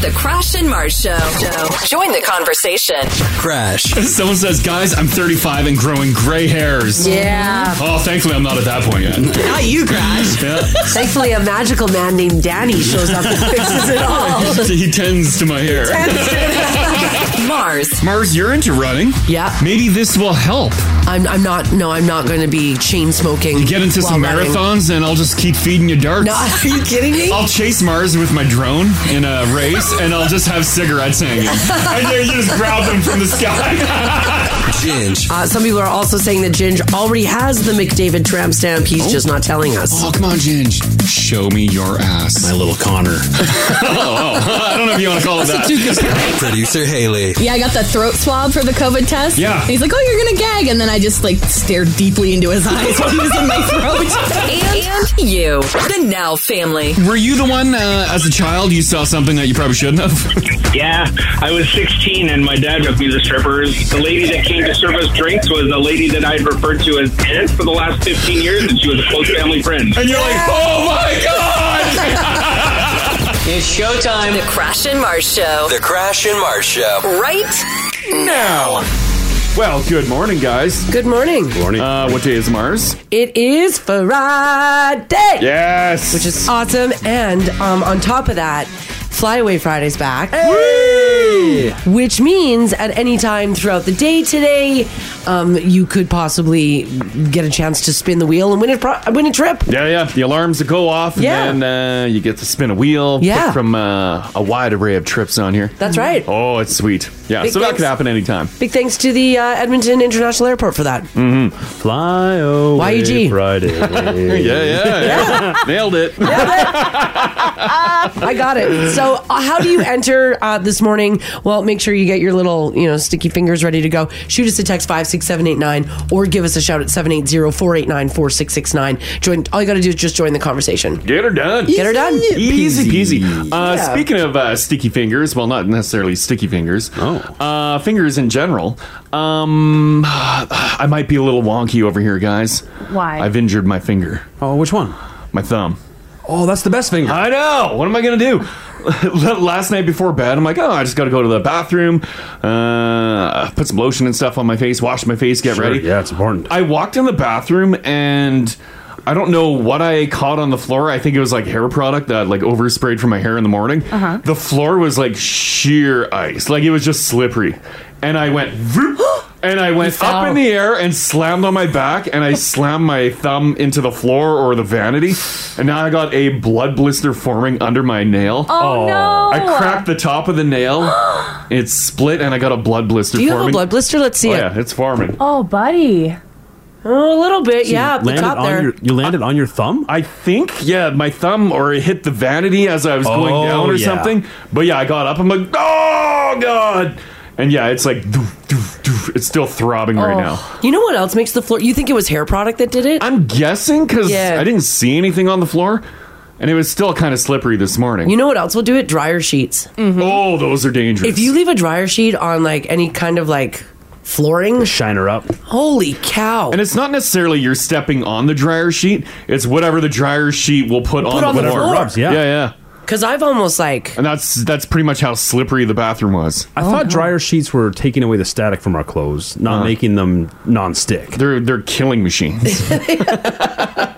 The Crash and Mars Show. Join the conversation. Crash. Someone says, guys, I'm 35 and growing gray hairs. Yeah. Oh, thankfully, I'm not at that point yet. Not you, Crash. yeah. Thankfully, a magical man named Danny shows up and fixes it all. He tends to my hair. Mars. Mars, you're into running. Yeah. Maybe this will help. I'm, I'm not, no, I'm not going to be chain smoking. Get into some while running. marathons and I'll just keep feeding you darts. No, are you kidding me? I'll chase Mars with my drone in a race and I'll just have cigarettes hanging. and then you just grab them from the sky. Ginge. Uh, some people are also saying that Ginge already has the McDavid tramp stamp. He's just not telling us. oh, come on, Ginge. Show me your ass. My little Connor. oh, I don't know if you want to call it that. Producer Haley. Yeah, I got the throat swab for the COVID test. Yeah. And he's like, oh, you're going to gag. And then I just like stared deeply into his eyes while he was in my throat. And, and you. The Now Family. Were you the one uh, as a child you saw something that you probably shouldn't have? Yeah, I was 16 and my dad took me to strippers. The lady that came to serve us drinks was a lady that I'd referred to as aunt for the last 15 years, and she was a close family friend. And you're like, oh my god! It's showtime. The Crash and Mars Show. The Crash and Mars Show. Right Now. Well, good morning, guys. Good morning. Uh, what day is Mars? It is Friday. Yes. Which is awesome. And um, on top of that, Flyaway Friday's back. Which means at any time throughout the day today, um, you could possibly get a chance to spin the wheel and win a, pro- win a trip. Yeah, yeah. The alarms will go off, and Yeah. then uh, you get to spin a wheel. Yeah. pick from uh, a wide array of trips on here. That's right. Oh, it's sweet. Yeah, Big so that thanks. could happen anytime. Big thanks to the uh, Edmonton International Airport for that. Mm-hmm. Fly away YG. Friday. Yeah, yeah, yeah. Nailed it. I got it. So, uh, how do you enter uh, this morning? Well, make sure you get your little, you know, sticky fingers ready to go. Shoot us a text 56789 or give us a shout at 780-489-4669. Join all you got to do is just join the conversation. Get her done. Get her done. Easy peasy. Uh, Yeah. Speaking of uh, sticky fingers, well, not necessarily sticky fingers. Oh. uh, fingers in general. Um, I might be a little wonky over here, guys. Why? I've injured my finger, Oh, which one? my thumb. Oh, that's the best finger. I know. What am I gonna do? Last night before bed, I'm like, oh, I just gotta go to the bathroom, uh, put some lotion and stuff on my face, wash my face, get ready. Yeah, it's important. I walked in the bathroom and I don't know what I caught on the floor. I think it was like hair product that like oversprayed from my hair in the morning. Uh-huh. The floor was like sheer ice, like it was just slippery. And I went, vroom, and I went up in the air and slammed on my back, and I slammed my thumb into the floor or the vanity, and now I got a blood blister forming under my nail. Oh, no. I cracked the top of the nail, it split, and I got a blood blister Do you have a forming. blood blister? Let's see oh, it. yeah, it's forming. Oh, buddy. Oh, a little bit. yeah, up the landed top on there. Your, you landed on your thumb? I think, yeah, my thumb or it hit the vanity as I was going Oh, down or yeah. something. But yeah, I got up. I'm like, oh god, and yeah, it's like, doof, doof, doof. it's still throbbing Oh. right now. You know what else makes the floor? You think it was hair product that did it? I'm guessing because Yeah. I didn't see anything on the floor, and it was still kind of slippery this morning. you know what else will do it? Dryer sheets. oh, those are dangerous. If you leave a dryer sheet on like any kind of like flooring, Shine her up. holy cow. and it's not necessarily you're stepping on the dryer sheet; it's whatever the dryer sheet will put, on, on the the floor. floor. Rubs, yeah. yeah, yeah. Because I've almost like And that's that's pretty much how slippery the bathroom was. I thought dryer sheets were taking away the static from our clothes, not making them non-stick. Uh-huh. They're they're killing machines.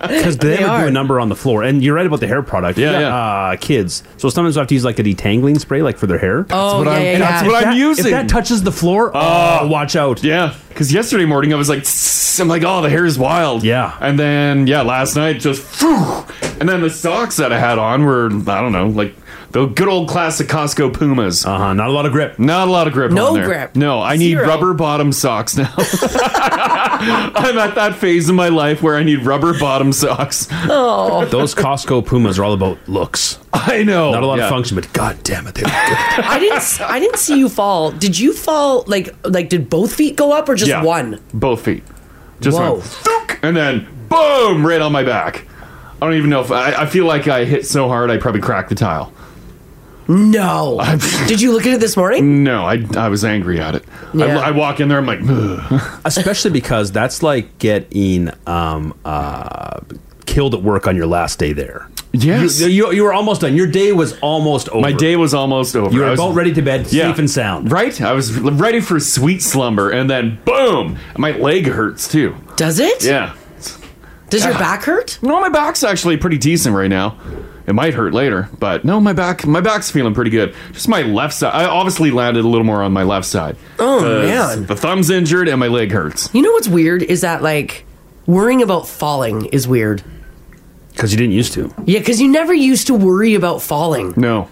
Because they, never do are. a number on the floor. And you're right about the hair product. Yeah, We got, yeah. Uh, kids. So sometimes I have to use like a detangling spray, like for their hair. Oh, what yeah, I'm- yeah, and yeah. that's what If I'm that- using. Ah. If that touches the floor, oh, watch out. Yeah, because yesterday morning I was like, "Tss," I'm like, oh, the hair is wild. Yeah. and then yeah, last night just, phew. and then the socks that I had on were I don't know, like the good old classic Costco Pumas. Uh huh. Not a lot of grip. Not a lot of grip. No on there. grip. No, I need Zero. rubber bottom socks now. I'm at that phase in my life where I need rubber bottom socks. Oh. Those Costco Pumas are all about looks. I know. Not a lot Yeah. of function, but god damn it, they look good. I didn't. I didn't see you fall. Did you fall? Like, like, did both feet go up or just Yeah. one? Both feet. Just Whoa. went, thunk, and then boom, right on my back. I don't even know if I, I feel like I hit so hard I probably cracked the tile. No. did you look at it this morning? No, I, I was angry at it. Yeah. I, I walk in there, I'm like, "Ugh." Especially because that's like getting um, uh, killed at work on your last day there. Yes. You, you, you were almost done. Your day was almost over. My day was almost over. You were I was- about ready to bed, safe and sound. Right? I was l- ready for sweet slumber, and then boom, my leg hurts too. Does it? Yeah. Ah. Does your back hurt? No, my back's actually pretty decent right now. It might hurt later, but no, my back, my back's feeling pretty good. Just my left side. I obviously landed a little more on my left side. Oh, 'Cause man. the thumb's injured and my leg hurts. You know what's weird is that like worrying about falling is weird. Because you didn't used to. Yeah, because you never used to worry about falling, No,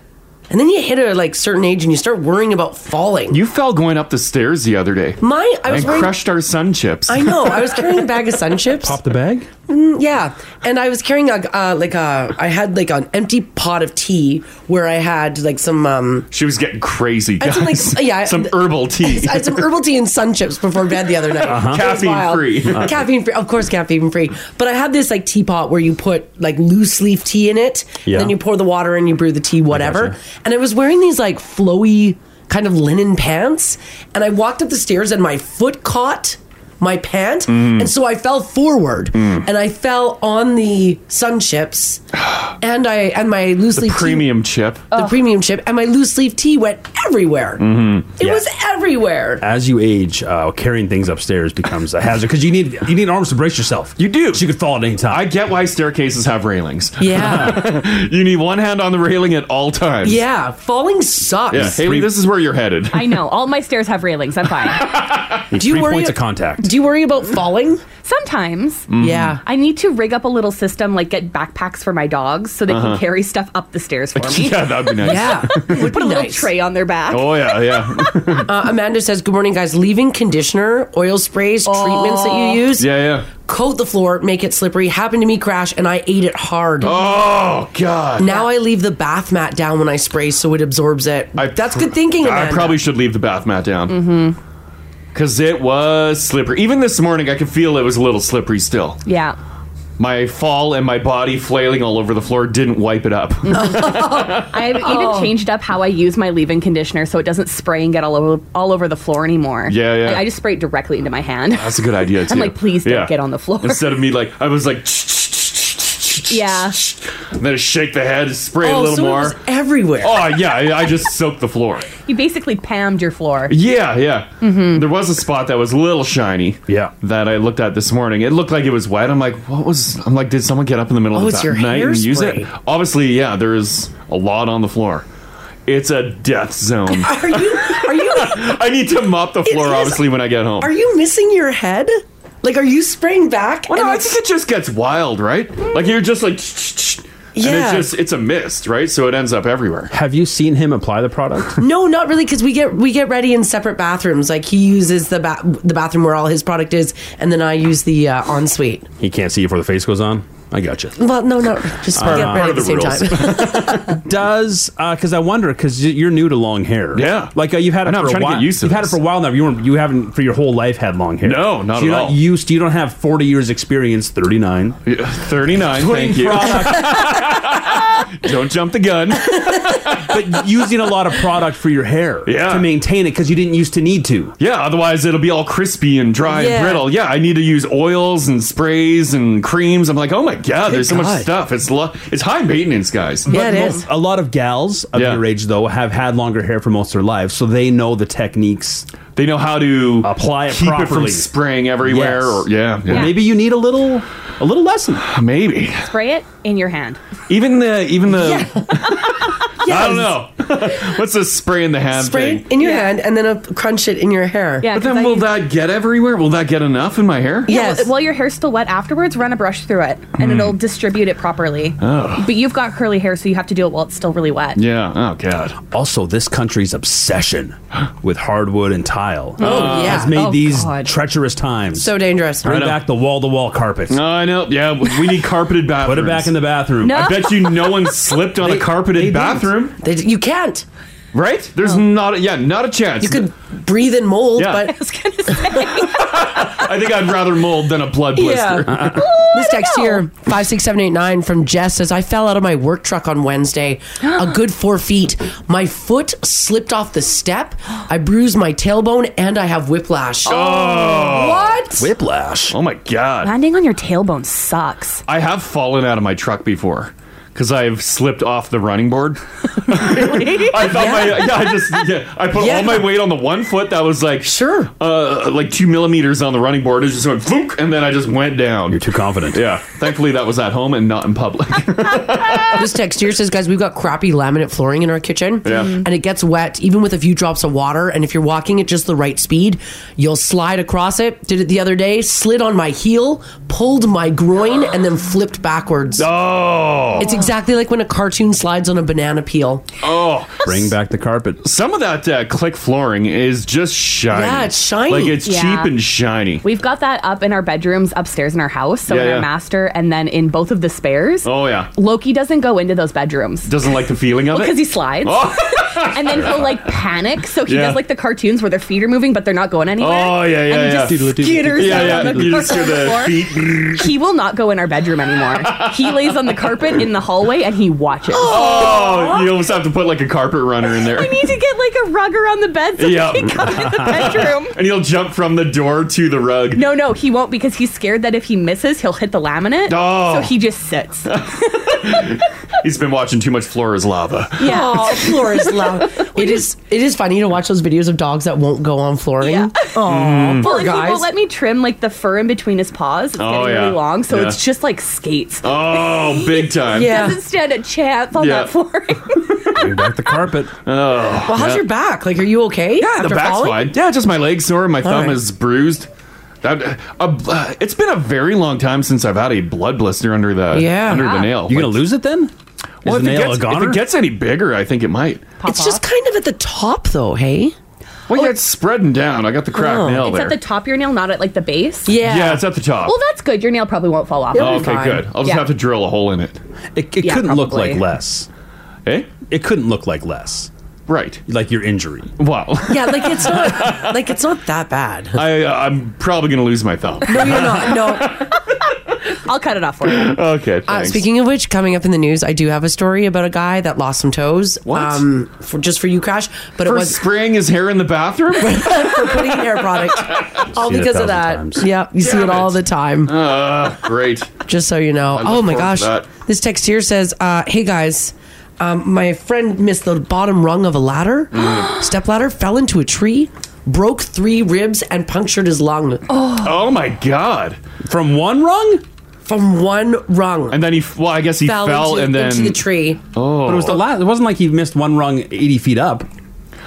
and then you hit a like certain age and you start worrying about falling. you fell going up the stairs the other day. My, I was and wearing. crushed our sun chips. I know. I was carrying a bag of sun chips. Pop the bag? Mm, Yeah, and I was carrying a uh, like a I had like an empty pot of tea where I had like some um She was getting crazy, I had guys. some, like, yeah, some herbal tea. Uh-huh. I had some herbal tea and sun chips before bed the other night. It was Caffeine wild. free. Caffeine free, of course, caffeine free. But I had this like teapot where you put like loose leaf tea in it, Yeah. then you pour the water in, you brew the tea, whatever. And I was wearing these like flowy kind of linen pants, and I walked up the stairs and my foot caught my pant, Mm. and so I fell forward, and I fell on the sun chips, and I and my loose the leaf tea- premium chip. the premium chip, and my loose leaf tea went everywhere. Mm. Mm-hmm. It Yeah. was everywhere. As you age, uh, carrying things upstairs becomes a hazard because you need you need arms to brace yourself. You do. She could fall at any I time. get why staircases have railings. Yeah, You need one hand on the railing at all times. yeah. Falling sucks. Yeah. Haley, this is where you're headed. I know. All my stairs have railings. I'm fine. do you Three worry? points of contact. Do you worry about falling? Sometimes Yeah. Mm-hmm. I need to rig up a little system, like get backpacks for my dogs so they can carry stuff up the stairs for me. yeah, that'd be nice. Yeah. Uh-huh. Would Put a little tray on their back. Oh yeah, yeah, Uh, Amanda says, "Good morning, guys. Leaving conditioner, oil sprays, treatments that you use, yeah, yeah. coat the floor, make it slippery. Happened to me, crash, and I ate it hard. Oh god. Now I leave the bath mat down when I spray so it absorbs it. I That's pr- good thinking, Amanda. Mm. I probably should leave the bath mat down. Mm-hmm. Cause it was slippery. Even this morning, I could feel it was a little slippery still. Yeah. My fall and my body flailing all over the floor didn't wipe it up. I've Oh. even changed up how I use my leave-in conditioner so it doesn't spray and get all over all over the floor anymore. Yeah, yeah. Like, I just spray it directly into my hand. That's a good idea too. I'm like, please don't get on the floor. Instead of me like, I was like, Yeah. and then I shake the head, spray a Oh, little so it more. was everywhere. Oh yeah, I I just soaked the floor. You basically pammed your floor. Yeah, yeah. Mm-hmm. There was a spot that was a little shiny. Yeah. That I looked at this morning. It looked like it was wet. I'm like, what was? I'm like, did someone get up in the middle Oh, of it's the your night and use it? hairspray. Obviously, yeah. There is a lot on the floor. It's a death zone. Are you? Are you? I need to mop the floor. is- Obviously, when I get home. Are you missing your head? Like, are you spraying back? Well, no, and I it's- think it just gets wild, right? Like you're just like, and Yeah. it's just it's a mist, right? So it ends up everywhere. Have you seen him apply the product? No, not really, because we get we get ready in separate bathrooms. Like he uses the ba- the bathroom where all his product is, and then I use the uh, ensuite. he can't see you before the face goes on. I got you. Well, no, no, just we get ready Uh, part at of the, same the rules. time. Does because I wonder because you're new to long hair. Yeah. like uh, you've had I it know, I'm for a trying to while. get used to you've had it this. for a while now. You weren't, you haven't for your whole life had long hair. No, not so you're at not all. used. To, you don't have forty years experience. Thirty nine. Thirty nine. Thank you. Don't jump the gun. but using a lot of product for your hair Yeah. to maintain it because you didn't used to need to. Yeah, otherwise it'll be all crispy and dry Yeah. and brittle. Yeah, I need to use oils and sprays and creams. I'm like, oh my god, there's so God. much stuff. It's lo- it's high maintenance, guys. Yeah, it mo- is. A lot of gals of Yeah. your age though have had longer hair for most of their lives, so they know the techniques. They know how to Apply it keep it from properly. spraying everywhere. Yes. Or yeah, Well, yeah. maybe you need a little, a little lesson. maybe Spray it in your hand. even the even the. I Yes. don't know. What's this spray in the hand Spray thing? it in your hand, and then uh, crunch it in your hair. Yeah. But 'cause then I will use- that get everywhere? Will that get enough in my hair? Yeah, Yes. while your hair's still wet afterwards, run a brush through it and Hmm. it'll distribute it properly. Oh. But you've got curly hair, so you have to do it while it's still really wet. Yeah. Oh god. Also, this country's obsession with hardwood and tile Oh, yeah. has made Oh, these God. treacherous times. so dangerous. Bring back the wall-to-wall carpets. No, I know. Yeah, we need carpeted bathrooms. Put it back in the bathroom. No. I bet you no one slipped on a they carpeted didn't. bathroom, They, you can't. right? There's not. A, yeah, not a chance. You could breathe in mold, Yeah. but was gonna say. I think I'd rather mold than a blood blister. This text know. here, 56789 from Jess says, I fell out of my work truck on Wednesday, a good four feet. My foot slipped off the step. I bruised my tailbone and I have whiplash. Oh. What? Whiplash. Oh my god. Landing on your tailbone sucks. I have fallen out of my truck before. because I've slipped off the running board. I thought my yeah, I just yeah, I put all my weight on the one foot that was like sure, uh, like two millimeters on the running board. It just went flunk, and then I just went down. You're too confident. Yeah, thankfully that was at home and not in public. this text here says, guys, we've got crappy laminate flooring in our kitchen. Yeah. Mhm. And it gets wet even with a few drops of water. And if you're walking at just the right speed, you'll slide across it. Did it the other day, slid on my heel, pulled my groin, and then flipped backwards. Oh. It's exactly like when a cartoon slides on a banana peel. Oh, bring back the carpet. Some of that uh, click flooring is just shiny. Yeah, it's shiny. Like it's Yeah. cheap and shiny. We've got that up in our bedrooms upstairs in our house, so Yeah, in our yeah. master, and then in both of the spares. Oh yeah, Loki doesn't go into those bedrooms. doesn't like the feeling of Well, it because he slides, Oh. and then he'll like panic. So he Yeah. does like the cartoons where their feet are moving, but they're not going anywhere. Oh, yeah, yeah, and yeah. He just skitters Yeah, out yeah, on the, you just hear the floor. feet. He will not go in our bedroom anymore. he lays on the carpet in the hallway and he watches. Oh, you almost have to put like a carpet runner in there. I need to get like a rug around the bed so Yeah. he can come in the bedroom. and he'll jump from the door to the rug. No, no, he won't because he's scared that if he misses, he'll hit the laminate. Oh. So he just sits. He's been watching too much Floor is Lava. Yeah. Oh, floor is loud. it is it is funny to watch those videos of dogs that won't go on flooring. Oh, Mm. well, poor and he guys. won't let me trim like the fur in between his paws. It's Mm-hmm. Oh, getting yeah. really long, so Yeah. it's just like skates. Oh, big time. He doesn't stand a chance on Yeah. that floor. Bring back the carpet. Oh. Well, how's your back? Like, are you okay? Yeah, after the back's falling? fine. Yeah, just my legs sore. My thumb right. is bruised. That, uh, uh, it's been a very long time since I've had a blood blister under the Yeah. under the Yeah. nail. You gonna lose it then? Well, Is if, the it nail gets, a goner? if it gets any bigger, I think it might. It's just kind of at the top, though. Hey, Oh. well, yeah, it's spreading down. I got the cracked nail it's there. at the top of your nail, not at like the base. Yeah. Yeah, it's at the top. Well, that's good. Your nail probably won't fall off. Oh, okay, good. I'll just Yeah. have to drill a hole in it. It, it Yeah, couldn't look probably. like less. Eh? It couldn't look like less. Right. Like your injury. Wow. yeah, like it's not like it's not that bad. I, uh, I'm probably gonna lose my thumb. No, you're not. No. I'll cut it off for you. okay. Uh, Thanks. speaking of which, coming up in the news, I do have a story about a guy that lost some toes. What? Um, for, just for you, Crash. But it For was spraying his hair in the bathroom for putting hair product. all Seen it a because of thousand that. times. Yeah, you see it Damn all the time. Uh, great. Just so you know. I look Oh my forward gosh. to that. This text here says, uh, "Hey guys." Um, my friend missed the bottom rung of a ladder, step ladder, fell into a tree, broke three ribs, and punctured his lung. Oh, Oh my god! From one rung? From one rung. And then he, well, I guess he fell, into, and then into the tree. Oh, But it was the last. It wasn't like he missed one rung eighty feet up.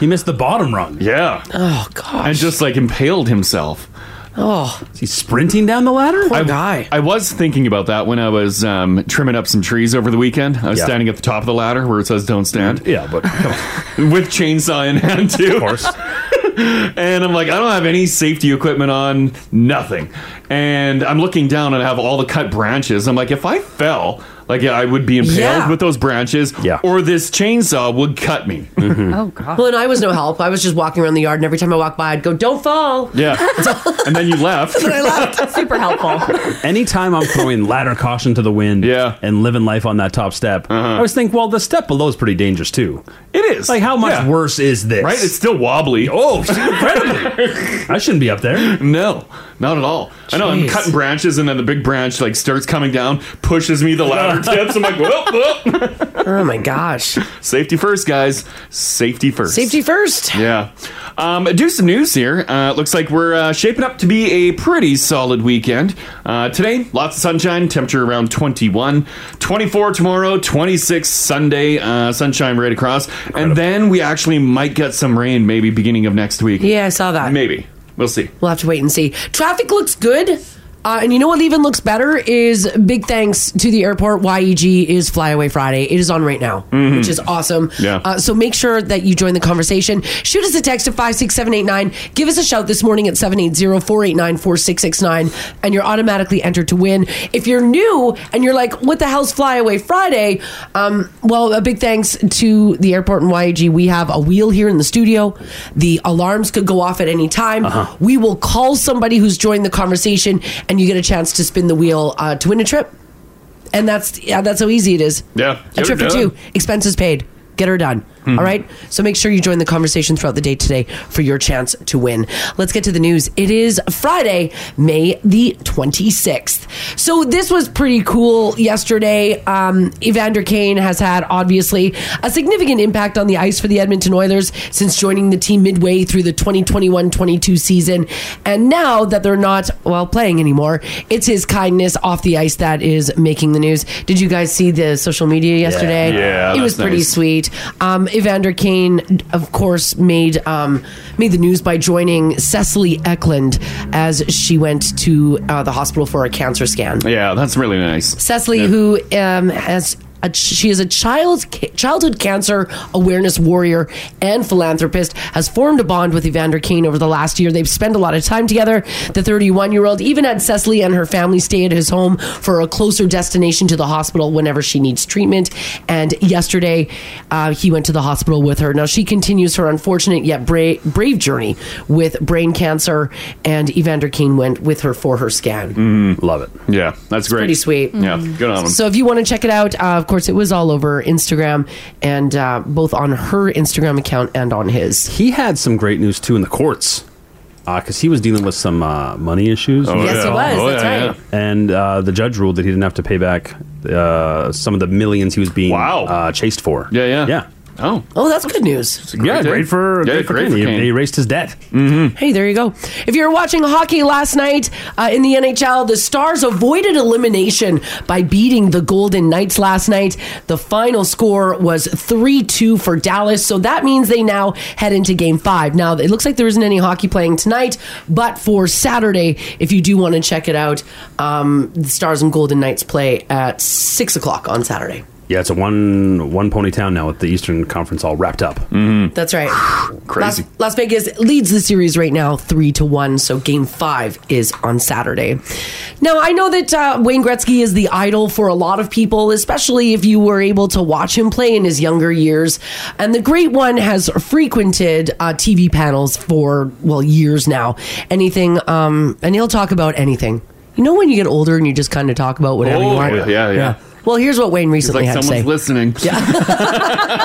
He missed the bottom rung. Yeah. Oh gosh. And just like impaled himself. Oh, is he sprinting down the ladder? I, I was thinking about that when I was um, trimming up some trees over the weekend. I was Yeah. standing at the top of the ladder where it says "Don't stand." Yeah, but with chainsaw in hand too, of course. and I'm like, I don't have any safety equipment on, nothing. And I'm looking down and I have all the cut branches. I'm like, if I fell, like I would be impaled Yeah. with those branches, yeah. or this chainsaw would cut me. Oh god. Well, and I was no help. I was just walking around the yard, and every time I walked by, I'd go, "Don't fall." Yeah. and then you left. Super helpful. Anytime I'm throwing ladder caution to the wind yeah. and living life on that top step, I always think, well, the step below is pretty dangerous too. It is. Like, how much Yeah. worse is this? Right? It's still wobbly. Oh, incredibly. I shouldn't be up there. No, not at all. I know I'm Jeez. cutting branches, and then the big branch like starts coming down, pushes me the ladder tips. I'm like, whoop, whoop. Oh my gosh! Safety first, guys. Safety first. Safety first. Yeah. Um, do some news here. Uh, looks like we're uh, shaping up to be a pretty solid weekend. Uh, today, lots of sunshine, temperature around 21, 24 tomorrow, 26 Sunday, uh, sunshine right across. And then we actually might get some rain maybe beginning of next week. Yeah, I saw that. Maybe. We'll see. We'll have to wait and see. Traffic looks good. Uh, and you know what even looks better is big thanks to the airport. YEG is Flyaway Friday. It is on right now, Mhm. which is awesome. Yeah. Uh, so make sure that you join the conversation. Shoot us a text at 56789. Give us a shout this morning at 780 489 4669, and you're automatically entered to win. If you're new and you're like, what the hell's Flyaway Friday? Um, well, a big thanks to the airport and YEG. We have a wheel here in the studio. The alarms could go off at any time. Uh-huh. We will call somebody who's joined the conversation, and you get a chance to spin the wheel uh, to win a trip. And that's yeah, that's how easy it is. Yeah. A Get trip it for done. two, expenses paid. Get her done. Mhm. All right. So make sure you join the conversation throughout the day today for your chance to win. Let's get to the news. It is Friday, May the 26th. So this was pretty cool yesterday. Um, Evander Kane has had, obviously, a significant impact on the ice for the Edmonton Oilers since joining the team midway through the 2021 22 season. And now that they're not, well, playing anymore, it's his kindness off the ice that is making the news. Did you guys see the social media yesterday? Yeah, It was that's pretty nice. sweet. Um, Evander Kane, of course, made um, made the news by joining Cecily Eklund as she went to uh, the hospital for a cancer scan. Yeah, that's really nice. Cecily, who um, has a, ch- she is a child ca- childhood cancer awareness warrior and philanthropist, has formed a bond with Evander Kane over the last year. They've spent a lot of time together. The 31 year old even had Cecily and her family stay at his home for a closer destination to the hospital whenever she needs treatment. And yesterday, uh, he went to the hospital with her. Now she continues her unfortunate yet brave, brave journey with brain cancer, and Evander Kane went with her for her scan. Love it. Yeah, that's Mm-hmm. great. pretty sweet. Mm-hmm. Yeah, good on him. So if you want to check it out, uh, of course, it was all over Instagram and uh, both on her Instagram account and on his. He had some great news too in the courts because he was dealing with some uh, money issues. Oh, Yes, yeah. he was, Oh, that's yeah, right. yeah. And uh, the judge ruled that he didn't have to pay back uh, some of the millions he was being uh, chased for. Yeah, yeah, yeah. Oh, Oh, that's good news. yeah, great for great for Kane. He- He erased his debt. Mm-hmm. Hey, there you go. If you were watching hockey last night uh, in the NHL, the Stars avoided elimination by beating the Golden Knights last night. The final score was 3 2 for Dallas, so that means they now head into game five. Now, it looks like there isn't any hockey playing tonight, but for Saturday, if you do want to check it out, um, the Stars and Golden Knights play at 6 o'clock on Saturday. Yeah, it's a one one pony town now with the Eastern Conference all wrapped up. Mm-hmm. That's right. Crazy. Las, Las Vegas leads the series right now, three to one. So game five is on Saturday. Now I know that uh, Wayne Gretzky is the idol for a lot of people, especially if you were able to watch him play in his younger years. And the great one has frequented uh, TV panels for well years now. Anything, um, and he'll talk about anything. You know when you get older and you just kind of talk about whatever you Oh, want. yeah, yeah, yeah. Well, here's what Wayne It's recently like had to someone's say. listening. Yeah.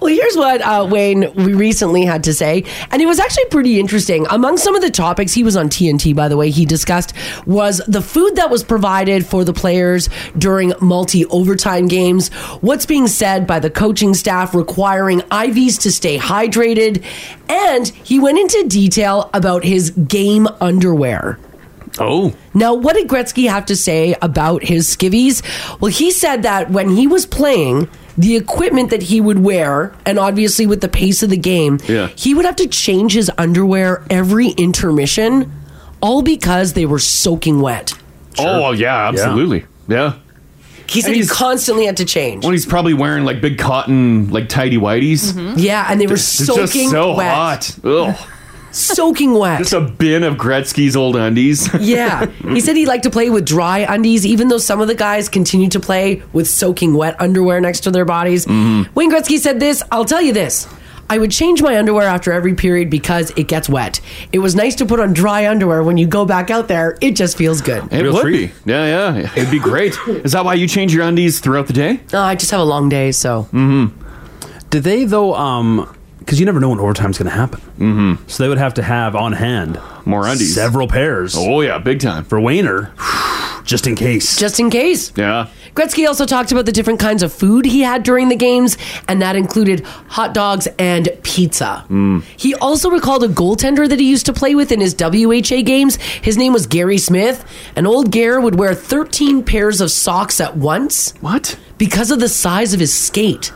Well, here's what uh, Wayne we recently had to say, and it was actually pretty interesting. Among some of the topics he was on TNT, by the way, he discussed was the food that was provided for the players during multi overtime games, what's being said by the coaching staff requiring IVs to stay hydrated, and he went into detail about his game underwear. Oh. Now, what did Gretzky have to say about his skivvies? Well, he said that when he was playing, the equipment that he would wear, and obviously with the pace of the game, Yeah. he would have to change his underwear every intermission, all because they were soaking wet. Oh, well, yeah, absolutely. Yeah. He said And he he's- constantly had to change. Well, he's probably wearing like big cotton, like tidy Yeah, whities. and Mm-hmm. they were It's soaking just so wet. hot. Ugh. Soaking wet. Just a bin of Gretzky's old undies. Yeah. He said he liked to play with dry undies, even though some of the guys continued to play with soaking wet underwear next to their bodies. Mm-hmm. Wayne Gretzky said this I'll tell you this. I would change my underwear after every period because it gets wet. It was nice to put on dry underwear when you go back out there. It just feels good. It would be. Yeah, yeah. It'd be great. Is that why you change your undies throughout the day? Oh, I just have a long day, so. Mm-hmm. Do they though? Um, because you never know when overtime's going to happen. Mm-hmm. So they would have to have on hand more undies, several pairs. Oh yeah, big time for Wayner, just in case. Just in case. Yeah. Gretzky also talked about the different kinds of food he had during the games, and that included hot dogs and pizza. He also recalled a goaltender that he used to play with in his WHA games. His name was Gary Smith, and old Gare would wear 13 pairs of socks at once. What? Because of the size of his skate.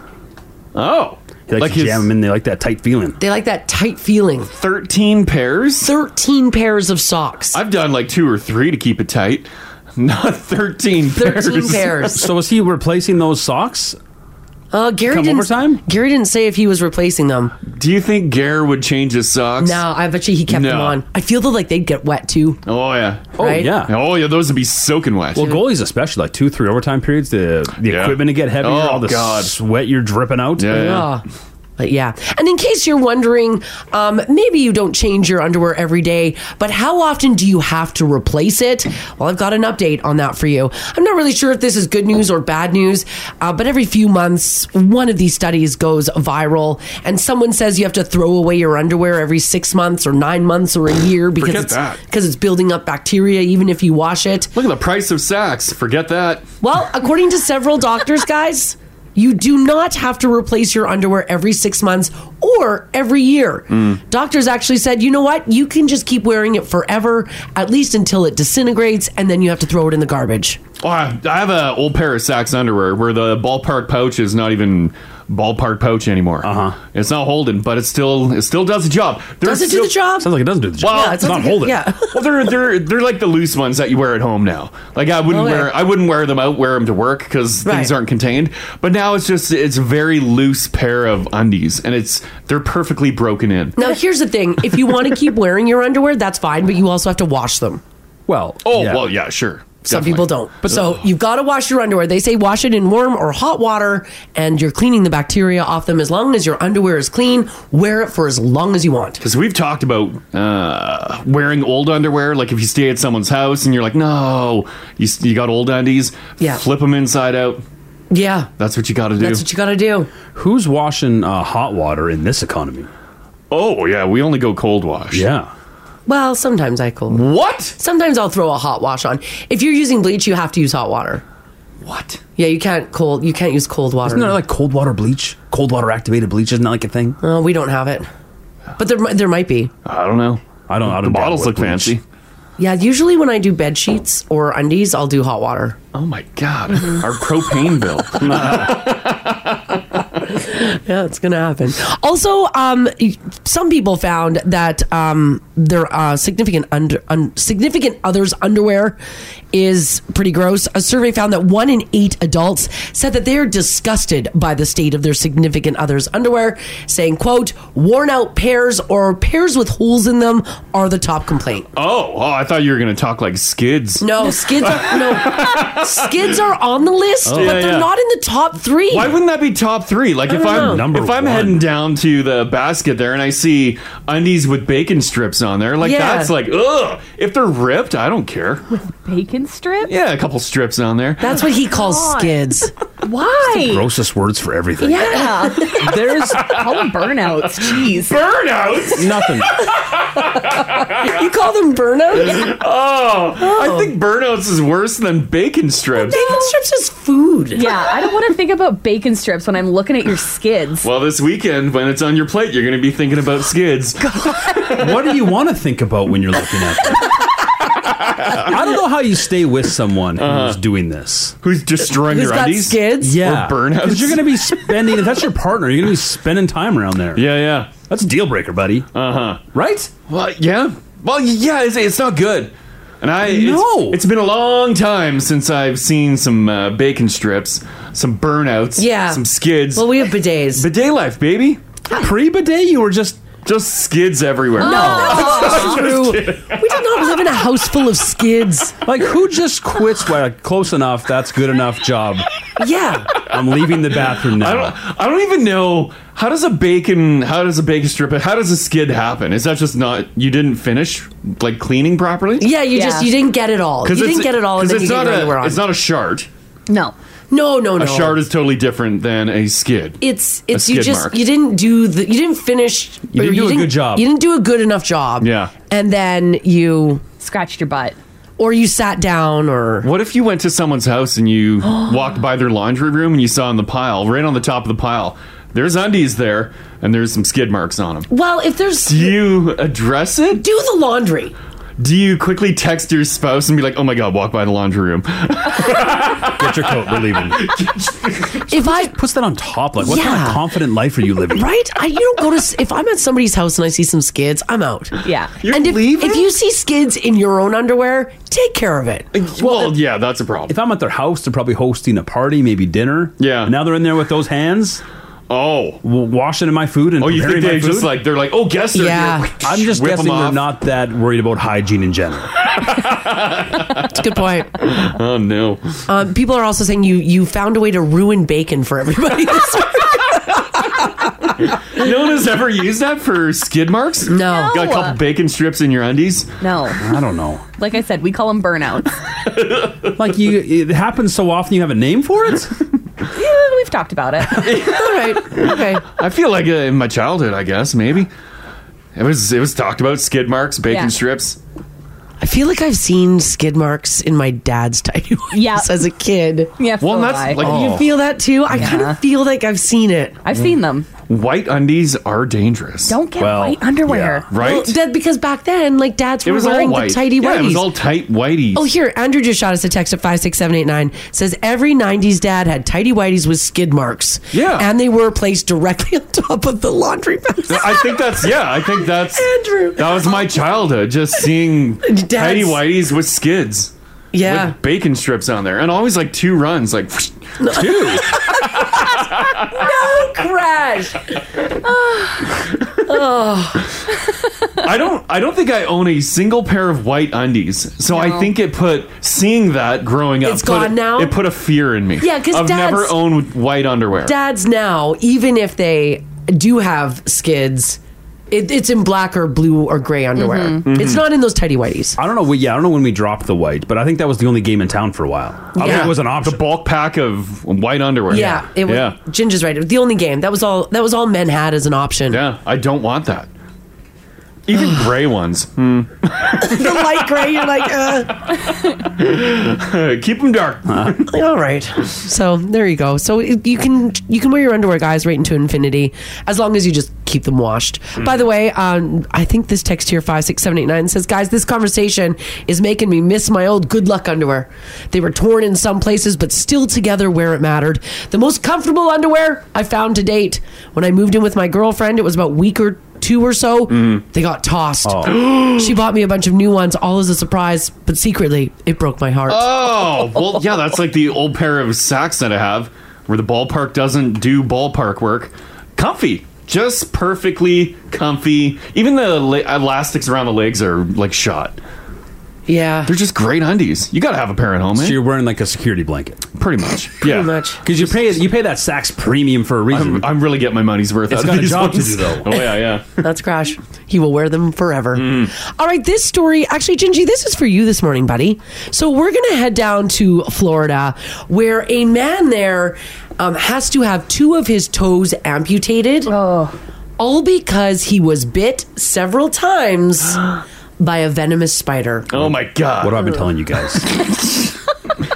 Oh, they like, to jam them in. They like that tight feeling. They like that tight feeling. 13 pairs? 13 pairs of socks. I've done like two or three to keep it tight. Not 13 pairs. so was he replacing those socks? Uh, Gary Come didn't, overtime? Gary didn't say if he was replacing them. Do you think Gare would change his socks? No, I bet you he kept No. them on. I feel though like they'd get wet too. Oh yeah. Oh, Right? yeah. Oh yeah. Those would be soaking wet. Well, goalies especially like two, three overtime periods. The the equipment to get heavier, Oh, all the God. sweat you're dripping out. Yeah, yeah. I But yeah. And in case you're wondering, um, maybe you don't change your underwear every day, but how often do you have to replace it? Well, I've got an update on that for you. I'm not really sure if this is good news or bad news, uh, but every few months, one of these studies goes viral, and someone says you have to throw away your underwear every six months or nine months or a year because Forget it's, that. because it's building up bacteria, even if you wash it. Look at the price of sacks. Forget that. Well, according to several doctors, guys, you do not have to replace your underwear every six months or every year. Mm. Doctors actually said, you know what? You can just keep wearing it forever, at least until it disintegrates, and then you have to throw it in the garbage. Oh, I I have an old pair of Saks underwear where the ballpark pouch is not even ballpark pouch anymore. Uh huh. It's not holding, but it still it still does the job. Does it do the job? Sounds like it doesn't do the job. Well, Yeah, it it's sounds not like it- holding. yeah. well, they're they're they're like the loose ones that you wear at home now. Like I wouldn't Okay. wear I wouldn't wear them out, wear them to work because things Oh, Right. aren't contained. But now it's just it's a very loose pair of undies, and it's they're perfectly broken in. Now, here's the thing if you want to keep wearing your underwear, that's fine, but you also have to wash them. Well, oh well, yeah, sure. Some Definitely. people don't. so you've got to wash your underwear. They say wash it in warm or hot water, and you're cleaning the bacteria off them. As long as your underwear is clean, wear it for as long as you want. Because we've talked about uh, wearing old underwear. Like if you stay at someone's house and you're like, no, you, s- you got old undies, Yeah. flip them inside out. Yeah. That's what you got to do. That's what you got to do. Who's washing uh, hot water in this economy? Oh, yeah. We only go cold wash. Yeah. Well, sometimes I cold. What? Sometimes I'll throw a hot wash on. If you're using bleach, you have to use hot water. What? Yeah, you can't cold. You can't use cold water. Isn't there like cold water bleach? Cold water activated bleach? Isn't that like a thing? Oh, we don't have it. But there, mi- there might be. I don't know. I don't. I The don't bottles look fancy. Yeah, usually when I do bed sheets or undies, I'll do hot water. Oh my God. Mm-hmm. Our propane bill. yeah, it's gonna happen. Also, um, y- some people found that um, their uh, significant under un, significant others' underwear is pretty gross. A survey found that one in eight adults said that they are disgusted by the state of their significant other's underwear, saying, "quote Worn out pairs or pairs with holes in them are the top complaint." Oh, oh, I thought you were going to talk like skids. No, skids are no skids are on the list, Oh. but Yeah, they're yeah. not in the top three. Why wouldn't that be top three? Like I if don't know. I'm Number if I'm one. heading down to the basket there and I see undies with bacon strips on there, like Yeah. that's like ugh. If they're ripped, I don't care. Bacon strip? Yeah, a couple strips on there. That's what he calls God. skids. Why? Grossest words for everything. Yeah. There's- call them burnouts. Jeez. Burnouts? Nothing. you call them burnouts? Oh, I think burnouts is worse than bacon strips. Bacon strips is food. Yeah, I don't want to think about bacon strips when I'm looking at your skids. Well, this weekend when it's on your plate, you're going to be thinking about skids. what do you want to think about when you're looking at them? I don't know how you stay with someone who's doing this, Uh-huh. who's destroying your Who's got undies? skids? yeah, Or burnouts? 'Cause You're going to be spending. If that's your partner, you're going to be spending time around there. Yeah, yeah. That's a deal breaker, buddy. Uh huh. Right? Well, yeah. Well, yeah. It's, it's not good. And I no. it's been a long time since I've seen some uh, bacon strips, some burnouts, Yeah. some skids. Well, we have bidets. Bidet life, baby. Pre bidet, you were just just skids everywhere. No, Oh, that's not true. We did not live in a house full of skids. Like who just quits? Well, like, close enough. That's good enough job. Yeah. I'm leaving the bathroom now. I don't even know how does a bacon how does a bacon strip how does a skid happen? Is that just not you didn't finish like cleaning properly? Yeah, you just you didn't get it all. You 'Cause didn't it's- get it all, and 'cause then it's you not didn't a, know we're on. It's not a shard. No. No, no, no. A shard is totally different than a skid. it's a it's you skid just mark. you didn't do the you didn't finish. You or didn't do a good job. You didn't do a good enough job. Yeah. and then you scratched your butt, or you sat down, or What if you went to someone's house and you walked by their laundry room and you saw on the pile, right on the top of the pile, there's undies there and there's some skid marks on them. well, if there's Do you address it? Do the laundry. Do you quickly text your spouse and be like, "Oh my god, walk by the laundry room. Get your coat, we're leaving." if I puts that on top, like what kind Yeah. of confident life are you living? Right? I, you don't go to. s- If I'm at somebody's house and I see some skids, I'm out. Yeah. and if, if you see skids in your own underwear, take care of it. Well, yeah, that's a problem. If I'm at their house, they're probably hosting a party, maybe dinner. Yeah. now they're in there with those hands. Oh, washing in my food and Oh, you think preparing my they just, food? like- they're like, oh, guests are Yeah. here. I'm just Whip 'em guessing they're off. not that worried about hygiene in general. That's a good point. oh no. Um, people are also saying you you found a way to ruin bacon for everybody. no one has ever used that for skid marks? No. Got a couple bacon strips in your undies? No. I don't know. Like I said, we call them burnouts. Like you, it happens so often. You have a name for it. yeah, we've talked about it. All right. Okay. I feel like uh, in my childhood, I guess maybe it was it was talked about skid marks, bacon Yeah. strips. I feel like I've seen skid marks in my dad's tiny Oh. whites Yeah. as a kid. Yeah. Well, so that's have I. like You feel that too? I kind Yeah. of feel like I've seen it. I've seen them. white undies are dangerous. Don't get Well, white underwear. right? Well, that, because back then, like dads it were was all wearing white. the tidy yeah, whities. it was all tight whiteies. Oh, here, Andrew just shot us a text at 56789. Says every 90s dad had tidy whities with skid marks. Yeah. And they were placed directly on top of the laundry basket. I think that's yeah. I think that's Andrew. That was my childhood, just seeing Dad's- tidy whiteies with skids. Yeah. With bacon strips on there, and always like two runs, like two. Crash. Oh. I don't. I don't think I own a single pair of white undies. So I think it put seeing that growing up. It's put- gone now? It put a fear in me. Yeah, 'cause I've dads- never owned white underwear. Dads now, even if they do have skids, it, it's in black or blue or gray underwear. Mm-hmm. It's not in those tidy whities. I don't know. Yeah, I don't know when we dropped the white, but I think that was the only game in town for a while. I don't think it was an option. The bulk pack of white underwear. Yeah, it was. yeah. Ginger's right. It was the only game that was all that was all men had as an option. Yeah. I don't want that. Even gray ones. Hmm. the light gray, you're like, uh, Keep them dark. like, all right. So there you go. So it- you can you can wear your underwear, guys, right into infinity, as long as you just keep them washed. By the way, um, I think this text here five six seven eight nine says, guys, this conversation is making me miss my old good luck underwear. They were torn in some places, but still together where it mattered. The most comfortable underwear I found to date. When I moved in with my girlfriend, it was about a week or two or so. They got tossed. she bought me a bunch of new ones, all as a surprise, but secretly it broke my heart. Oh well, yeah. That's like the old pair of socks that I have, where the ballpark doesn't do ballpark work. Comfy. Just perfectly comfy. Even the la- elastics around the legs are like shot. yeah. They're just great undies. You gotta have a pair at home, So eh? you're wearing like a security blanket Pretty much. Yeah. Pretty much. because you pay you pay that Saks premium for a reason. I'm, I'm really getting my money's worth. It's out of got a these job to ones. do, though. Oh yeah, yeah. Mm. That's Crash. He will wear them forever. All right, this story, actually, Gingy, this is for you this morning, buddy. So we're going to head down to Florida where a man there um, has to have two of his toes amputated. All because he was bit several times by a venomous spider. Oh my god. what have I been telling you guys?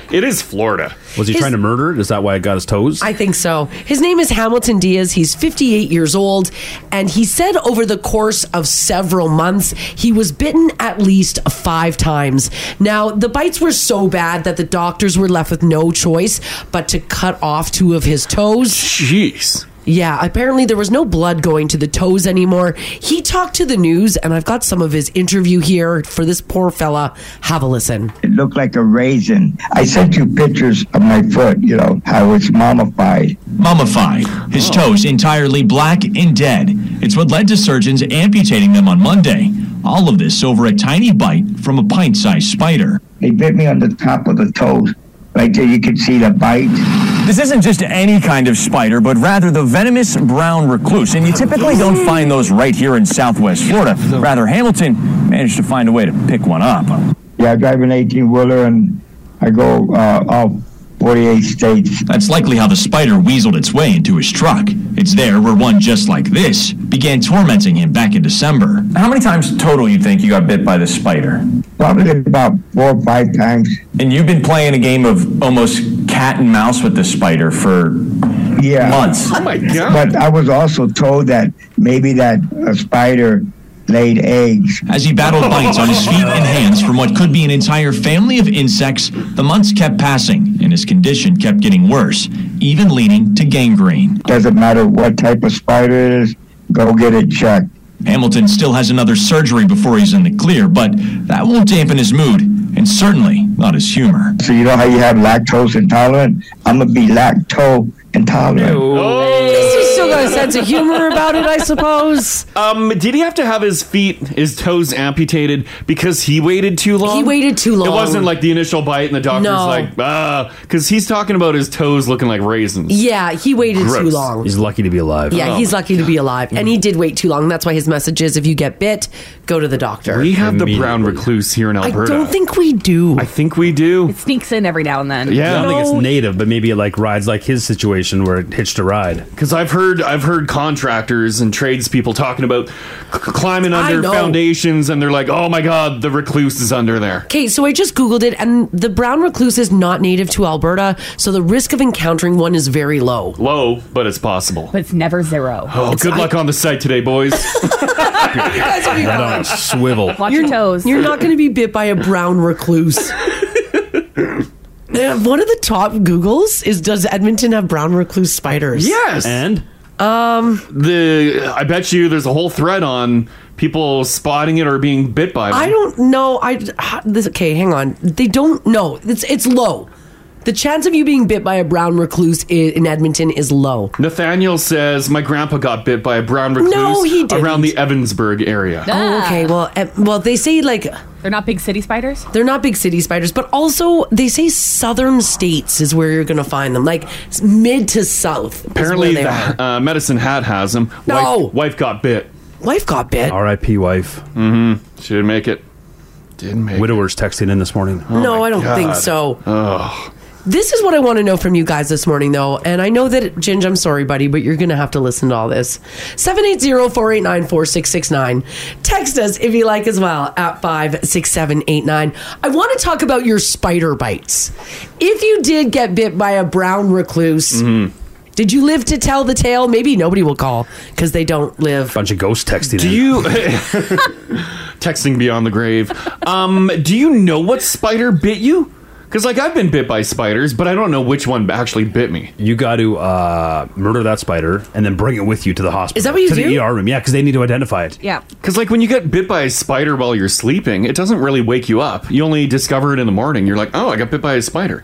It is Florida. Was he trying to murder? it? Is that why I got his toes? I think so. His name is Hamilton Diaz. He's 58 years old. And he said over the course of several months, he was bitten at least five times. Now, the bites were so bad that the doctors were left with no choice but to cut off two of his toes. Jeez. Yeah, apparently there was no blood going to the toes anymore. He talked to the news, and I've got some of his interview here for this poor fella. Have a listen. It looked like a raisin. I sent you pictures of my foot, you know, how it's mummified. mummified, his toes entirely black and dead. It's what led to surgeons amputating them on Monday. All of this over a tiny bite from a pint sized spider. They bit me on the top of the toes. Right there, you can see the bite. This isn't just any kind of spider, but rather the venomous brown recluse. And you typically don't find those right here in southwest Florida. Rather, Hamilton managed to find a way to pick one up. Yeah, I drive an 18 wheeler and I go uh, all 48 states. That's likely how the spider weaseled its way into his truck. It's there where one just like this began tormenting him back in December. How many times total you think you got bit by this spider? Probably about four or five times. And you've been playing a game of almost cat and mouse with this spider for Yeah. months. Oh my god. But I was also told that maybe that a spider laid eggs. As he battled bites on his feet and hands from what could be an entire family of insects, the months kept passing and his condition kept getting worse, even leading to gangrene. Doesn't matter what type of spider it is, go get it checked. Hamilton still has another surgery before he's in the clear, but that won't dampen his mood and certainly not his humor. So you know how you have lactose intolerant? I'm going to be lacto intolerant. This is still got a sense of humor about it, I suppose. Um, did he have to have his feet, his toes amputated because he waited too long? He waited too long. It wasn't like the initial bite, and the doctor's No. like, ah, because he's talking about his toes looking like raisins. Yeah, he waited too Gross. Oh. long. He's lucky to be alive. Yeah, he's lucky to be alive. And he did wait too long. That's why his message is if you get bit, go to the doctor. We have the brown recluse here in Alberta. don't think we do. I think we do. Sneaks in every now and then. I don't think it's native, but maybe it like rides like his situation where it hitched a ride. Because I've heard I've heard contractors and tradespeople talking about c- climbing I under know. foundations, and they're like, "Oh my God, the recluse is under there." Okay, so I just Googled it, and the brown recluse is not native to Alberta, so the risk of encountering one is very low. Low, but it's possible. But it's never zero. Oh, good luck on the site today, boys. Head on a swivel. Watch your toes. You're not going to be bit by a brown recluse. Uh, One of the top Googles is Does Edmonton have brown recluse spiders? Yes. Um, the I bet you there's a whole thread on people spotting it or being bit by I one. don't know. I ha- this okay. Hang on. They don't know. It's it's low. The chance of you being bit by a brown recluse i- in Edmonton is low. Nathaniel says my grandpa got bit by a brown recluse No, he didn't. around the Evansburg area. Oh, okay. Well, eh, well, they say like Ah. they're not big city spiders. They're not big city spiders, but also they say southern states is where you're going to find them, like s- mid to south. is Apparently, where they the are. uh, medicine hat has him. No! wife, wife got bit. Wife got bit. R.I.P. Wife. Mm-hmm. She didn't make it. Didn't make Widower's texting in this morning. No, I don't think so. Oh. This is what I want to know from you guys this morning, though. And I know that, Ginge, I'm sorry, buddy, but you're going to have to listen to all this. 780 489 4669. Text us if you like as well at 56789. I want to talk about your spider bites. If you did get bit by a brown recluse, did you live to tell the tale? Maybe nobody will call because they don't live. Bunch of ghost texting. Do you texting beyond the grave? Um, do you know what spider bit you? Because like I've been bit by spiders, but I don't know which one actually bit me. You got to uh, murder that spider and then bring it with you to the hospital. Is that what you to do? the ER room? Yeah, because they need to identify it. Yeah. Because like when you get bit by a spider while you're sleeping, it doesn't really wake you up. You only discover it in the morning. You're like, oh, I got bit by a spider.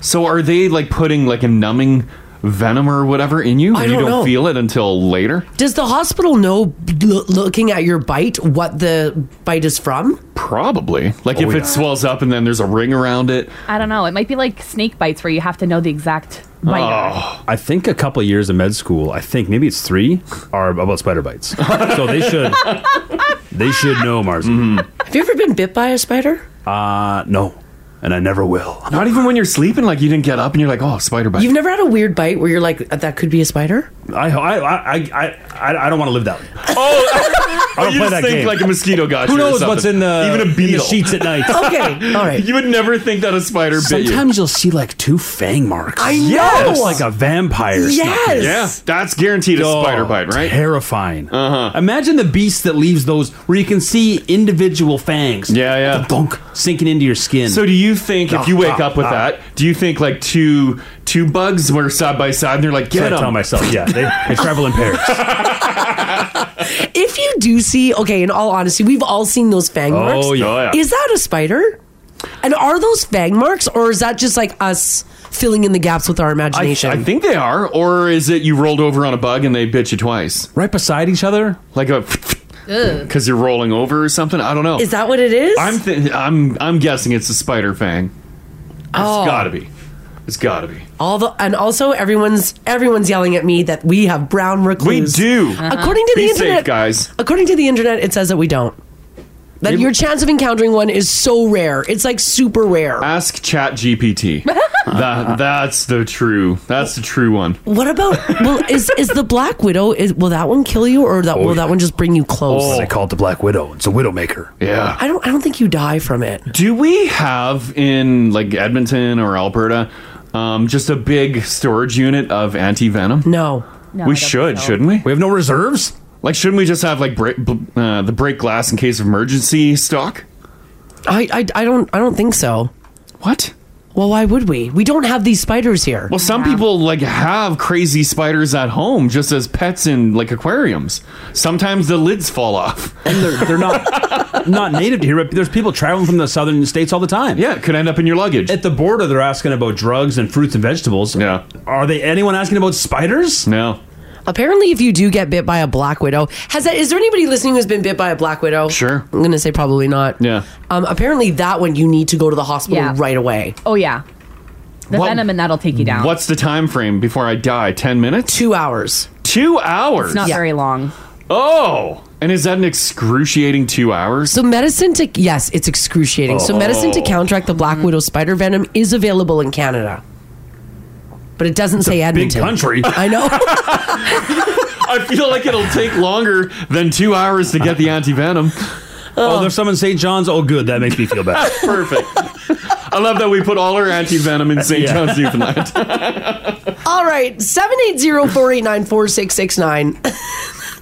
So are they like putting like a numbing venom or whatever in you, I and you don't don't know. feel it until later? Does the hospital know, l- looking at your bite, what the bite is from? Probably. Like Oh, if yeah. it swells up and then there's a ring around it. I don't know. It might be like snake bites where you have to know the exact Oh. bite. I think a couple of years of med school, I think maybe it's three, are about spider bites. so they should they should know Mars. Mm-hmm. Have you ever been bit by a spider? Uh no. And I never will. Not even when you're sleeping, like you didn't get up and you're like, oh, spider bite. You've never had a weird bite where you're like, "Uh, that could be a spider? I I I I I, I don't want to live that. Oh, I don't play you just that think game. like a mosquito got Who you or knows what's something. in the- even in a the beetle sheets at night. Okay, all right. You would never think that a spider bit you. Sometimes you'll see like two fang marks. I Yes, know. Looks like a vampire. snuck in. Yeah, that's guaranteed a spider bite, right? Uh-huh. Terrifying. Uh huh. Imagine the beast that leaves those where you can see individual fangs. Yeah, yeah. Dunk sinking into your skin. So do you think if you Ah, wake ah, up with ah. that, do you think like two two bugs were side by side and they're like, So I get 'em." tell myself, yeah, they, they travel in pairs. If you do see, okay, in all honesty, we've all seen those fang Oh, marks. yeah. Oh, yeah. Is that a spider? And are those fang marks, or is that just like us filling in the gaps with our I, imagination? I think they are, or is it you rolled over on a bug and they bit you twice, right beside each other, like a because you're rolling over or something? I don't know. Is that what it is? I'm th- I'm I'm guessing it's a spider fang. Oh. It's gotta be. It's gotta be. all the and also everyone's everyone's yelling at me that we have brown recluse. Uh-huh. We do. According to Be the safe, internet, guys. According to the internet, it says that we don't. That your chance of encountering one is so rare. It's like super rare. Ask Chat GPT. that that's the true. That's the true one. What about well is is the black widow is will that one kill you or that Oh, will that one just bring you close? They call it the Black Widow. It's a Widowmaker. Yeah. I don't I don't think you die from it. Do we have in like Edmonton or Alberta um, just a big storage unit of anti venom? No. No, I don't we should, think so. shouldn't we? We have no reserves. Like, shouldn't we just have like break, b- uh, the break glass in case of emergency stock? I, I I don't I don't think so. What? Well, why would we? We don't have these spiders here. Well, some people like have crazy spiders at home just as pets in like aquariums. Sometimes the lids fall off. And they're, they're not not native to here, but there's people traveling from the southern states all the time. Yeah, it could end up in your luggage. At the border, they're asking about drugs and fruits and vegetables. Yeah. Are they anyone asking about spiders? No. Apparently, if you do get bit by a black widow, has that? Is there anybody listening who's been bit by a black widow? Sure. I'm gonna say probably not. Yeah. Um, apparently, that one you need to go to the hospital Yeah. right away. Oh yeah, the What- venom and that'll take you down. What's the time frame before I die? Ten minutes? Two hours. Two hours. It's not very long. Oh, and is that an excruciating two hours? So medicine to yes, it's excruciating. So medicine to Oh. counteract the black widow spider venom is available in Canada, but it doesn't say Big Edmonton. country. I know. I feel like it'll take longer than two hours to get the anti venom. Oh, there's some in St. John's. Oh, good. That makes me feel better. Perfect. I love that we put all our anti venom in St. Yeah. John's, Newfoundland. All right, 780-489-4669.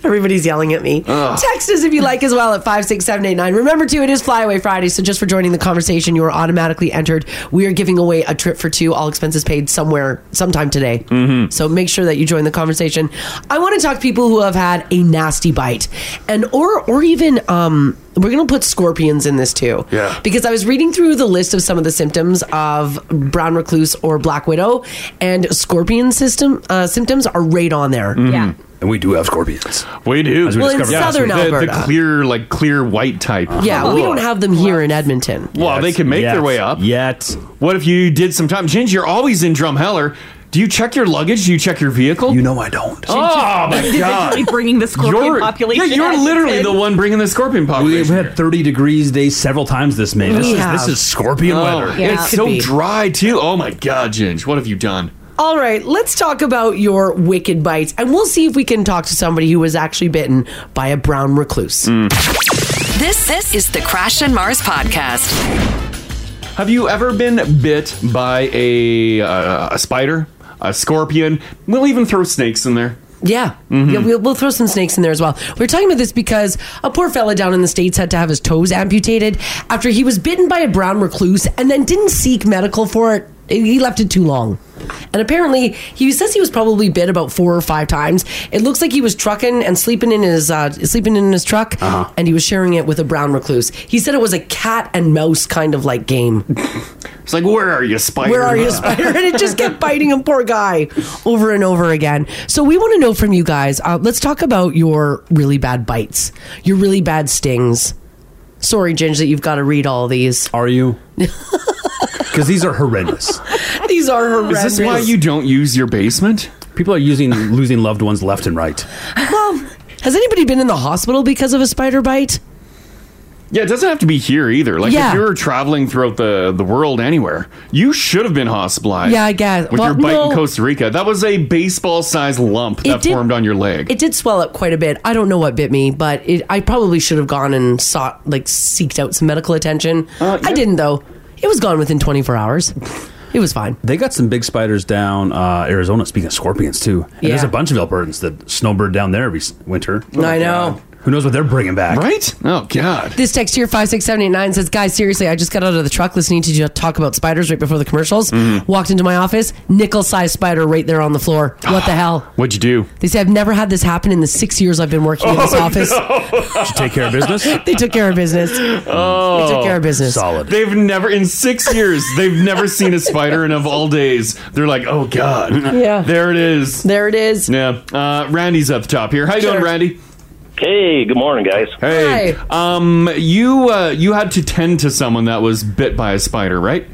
Everybody's yelling at me. Ugh. Text us if you like as well at 56789. Remember, too, it is Flyaway Friday, so just for joining the conversation, you are automatically entered. We are giving away a trip for two, all expenses paid somewhere, sometime today. Mm-hmm. So make sure that you join the conversation. I want to talk to people who have had a nasty bite, and or or even um, we're going to put scorpions in this too. Yeah. Because I was reading through the list of some of the symptoms of brown recluse or black widow, and scorpion system uh, symptoms are right on there. Mm-hmm. Yeah. And we do have scorpions. We do. As we Well, in discovered last southern week. The- The, Alberta. clear, like clear white type. Yeah, we Ugh. don't have them here in Edmonton. Well, they can make their way up. Yet. What if you did some time? Ginge, you're always in Drumheller. Do you check your luggage? Do you check your vehicle? You know I don't. Oh, my Individually God. bringing the scorpion You're- population. yeah, you're as it literally is. the one bringing the scorpion population. We've had 30 degrees days several times this May. This, We is, have. this is scorpion Oh, weather. Yeah. It's Could so be. dry too. Oh my god, Ginge, what have you done? All right, let's talk about your wicked bites, and we'll see if we can talk to somebody who was actually bitten by a brown recluse. Mm. This this is the Crash and Mars podcast. Have you ever been bit by a uh, a spider, a scorpion? We'll even throw snakes in there. Yeah. Mhm. yeah we'll, we'll throw some snakes in there as well. We are talking about this because a poor fella down in the States had to have his toes amputated after he was bitten by a brown recluse and then didn't seek medical for it. He left it too long. And apparently, he says he was probably bit about four or five times. It looks like he was trucking and sleeping in his uh, sleeping in his truck, and he was sharing it with a brown recluse. He said it was a cat and mouse kind of like game. It's like, where are you, spider? Where are you, spider? And it just kept biting him, poor guy, over and over again. So we want to know from you guys. Uh, let's talk about your really bad bites, your really bad stings. Sorry, Ginge, that you've got to read all these. Are you? Because these are horrendous. these are horrendous. don't use your basement? People are using losing loved ones left and right. Well, has anybody been in the hospital because of a spider bite? Yeah, it doesn't have to be here either. Like Yeah. if you were traveling throughout the, the world anywhere, you should have been hospitalized. Yeah, I guess. With Well, your bite no. in Costa Rica, that was a baseball sized lump that did- formed on your leg. It did swell up quite a bit. I don't know what bit me, but it, I probably should have gone and sought, like, seeked out some medical attention. I didn't, though. It was gone within 24 hours. It was fine. They got some big spiders down uh, Arizona. Speaking of scorpions, too, and there's Yeah. a bunch of Albertans that snowbird down there every s- winter. I know. Who knows what they're bringing back? Oh, Right? Oh God. This text here, 56789, says, Guys, seriously, I just got out of the truck listening to you talk about spiders right before the commercials. Mm-hmm. Walked into my office, nickel sized spider right there on the floor. What Ah. the hell? What'd you do? They say, I've never had this happen in the six years I've been working in this Oh, office. no. Take care of business. they took care of business. Oh, They took care of business. They've never in six years they've never seen a spider, and of all days, they're like, oh god, Yeah. there it is, there it is. Yeah, uh, Randy's at the top here. How you doing, Randy? Hey, good morning, guys. Hey, um, you uh, you had to tend to someone that was bit by a spider, right?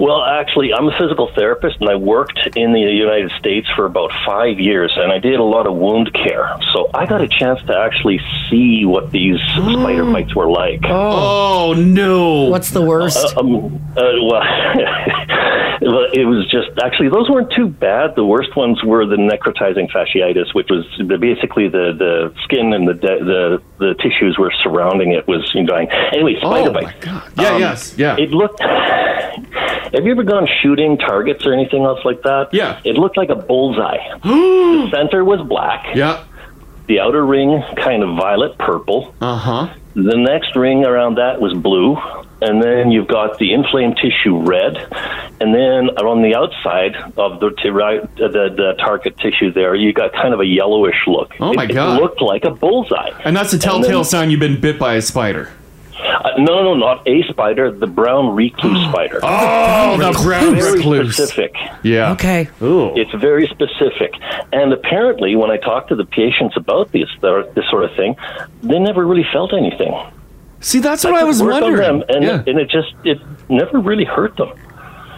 Well, actually, I'm a physical therapist, and I worked in the United States for about five years, and I did a lot of wound care. So I got a chance to actually see what these spider bites were like. Oh, no! Mm. What's the worst? Uh, um, uh, well, well, it was just actually those weren't too bad. The worst ones were the necrotizing fasciitis, which was the, basically the, the skin and the, de- the the tissues were surrounding it was dying. Anyway, spider Oh, bites. um, Yeah, yes, yeah. It looked. Have you ever gone shooting targets or anything else like that? Yeah. It looked like a bullseye. the center was black. Yeah. The outer ring kind of violet purple. Uh huh. The next ring around that was blue. And then you've got the inflamed tissue red. And then around the outside of the, t- right, the, the target tissue there, you got kind of a yellowish look. Oh, my It- God. It looked like a bullseye. And that's a then- telltale sign you've been bit by a spider. Uh, no, no, not a spider. The brown recluse spider. Oh, the brown Very recluse. specific. Yeah. Okay. It's very specific. And apparently, when I talk to the patients about these, this sort of thing, they never really felt anything. See, that's what I could was work on wondering. them, and, Yeah. and it just it never really hurt them.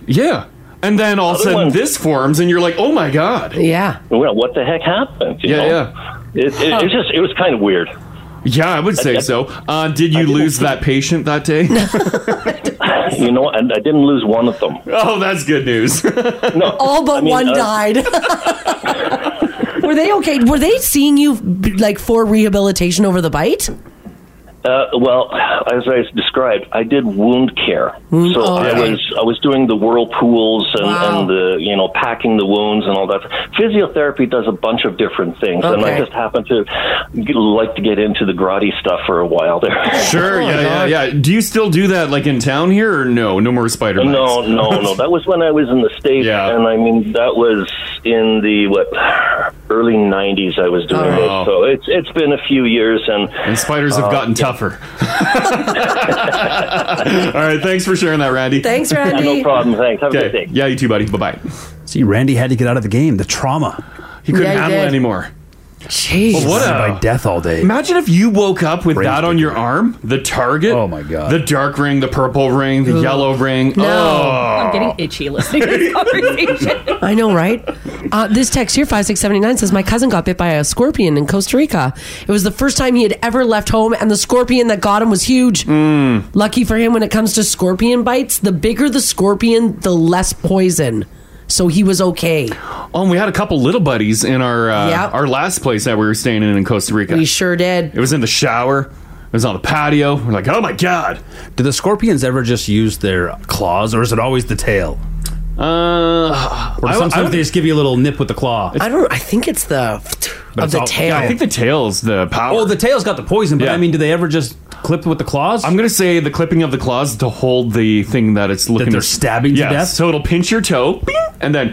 Yeah. And then all of a Other sudden ones- this forms, and you're like, oh my God. Yeah. Oh. Well, what the heck happened? You Yeah, know? yeah. It, it, it was just it was kind of weird. Yeah, I would say I- I- so. Uh, did you lose that patient that day? you know, and I didn't lose one of them. Oh, that's good news. no, All but I mean, one uh, died. were they okay? Were they seeing you like for rehabilitation over the bite? Uh, well, as I described, I did wound care, Wound- so oh, I okay. was I was doing the whirlpools and, and the you know packing the wounds and all that. Physiotherapy does a bunch of different things, and I Okay. just happened to get, like to get into the grotty stuff for a while there. Sure, yeah, yeah, yeah. Do you still do that like in town here or no? No more spider mites? No, no, no. That was when I was in the States. And I mean, that was in the, what, early 90s I was doing Oh. this. So it's, it's been a few years. And, uh, and spiders have gotten tougher. All right, thanks for sharing that, Randy. Thanks, Yeah, Randy. no problem. Thanks. Have a good day. Yeah, you too, buddy. Bye bye. See, Randy had to get out of the game. The trauma. He couldn't Yeah, he handle it did. anymore. Jeez. Well, what a- by death all day. Imagine if you woke up with that on your arm, the target. Oh my god. The dark ring, the purple ring, the Ugh. yellow ring. I'm Oh. getting itchy listening to this conversation. I know, right? Uh, this text here, 5679, says, My cousin got bit by a scorpion in Costa Rica. It was the first time he had ever left home, and the scorpion that got him was huge. Hmm. Lucky for him, when it comes to scorpion bites, the bigger the scorpion, the less poison. So he was okay. Oh, and we had a couple little buddies in our uh, Yep. our last place that we were staying in in Costa Rica. We sure did. It was in the shower. It was on the patio. We're like, oh my god. Do the scorpions ever just use their claws, or is it always the tail? Uh, or I- sometimes I- they just give you a little nip with the claw. I don't, I think it's the But of it's the all- tail. yeah, I think the tail's the power. Oh, the tail's got the poison, but I mean, do they ever just clip with the claws? I'm gonna say the clipping of the claws to hold the thing that it's looking. they're stabbing to Yes, death? So it'll pinch your toe, bing, and then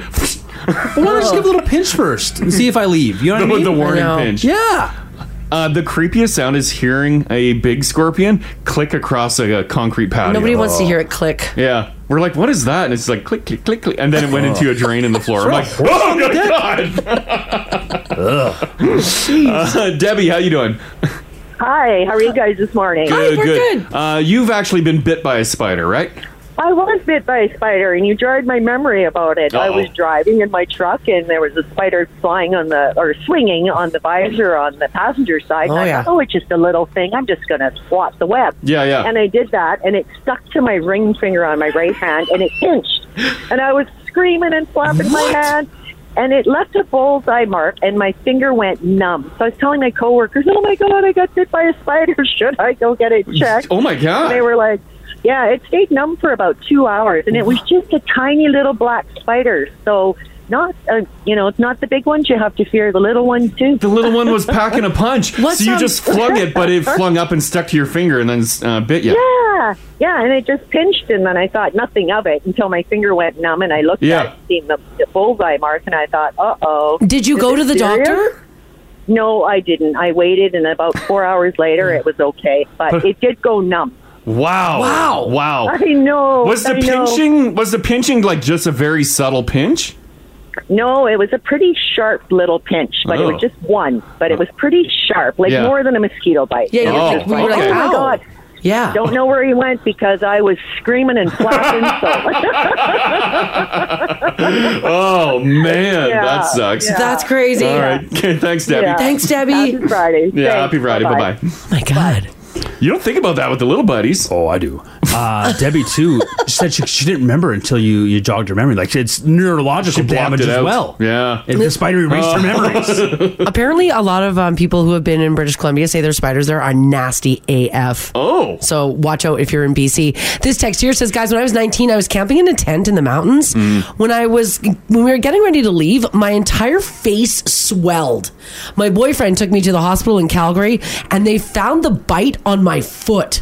Well, why don't I just give a little pinch first and see if I leave? You know what The- I mean? the warning I know. pinch. Yeah. uh, the creepiest sound is hearing a big scorpion click across a, a concrete patio. Nobody wants to hear it click. Yeah, we're like, what is that? And it's like click, click, click, click, and then it went into a drain in the floor. I'm like, oh my god. Uh, Debbie, how you doing? Hi, how are you guys this morning? Uh, you've actually been bit by a spider, right? I was bit by a spider, and you jarred my memory about it. I Uh-oh. was driving in my truck, and there was a spider flying on the or swinging on the visor on the passenger side. Oh, and I yeah. thought, oh, it's just a little thing. I'm just going to swat the web. Yeah, yeah. And I did that, and it stuck to my ring finger on my right hand, and it pinched. And I was screaming and flapping my hand. And it left a bullseye mark, and my finger went numb. So I was telling my coworkers, "Oh my god, I got bit by a spider. Should I go get it checked?" Oh, my God. And they were like, yeah, it stayed numb for about two hours, and it was just a tiny little black spider. So not, uh, you know, it's not the big ones. You have to fear the little ones too. The little one was packing a punch, so you just flung it, but it flung up and stuck to your finger, and then uh, bit you. Yeah, yeah, and it just pinched, and then I thought nothing of it until my finger went numb, and I looked Yeah. at it, seen the, the bullseye mark, and I thought, uh oh. Did you go to the doctor? No, I didn't. I waited, and about four hours later, it was okay, but it did go numb. Wow! Wow. Wow! I know, Was the I know. pinching? Was the pinching like just a very subtle pinch? No, it was a pretty sharp little pinch, but it Oh. was just one. But it was pretty sharp, like Yeah. more than a mosquito bite. Yeah, you're Oh, like- we were like, oh "Ow." my god. Yeah. Don't know where he went because I was screaming and flapping. oh man, Yeah, that sucks. yeah. That's crazy. All right, okay, thanks, Debbie. Yeah. Thanks, Debbie. Happy Friday. Yeah, Thanks. happy Friday. Bye bye. My God. You don't think about that with the little buddies. Oh, I do. Uh, Debbie too said she, she didn't remember until you, you jogged her memory. Like it's neurological blocked damage it as out. well. Yeah, Oh. If the spider erased her memories. Uh. Apparently, a lot of um, people who have been in British Columbia say their spiders there are nasty AF. Oh. So watch out if you're in BC. This text here says, guys, when I was 19, I was camping in a tent in the mountains. When I was, when we were getting ready to leave, my entire face swelled. My boyfriend took me to the hospital in Calgary and they found the bite on my foot.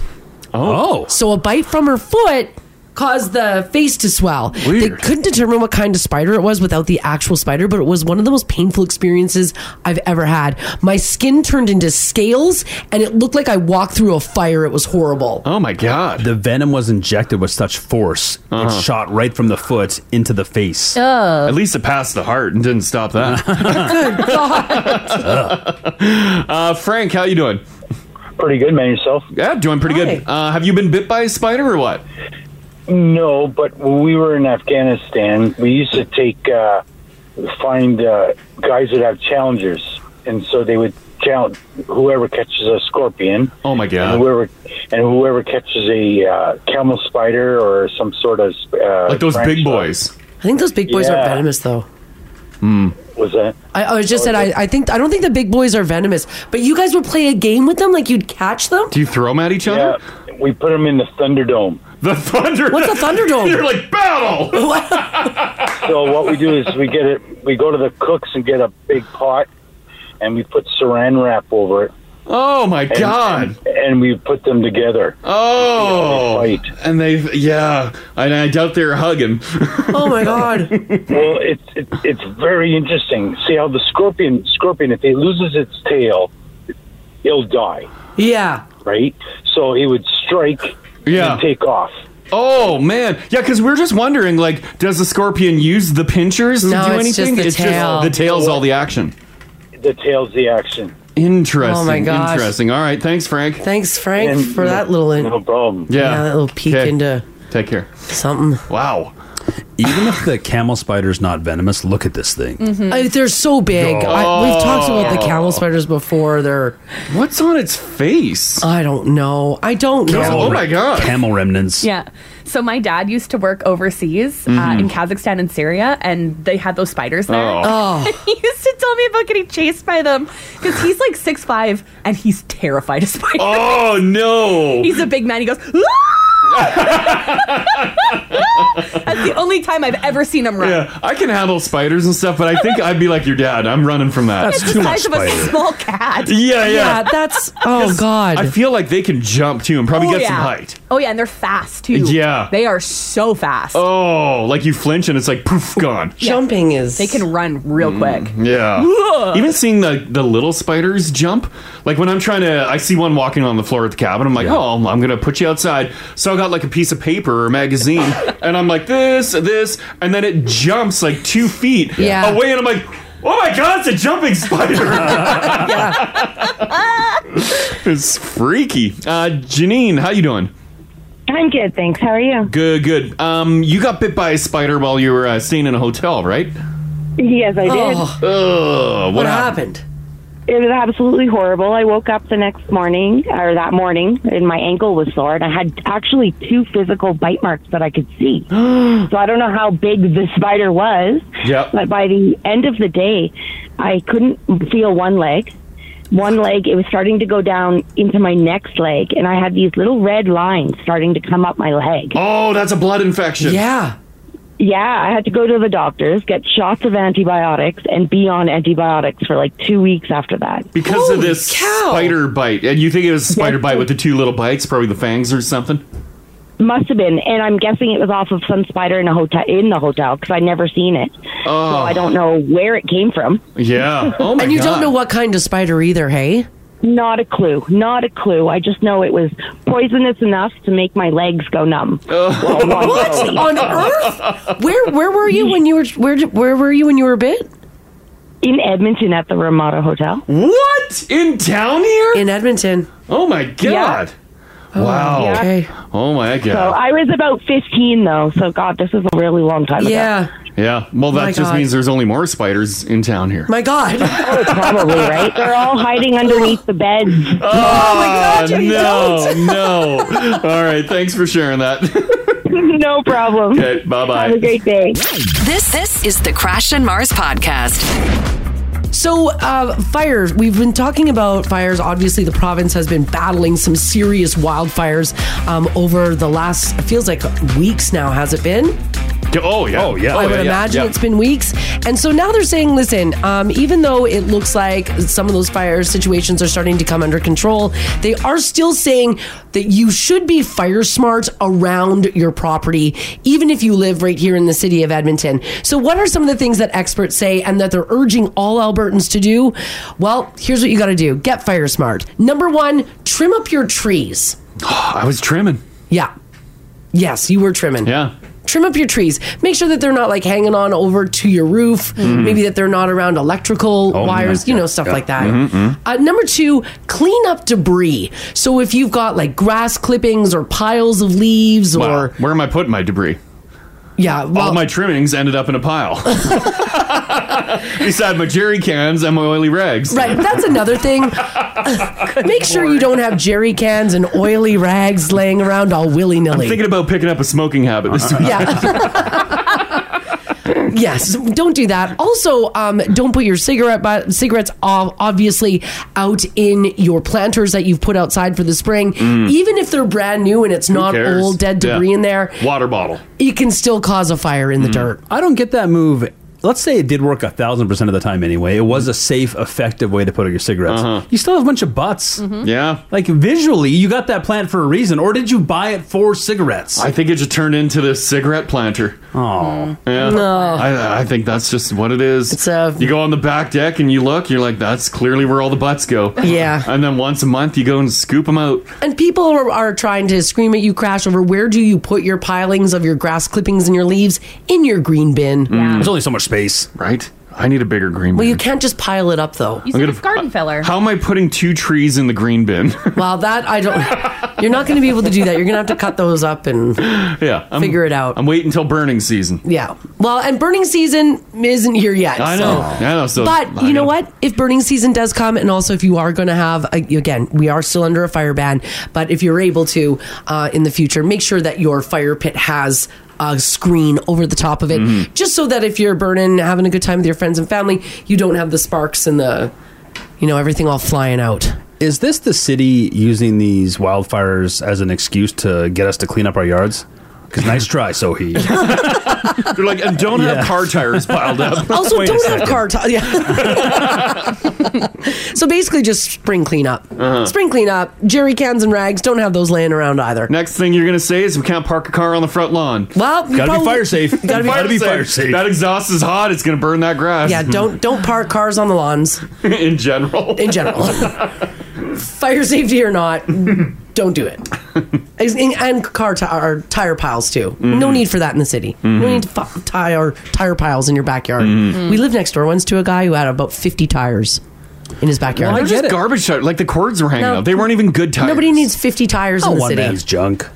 Oh. So a bite from her foot caused the face to swell. They couldn't determine what kind of spider it was without the actual spider, but it was one of the most painful experiences I've ever had. My skin turned into scales and it looked like I walked through a fire. It was horrible. Oh my god! Uh-huh. The venom was injected with such force, it shot right from the foot into the face. Oh. At least it passed the heart and didn't stop that. uh, Frank, how you doing? Pretty good, man. Yourself? Yeah, doing pretty good. Uh, have you been bit by a spider or what? No, but when we were in Afghanistan, we used to take uh, find uh, guys that have challengers, and so they would challenge whoever catches a scorpion. Oh my God. And whoever and whoever catches a uh, camel spider or some sort of uh, Like those branch- big boys. I think those big boys Yeah. are venomous, though. Hmm. Was that? I, I was Oh, Oh, just said I, I think I don't think the big boys are venomous, but you guys would play a game with them, like you'd catch them. Do you throw them at each other? Yeah, we put them in the Thunderdome. The Thunder. What's a Thunderdome? You're like battle. so what we do is we get it. We go to the cooks and get a big pot, and we put Saran wrap over it. Oh my And- God. And, and we put them together. Oh, and they yeah, and I doubt they're hugging. Oh my god! well, it's it, it's very interesting. See how the scorpion scorpion if it loses its tail, it'll die, Yeah. right? So he would strike Yeah. and take off. Oh man, yeah, because we're just wondering, like, does the scorpion use the pinchers to No, do it's just anything? the tail. the tail's all the action. The tail's the action. Interesting. Oh my gosh. Interesting. All right, thanks, Frank. Thanks, Frank, And- for that little in- no problem. Yeah, that little peek into take care something. Wow. Even if the camel spider's not venomous, look at this thing. Mm-hmm. I- they're so big. I, we've talked about the Oh. camel spiders before. They're what's on its face? I don't know. I don't know. Oh, Camel remnants. Yeah. So my dad used to work overseas uh, Mm-hmm. Mhm. in Kazakhstan and Syria, and they had those spiders there. Oh. Oh. And he used to tell me about getting chased by them because he's like six five and he's terrified of spiders. Oh no! He's a big man. He goes. "Ah!" That's the only time I've ever seen him run. Yeah, I can handle spiders and stuff, but I think I'd be like your dad. I'm running from that. it's the size of a small cat. Yeah, yeah. that's oh god. I feel like they can jump too and probably Oh, get some yeah. height. Oh yeah, and they're fast too. Yeah. they are so fast. Oh, like you flinch and it's like poof gone. Jumping is they can run Mm. real quick. Yeah. Ugh. Even seeing the the little spiders jump, like when I'm trying to, I see one walking on the floor at the cabin. I'm like, oh, I'm gonna put you outside. So I got like a piece of paper or magazine, and I'm like this, this, and then it jumps like two feet Yeah. away, and I'm like, oh my god, it's a jumping spider. it's freaky. Uh, Janine, how you doing? I'm good, thanks. How are you? Good, good. Um, you got bit by a spider while you were uh, staying in a hotel, right? Yes, I did. Ugh, Oh. what, happened? It was absolutely horrible. I woke up the next morning, or that morning, and my ankle was sore, and I had actually two physical bite marks that I could see. so I don't know how big the spider was, Yep. but by the end of the day, I couldn't feel one leg. One leg, it was starting to go down into my next leg, and I had these little red lines starting to come up my leg. Oh, that's a blood infection. Yeah. Yeah, I had to go to the doctors, get shots of antibiotics, and be on antibiotics for like two weeks after that. Because of this spider bite. And you think it was a spider bite with the two little bites, probably the fangs or something? Must have been, and I'm guessing it was off of some spider in a hotel in the hotel because I never seen it, so I don't know where it came from. Yeah. Oh my and you God. don't know what kind of spider either, hey? Not a clue. Not a clue. I just know it was poisonous enough to make my legs go numb. what on earth? Where where were you when you were where did- where were you when you were bit? In Edmonton at the Ramada Hotel. What? In town here? In Edmonton. Oh my God. Wow. Yeah. Okay. Oh my God. So I was about 15 though. So God, this is a really long time ago. Yeah. yeah. Well, that My just God. means there's only more spiders in town here. My God. Oh, Probably, right? They're all hiding underneath the beds. Oh, Ah, no, no. All right. Thanks for sharing that. no problem. Okay. Bye bye. day. This this is the Crash and Mars podcast. So, uh, fires. We've been talking about fires. Obviously, the province has been battling some serious wildfires um, over the last, it feels like weeks now, has it been? Oh yeah. Oh yeah. I would imagine it's been weeks. And so now they're saying, listen, um, even though it looks like some of those fire situations are starting to come under control, they are still saying that you should be fire smart around your property, even if you live right here in the city of Edmonton. So, what are some of the things that experts say and that they're urging all Albertans to do? Well, here's what you got to do get fire smart. Number one, trim up your trees. I was trimming. Yeah. Yes, you were trimming. Yeah. Trim up your trees. Make sure that they're not like hanging on over to your roof. Mhm. Maybe that they're not around electrical Oh, wires, yeah. you know, stuff Yeah. like that. Mhm, mhm. Uh, number two, clean up debris. So if you've got like grass clippings or piles of leaves or. Wow. Where am I putting my debris? Yeah, all my trimmings ended up in a pile. Beside my jerry cans and my oily rags. Right, that's another thing. Make sure you don't have jerry cans and oily rags laying around all willy I'm nilly. thinking about picking up a smoking habit this week. yes, don't do that. Also, um, don't put your cigarette butt, cigarettes ob- obviously out in your planters that you've put outside for the spring, Mm. even if they're brand new and it's Who not cares? old dead Yeah. debris in there. Water bottle. It can still cause a fire in the dirt. Mm. I don't get that move. Let's say it did work a thousand percent of the time anyway. It was a safe, effective way to put out your cigarettes. You still have a bunch of butts. Uh-huh. Mm-hmm. Yeah. Like visually, you got that plant for a reason, or did you buy it for cigarettes? I think it just turned into this cigarette planter. Oh. Yeah. No. I, I think that's just what it is. It's a, you go on the back deck and you look, you're like, that's clearly where all the butts go. Yeah. And then once a month, you go and scoop them out. And people are, are trying to scream at you, Crash, over where do you put your pilings of your grass clippings and your leaves in your green bin? Mm. There's only so much space. Right? I need a bigger green Well, bin. you can't just pile it up, though. I'm gonna- How am I putting two trees in the green bin? Well, that I don't. You're not going to be able to do that. You're going to have to cut those up and yeah. I'm, Figure it out. I'm waiting until burning season. yeah. Well, and burning season isn't here yet. I so- know. I know. So but you know what? If burning season does come, and also if you are going to have, a, again, we are still under a fire ban, but if you're able to uh, in the future, make sure that your fire pit has a screen over the top of it, Mhm. just so that if you're burning, having a good time with your friends and family, you don't have the sparks and the, you know, everything all flying out. Is this the city using these wildfires as an excuse to get us to clean up our yards? Because nice try, Sohi. They're like, and don't have car tires piled up. Also, don't have car tires. Yeah. so basically, just spring cleanup. Uh-huh. Spring cleanup. Jerry cans and rags. Don't have those laying around either. Next thing you're gonna say is we can't park a car on the front lawn. Well, you gotta be probably- fire safe. Gotta be- Gotta be fire safe. That exhaust is hot. It's gonna burn that grass. Yeah, don't don't park cars on the lawns. In general. In general. Fire safety or not, don't do it. As- And, and car ti- or tire piles too. No Mhm. need for that in the city. No Mhm. need to fu- tire tire piles in your backyard. Mhm. We lived next door once to a guy who had about fifty tires in his backyard. Well, I get garbage tires. Like the cords were hanging No. up. They weren't even good tires. Nobody needs fifty tires in the city. Oh, junk.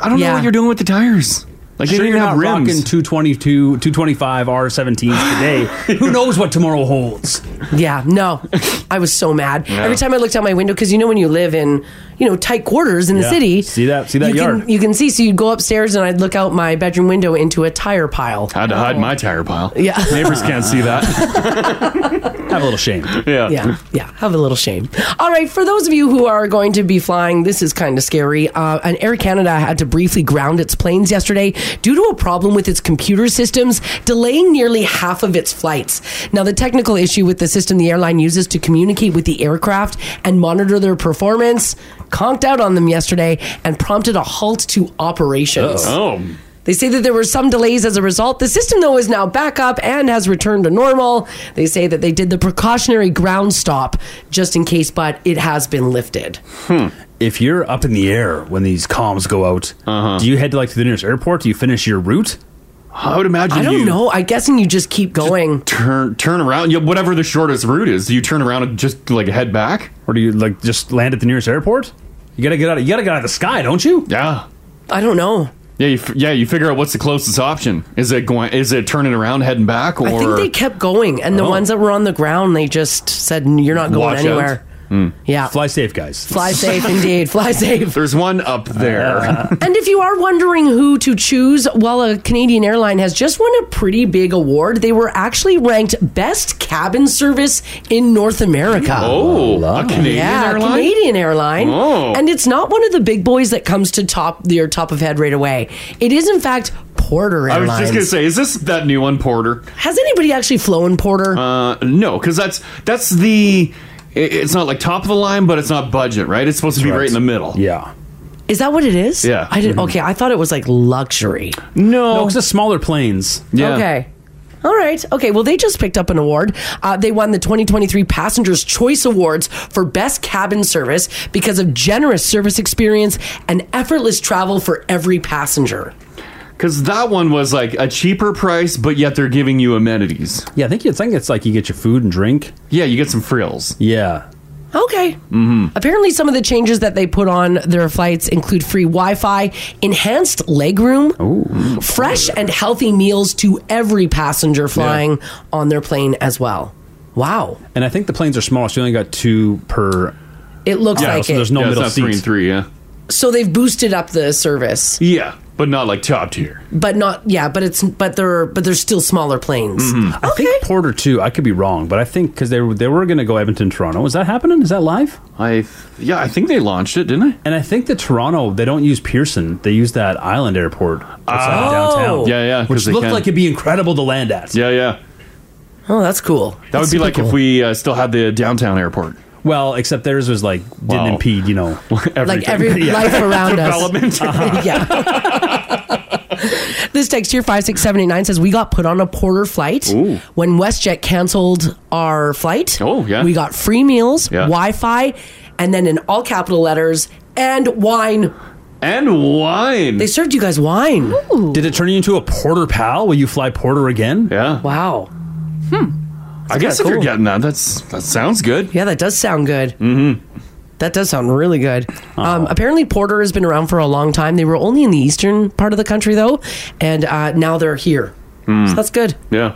I don't know Yeah. what you're doing with the tires. Like they sure, didn't you're have not rims. rocking 222, 225 R17s today. Who knows what tomorrow holds? Yeah, no. I was so mad. Yeah. Every time I looked out my window, because you know when you live in, you know, tight quarters in the Yeah. city. See that- see that you yard. Can, you can see. So you'd go upstairs and I'd look out my bedroom window into a tire pile. I had to hide my tire pile. Yeah. Neighbors can't see that. Have a little shame. Yeah. Yeah, yeah. Have a little shame. All right, for those of you who are going to be flying, this is kind of scary. Uh, and Air Canada had to briefly ground its planes yesterday due to a problem with its computer systems, delaying nearly half of its flights. Now, the technical issue with the system the airline uses to communicate with the aircraft and monitor their performance conked out on them yesterday and prompted a halt to operations. Oh. They say that there were some delays as a result. The system, though, is now back up and has returned to normal. They say that they did the precautionary ground stop just in case, but it has been lifted. Hmm. If you're up in the air when these comms go out, Uh-huh. do you head to like to the nearest airport? Do you finish your route? I would imagine. I don't know. I'm guessing you just keep going. Turn turn around. Yeah, whatever the shortest route is, do you turn around and just like head back, or do you like just land at the nearest airport? You gotta get out. Of, you gotta get out of the sky, don't you? Yeah. I don't know. Yeah, you, f- yeah. You figure out what's the closest option. Is it going? Is it turning around, heading back, or I think they kept going, and the Oh. ones that were on the ground, they just said, "You're not going Watch out." anywhere." Hmm. Yeah. Fly safe, guys. Fly safe, indeed. Fly safe. There's one up Uh, there. and if you are wondering who to choose, well, a Canadian airline has just won a pretty big award. They were actually ranked best cabin service in North America. Oh, a Canadian yeah, airline? Canadian airline. Oh. And it's not one of the big boys that comes to top your top of head right away. It is in fact Porter I was Airlines. just gonna say, is this that new one, Porter? Has anybody actually flown Porter? Uh, no, because that's that's the. it- It's not like top of the line, but it's not budget, right? It's supposed to be right. in the middle. Yeah. Is that what it is? Yeah. I Mm-hmm. did. not Okay, I thought it was like luxury. No, because it's smaller planes. Okay. All right. Okay. Well, they just picked up an award. Uh, they won the 2023 Passengers Choice Awards for Best Cabin Service because of generous service experience and effortless travel for every passenger. Because that one was like a cheaper price, but yet they're giving you amenities. Yeah, I think it's, I think it's like you get your food and drink. Yeah, you get some frills. Yeah. Okay. Mm-hmm. Apparently, some of the changes that they put on their flights include free Wi Fi, enhanced legroom, fresh and healthy meals to every passenger flying on their plane as well. Wow. And I think the planes are smaller, so you only got two per. It looks like so it. There's no Yeah, it's middle not seat. three and three, yeah. So they've boosted up the service. Yeah, but not like top tier. but not yeah but it's but they're but they're still smaller Mm. planes Mm-hmm. I think Porter too. I could be wrong, but I think because they were they were going to go Edmonton, Toronto. Is that happening? Is that live? I yeah, I think they launched it, didn't they? And I think that Toronto they don't use Pearson. They use that Island Airport outside of Oh. downtown. Yeah, yeah, 'cause Which they looked can. like it'd be incredible to land at. Yeah, yeah. oh that's cool That would be like if we uh, still had the downtown airport. Well, except theirs was like didn't impede, you know, like every life around Development. Uh-huh. us yeah this text here 56789 says we got put on a porter flight Ooh. when westjet canceled our flight oh yeah. we got free meals Yeah. wi-fi and then in all capital letters and wine and wine they served you guys wine Did it turn you into a Porter pal? Will you fly Porter again? Yeah. Wow. I guess if kinda you're cool. getting that, that's that sounds good. Yeah, that does sound good. Mm-hmm. That does sound really good. Um, apparently, Porter has been around for a long time. They were only in the eastern part of the country, though, and uh, now they're here. Hmm. So that's good. mm. Yeah.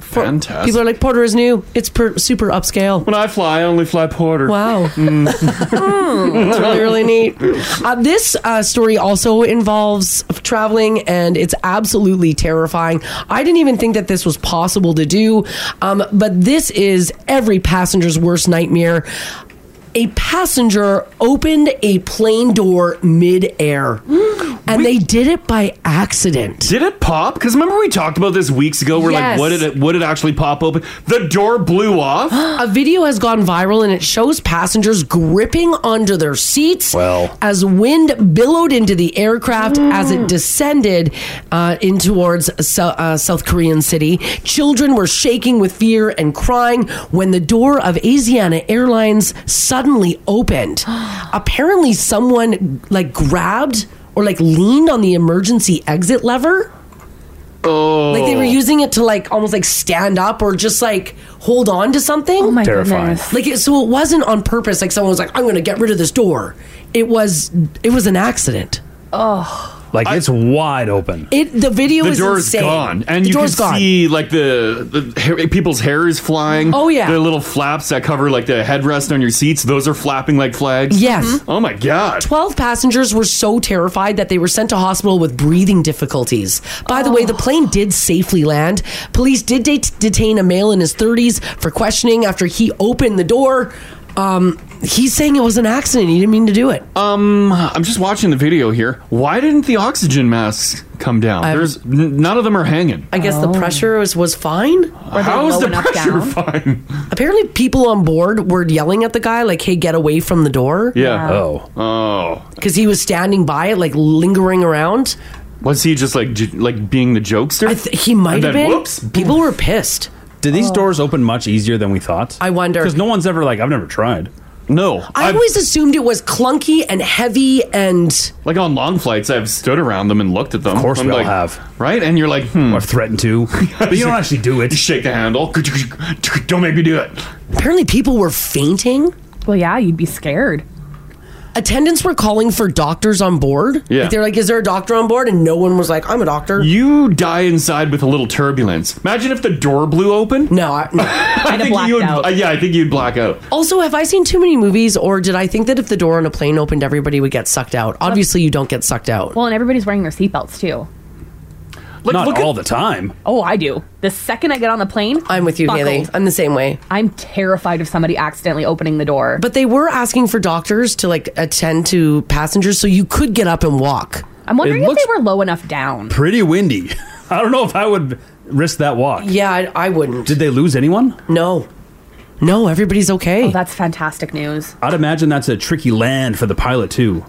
Fantastic. People are like, Porter is new. It's per- super upscale. When I fly, I only fly Porter. Hmm. Wow. Mm, that's really, really neat. Uh, this uh, story also involves traveling, and it's absolutely terrifying. I didn't even think that this was possible to do, um, but this is every passenger's worst nightmare. A passenger opened a plane door midair, and they did it by accident. Did it pop? Because remember we talked about this weeks ago. We're like, Yes. what did it? What did it actually pop open? The door blew off. a video has gone viral and it shows passengers gripping onto their seats Well. as wind billowed into the aircraft as it descended uh, in towards a Sou- uh, South Korean city. Children were shaking with fear and crying when the door of Asiana Airlines suddenly opened. Apparently, someone like grabbed or like leaned on the emergency exit lever. Oh, Like they were using it to like almost like stand up or just like hold on to something. Oh my Terrifying. goodness. Like it, so it wasn't on purpose. Like someone was like, "I'm going to get rid of this door." It was it was an accident. Oh. Like it's wide open. It the video the is door insane. is gone, and the you door can is gone. see like the, the hair, people's hair is flying. Oh, yeah. the little flaps that cover like the headrest on your seats; those are flapping like flags. Yes. Oh my god. 12 passengers were so terrified that they were sent to hospital with breathing difficulties. By the way, the plane did safely land. Police did det- detain a male in his 30s for questioning after he opened the door. Um, he's saying it was an accident. He didn't mean to do it. Um, I'm just watching the video here. Why didn't the oxygen masks come down? There's n- none of them are hanging. I guess the pressure was, was fine. How is the pressure fine? Apparently, people on board were yelling at the guy, like, hey, get away from the door. Yeah. Oh. Oh. Because he was standing by it, like, lingering around. Was he just like j- like being the jokester? I th- he might have been. People were pissed. Did these Oh. doors open much easier than we thought? I wonder. Because no one's ever like I've never tried. No. I always assumed it was clunky and heavy and. Like on long flights, I've stood around them and looked at them. Of course, we all have, right? And you're like, hmm. I've threatened to, but you don't actually do it. You shake the handle. Don't make me do it. Apparently, people were fainting. Well, yeah, you'd be scared. Attendants were calling for doctors on board. Yeah. Like, they're like, is there a doctor on board? And no one was like, I'm a doctor. You die inside with a little turbulence. Imagine if the door blew open. No, I, I think you would. uh, yeah, I think you'd black out. Also, have I seen too many movies, or did I think that if the door on a plane opened, everybody would get sucked out? Obviously, you don't get sucked out. Well, and everybody's wearing their seatbelts too. Not all the time. Oh, I do. The second I get on the plane, I'm with you, Haley. I'm the same way. I'm terrified of somebody accidentally opening the door. But they were asking for doctors to like attend to passengers, so you could get up and walk. I'm wondering It if they were low enough down. Pretty windy. I don't know if I would risk that walk. Yeah, I, I wouldn't. Did they lose anyone? No. No, everybody's okay. Oh, that's fantastic news. I'd imagine that's a tricky land for the pilot too.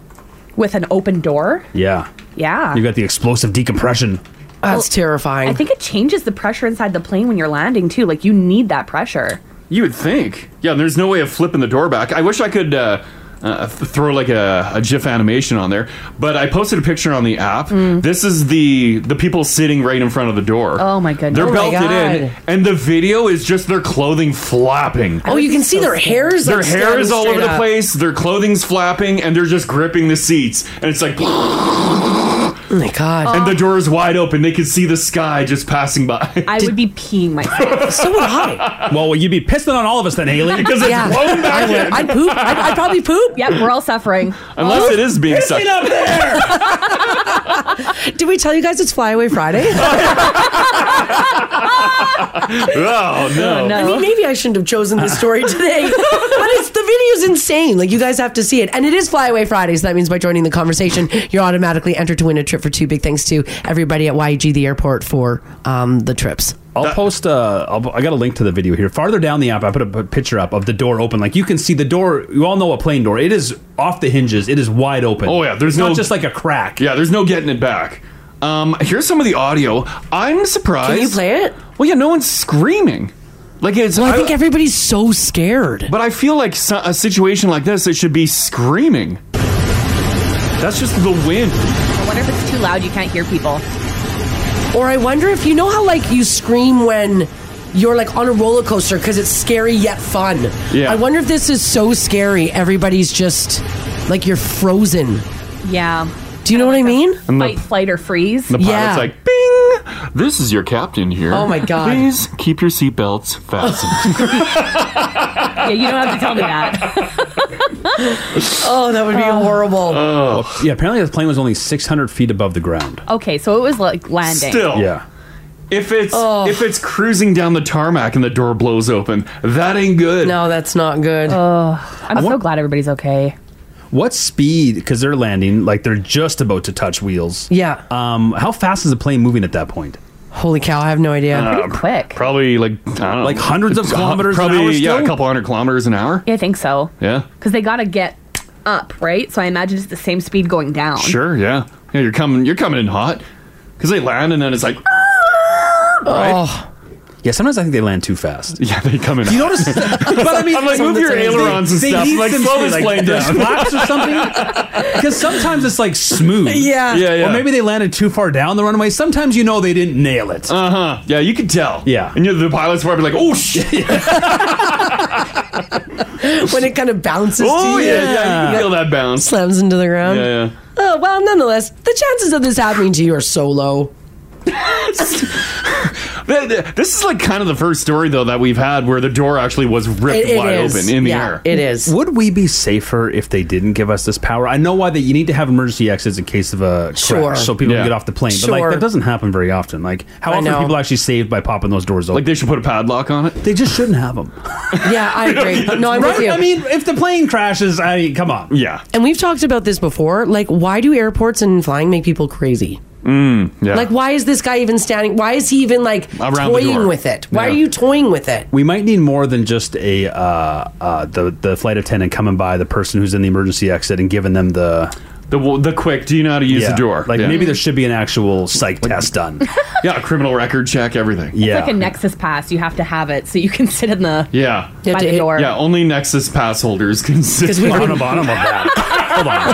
With an open door? Yeah. Yeah. You got the explosive decompression. That's terrifying. I think it changes the pressure inside the plane when you're landing too. Like you need that pressure. You would think. Yeah, there's no way of flipping the door back. I wish I could uh, uh, th- throw like a, a GIF animation on there, but I posted a picture on the app. Mm. This is the the people sitting right in front of the door. Oh my goodness. They're Oh my belted in, God. and the video is just their clothing flapping. Oh, you can see their hairs. Their like, hair is standing all over straight the up. place. Their clothing's flapping, and they're just gripping the seats. And it's like, oh my god! And the door is wide open. They can see the sky just passing by. I would be peeing myself. so would I. Well, you'd be pissing on all of us then, Haley, because it's Yeah. blown back I would. in. I'd poop. I'd, I'd probably poop. Yep, we're all suffering. Unless it is being Pissing sucked. up there. Did we tell you guys it's Flyaway Friday? oh I no! mean, maybe I shouldn't have chosen this story today, but it's the video's insane. Like you guys have to see it, and it is Flyaway Friday, so that means by joining the conversation, you're automatically entered to win a trip for two. Big thanks to everybody at YG the airport for um, the trips. I'll post. Uh, I'll, I got a link to the video here. Farther down the app, I put a p- picture up of the door open. Like you can see the door. You all know a plane door. It is off the hinges. It is wide open. Oh yeah, there's It's no not just like a crack. Yeah, there's no getting it back. Um, here's some of the audio. I'm surprised. Can you play it? Well, yeah, no one's screaming. Like it's. Well, I think everybody's so scared. But I feel like so- a situation like this, it should be screaming. That's just the wind. I wonder if it's too loud. You can't hear people. Or I wonder if you know how like you scream when you're like on a roller coaster because it's scary yet fun. Yeah. I wonder if this is so scary, everybody's just like you're frozen. Yeah. Do you know what I mean? And the- Fight, flight, or freeze. The pilot's like, "Bing! This is your captain here. Oh my God. Please keep your seatbelts fastened." yeah, you don't have to tell me that. oh, that would be horrible. Oh. Ah. Yeah. Apparently, the plane was only 600 feet above the ground. Okay, so it was like landing. Still, Yeah. If it's if it's cruising down the tarmac and the door blows open, that ain't good. No, that's not good. Oh, I'm so glad everybody's okay. What speed? Because they're landing, like they're just about to touch wheels. Yeah. Um, how fast is the plane moving at that point? Holy cow! I have no idea. quick. Uh, Probably like I don't know, Like hundreds of Hu- kilometers an Probably hour yeah, still? a couple hundred kilometers an hour. Yeah, I think so. Yeah. Because they got to get up, right? So I imagine it's the same speed going down. Sure, yeah. Yeah, you're coming you're coming in hot. Cause they land and then it's like Oh. Yeah, sometimes I think they land too fast. Yeah, they come in. You notice, but I mean, I'm like, move your ailerons and stuff. I'm like, slow this plane down. flaps or something. Because sometimes it's like smooth. Yeah. Yeah, yeah. Or maybe they landed too far down the runway. Sometimes you know they didn't nail it. Uh huh. Yeah, you can tell. Yeah. And you're the pilot's probably like, oh shit. when it kind of bounces. oh to yeah, you. yeah, You can feel that bounce. Slams into the ground. Yeah, yeah. Oh, well, nonetheless, the chances of this happening to you are so low. Th- th- This is like kind of the first story though that we've had where the door actually was ripped It- it wide is. open in the Yeah, air. It is. Would we be safer if they didn't give us this power? I know why that you need to have emergency exits in case of a crash, Sure. so people Yeah. can get off the plane. But Sure. like that doesn't happen very often. Like how I often know. are people actually saved by popping those doors open? Like they should put a padlock on it. They just shouldn't have them. Yeah, I agree. No, I'm right? with you. I mean, if the plane crashes, I mean, come on. Yeah. And we've talked about this before. Like, why do airports and flying make people crazy? Mm, yeah. Like, why is this guy even standing? Why is he even like Around the toying door. with it? Why Yeah. are you toying with it? We might need more than just a uh, uh, the the flight attendant coming by the person who's in the emergency exit and giving them the the the quick. Do you know how to use the door? Like Yeah. maybe there should be an actual psych test done. yeah, criminal record check, everything. Yeah. It's like a Nexus pass. You have to have it so you can sit in the. Yeah. You have By to the hit- door. Yeah, only Nexus pass holders can sit 'Cause we on wouldn't- the bottom of that. Hold on.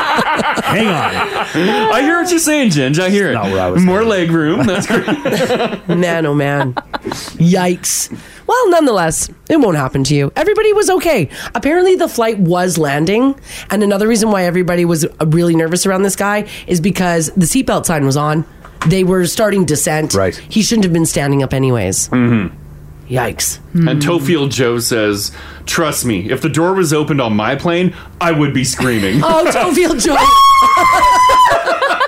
Hang on. I hear what you're saying, Ginge. I hear it. More leg room. That's great. man, oh man. Yikes. Well, nonetheless, it won't happen to you. Everybody was okay. Apparently, the flight was landing. And another reason why everybody was uh, really nervous around this guy is because the seatbelt sign was on. They were starting descent. Right. He shouldn't have been standing up, anyways. Mm-hmm. Yikes. And Tofield Joe says, Trust me, if the door was opened on my plane, I would be screaming. Oh, Tofield Joe.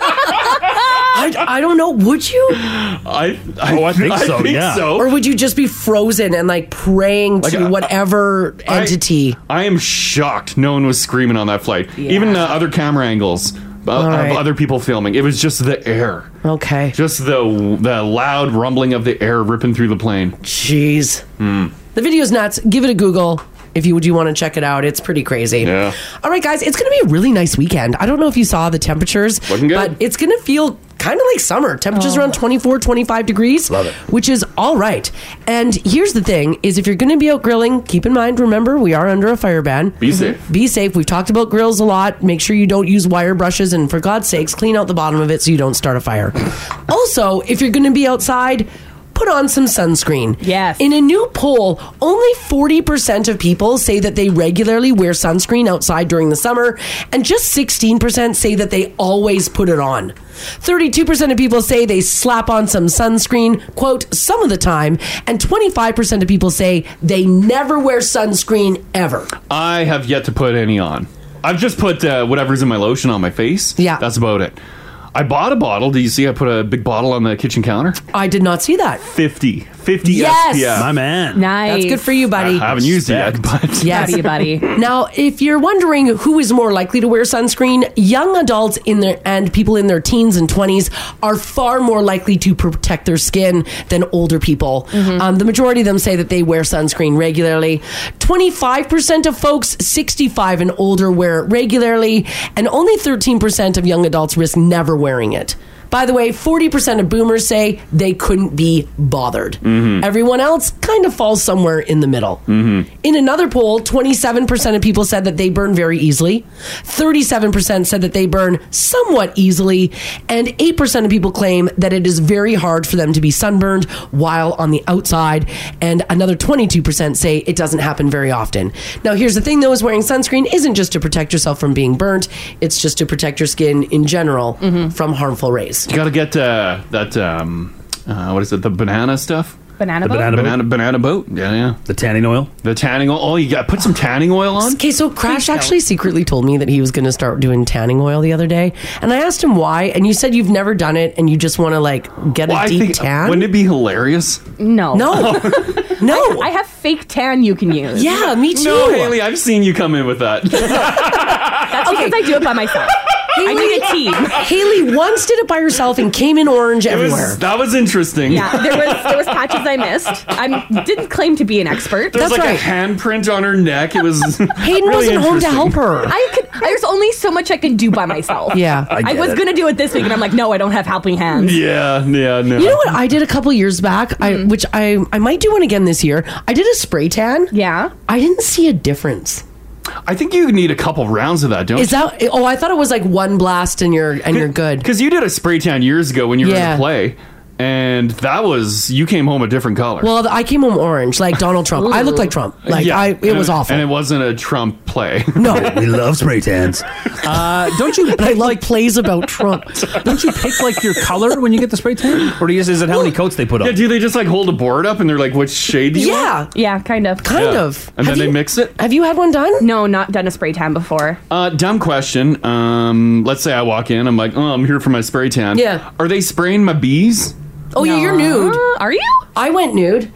I, I don't know. Would you? I, I, Oh, I think so, yeah. Or would you just be frozen and like praying Like, to uh, whatever I- entity? I am shocked no one was screaming on that flight. Even uh, other camera angles. uh, All of right. other people filming. It was just the air. Okay. Just the the loud rumbling of the air ripping through the plane. Hmm. Jeez. The video's nuts. Give it a Google if you would you want to check it out. It's pretty crazy. Yeah. All right, guys, it's going to be a really nice weekend. I don't know if you saw the temperatures, but it's going to feel kind of like summer. Temperatures around 24, 25 degrees, Love it. which is all right. And here's the thing is if you're going to be out grilling, keep in mind, remember, we are under a fire ban. Mm-hmm. Be safe. Be safe. We've talked about grills a lot. Make sure you don't use wire brushes and for God's sakes, clean out the bottom of it so you don't start a fire. also, if you're going to be outside, put on some sunscreen. Yes. In a new poll, only 40% of people say that they regularly wear sunscreen outside during the summer, and just 16% say that they always put it on. 32% of people say they slap on some sunscreen, quote, some of the time, and 25% of people say they never wear sunscreen ever. I have yet to put any on. I've just put uh, whatever's in my lotion on my face. Yeah. That's about it. I bought a bottle. Do you see I put a big bottle on the kitchen counter? I did not see that. 50. 50 Yes! SPF. My man. Nice. That's good for you, buddy. I haven't used it yet, but. Now, if you're wondering who is more likely to wear sunscreen, young adults in their and people in their teens and 20s are far more likely to protect their skin than older people. Um, the majority of them say that they wear sunscreen regularly. 25% of folks 65 and older wear it regularly, and only 13% of young adults risk never wearing it. By the way, 40% of boomers say they couldn't be bothered. Mhm. Everyone else kind of falls somewhere in the middle. Mm hmm. In another poll, 27% of people said that they burn very easily. 37% said that they burn somewhat easily. And 8% of people claim that it is very hard for them to be sunburned while on the outside. And another 22% say it doesn't happen very often. Now, here's the thing though is wearing sunscreen isn't just to protect yourself from being burnt, it's just to protect your skin in general Mm-hmm. from harmful rays. You gotta get uh, that, um, uh, what is it, the banana stuff? Banana boat? banana, banana boat. Yeah, yeah. The tanning oil. The tanning oil. Oh, you got put some tanning oil on. Okay, so Crash actually secretly told me that he was going to start doing tanning oil the other day, and I asked him why, and you said you've never done it, and you just want to like get Well, a I deep think- uh, tan. Wouldn't it be hilarious? No. No. no. I, I have fake tan you can use. Yeah, me too. No, Haley, I've seen you come in with that. That's because I do it by myself. I need a team. Haley once did it by herself and came in orange It was- everywhere. that was interesting. Yeah, there was there was patches I missed. I didn't claim to be an expert. There was like a handprint on her neck. It was. Hayden I could. There's only so much I could do by myself. Yeah. I I, get was it. gonna do it this week, and I'm like, no, I don't have helping hands. Yeah, yeah, no. You know what I did a couple years back, I, Mm-hmm. which I I might do one again this year. I did a spray tan. Yeah, I didn't see a difference. I think you need a couple rounds of that, don't Is you? that? Oh, I thought it was like one blast and you're and you're good. Because you did a spray tan years ago when you were Yeah. in play, and that was you came home a different color. Well, I came home orange, like Donald Trump. I looked like Trump. Like Yeah. I, And it was awful. and it wasn't a Trump play. No, we love spray tans. Uh, don't you? I love plays about Trump. Don't you pick like your color when you get the spray tan, or do you just, is it how many coats they put on? Yeah, do they just like hold a board up and they're like, "Which shade do you want?" yeah, kind of, Kind Yeah. of. And then they mix it? Have you had one done? No, not done a spray tan before. Uh, dumb question. Um, let's say I walk in, I'm like, "Oh, I'm here for my spray tan." Yeah. Are they spraying my bees? Oh yeah, you're nude. Are you? I went nude.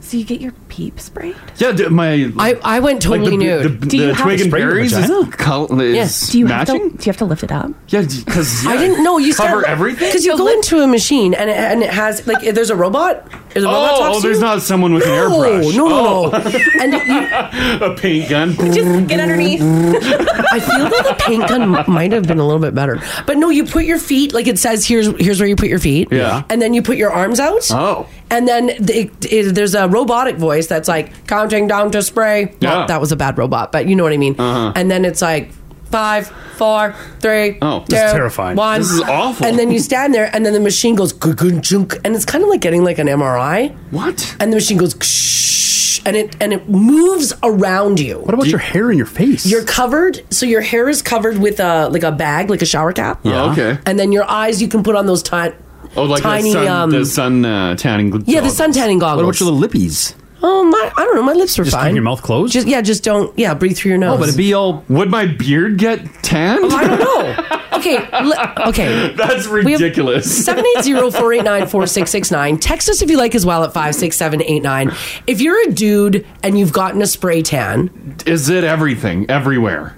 So you get your peep spray? Yeah, d- my. I I went Like totally the- nude. The, the, the twig and berries is, col- is Yes. Do you matching. have to? Do you have to lift it up? Yeah, because I didn't know you cover everything. because you go into a machine and it, and it has like there's a robot. There's a robot oh, talks oh, to there's you? not someone with an No, airbrush. no, no, and a paint gun. Just get underneath. I feel that the paint gun m- might have been a little bit better, but no, you put your feet like it says here's here's where you put your feet. Yeah. and then you put your arms out. Oh. and then the, it, it- there's a robotic voice that's like counting down to spray. Well, Yeah. that was a bad robot, but you know what I mean. Uh-huh. And then it's like. Five, four, three. Oh, two, this is terrifying. One. This is awful. And then you stand there, and then the machine goes junk, and it's kind of like getting like an MRI. What? And the machine goes, "Ksh," and it and it moves around you. What about your hair and your face? You're covered, so your hair is covered with a like a bag, like a shower cap. Yeah. Oh, okay. And then your eyes, you can put on those ti- Oh, like tiny. the sun, um, the sun uh, tanning. yeah, the sun tanning goggles. little lippies? Oh my! I don't know. My lips were Just keep fine. your mouth closed? Just yeah. Just don't. Yeah, breathe through your nose. be all. Would my beard get tanned? I don't know. okay. li- okay. That's We have ridiculous. 780-489-4669. Text us if you like as well at 56789. If you're a dude and you've gotten a spray tan, Is it everything everywhere?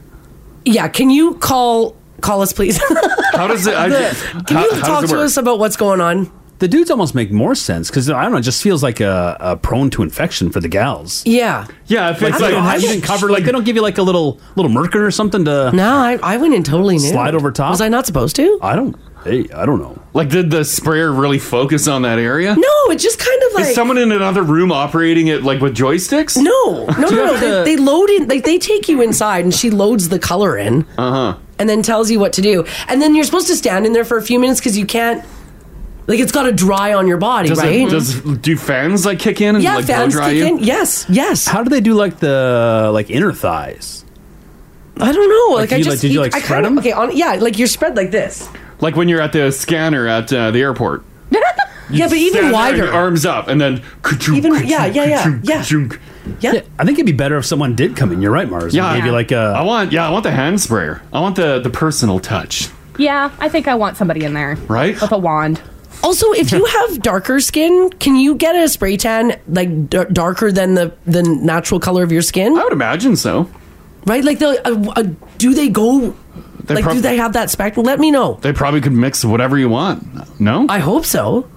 yeah, can you call Call us, please. How does it? I, The- can how- you how does talk it to work? us about what's going on? The dudes almost make more sense because I don't know. It just feels like a, a prone to infection for the gals. Yeah. Yeah, Like, you, don't have, you didn't cover like they don't give you like a little little merkin or something to. No, I, I went in totally nude. Slide over top. Was I not supposed to? I don't. Hey, I don't know. Like, did the sprayer really focus on that area? No, it just kind of like Is someone in another room operating it like with joysticks? No, no, no, Do you no. have to- They, they load in. Like they take you inside, and she loads the color in, Uh huh. and then tells you what to do. And then you're supposed to stand in there for a few minutes because you can't. Like it's got to dry on your body, Does, right? it, does do fans like kick in and yeah, like blow fans dry kick you? in. Yes, yes. How do they do like the like inner thighs? I don't know. Like, Like, I you, just like, did you, like, I spread kinda- 'em? Okay, on yeah, like you're spread like this. Like when you're at the scanner at uh, the airport. yeah, but Stand there even and your wider. arms up, and then Even yeah, yeah, yeah, yeah. Yeah. I think it'd be better if someone did come in. You're right, Mars. Yeah. maybe like uh, a. I want yeah, I want the hand sprayer. I want the the personal touch. Yeah, I think I want somebody in there. Right? With a wand. Also, if you have darker skin, can you get a spray tan like d- darker than the the natural color of your skin? I would imagine so. Right? Like the uh, uh, do they go? They like, prob- do they have that spectrum? Let me know. They probably could mix whatever you want. No, I hope so.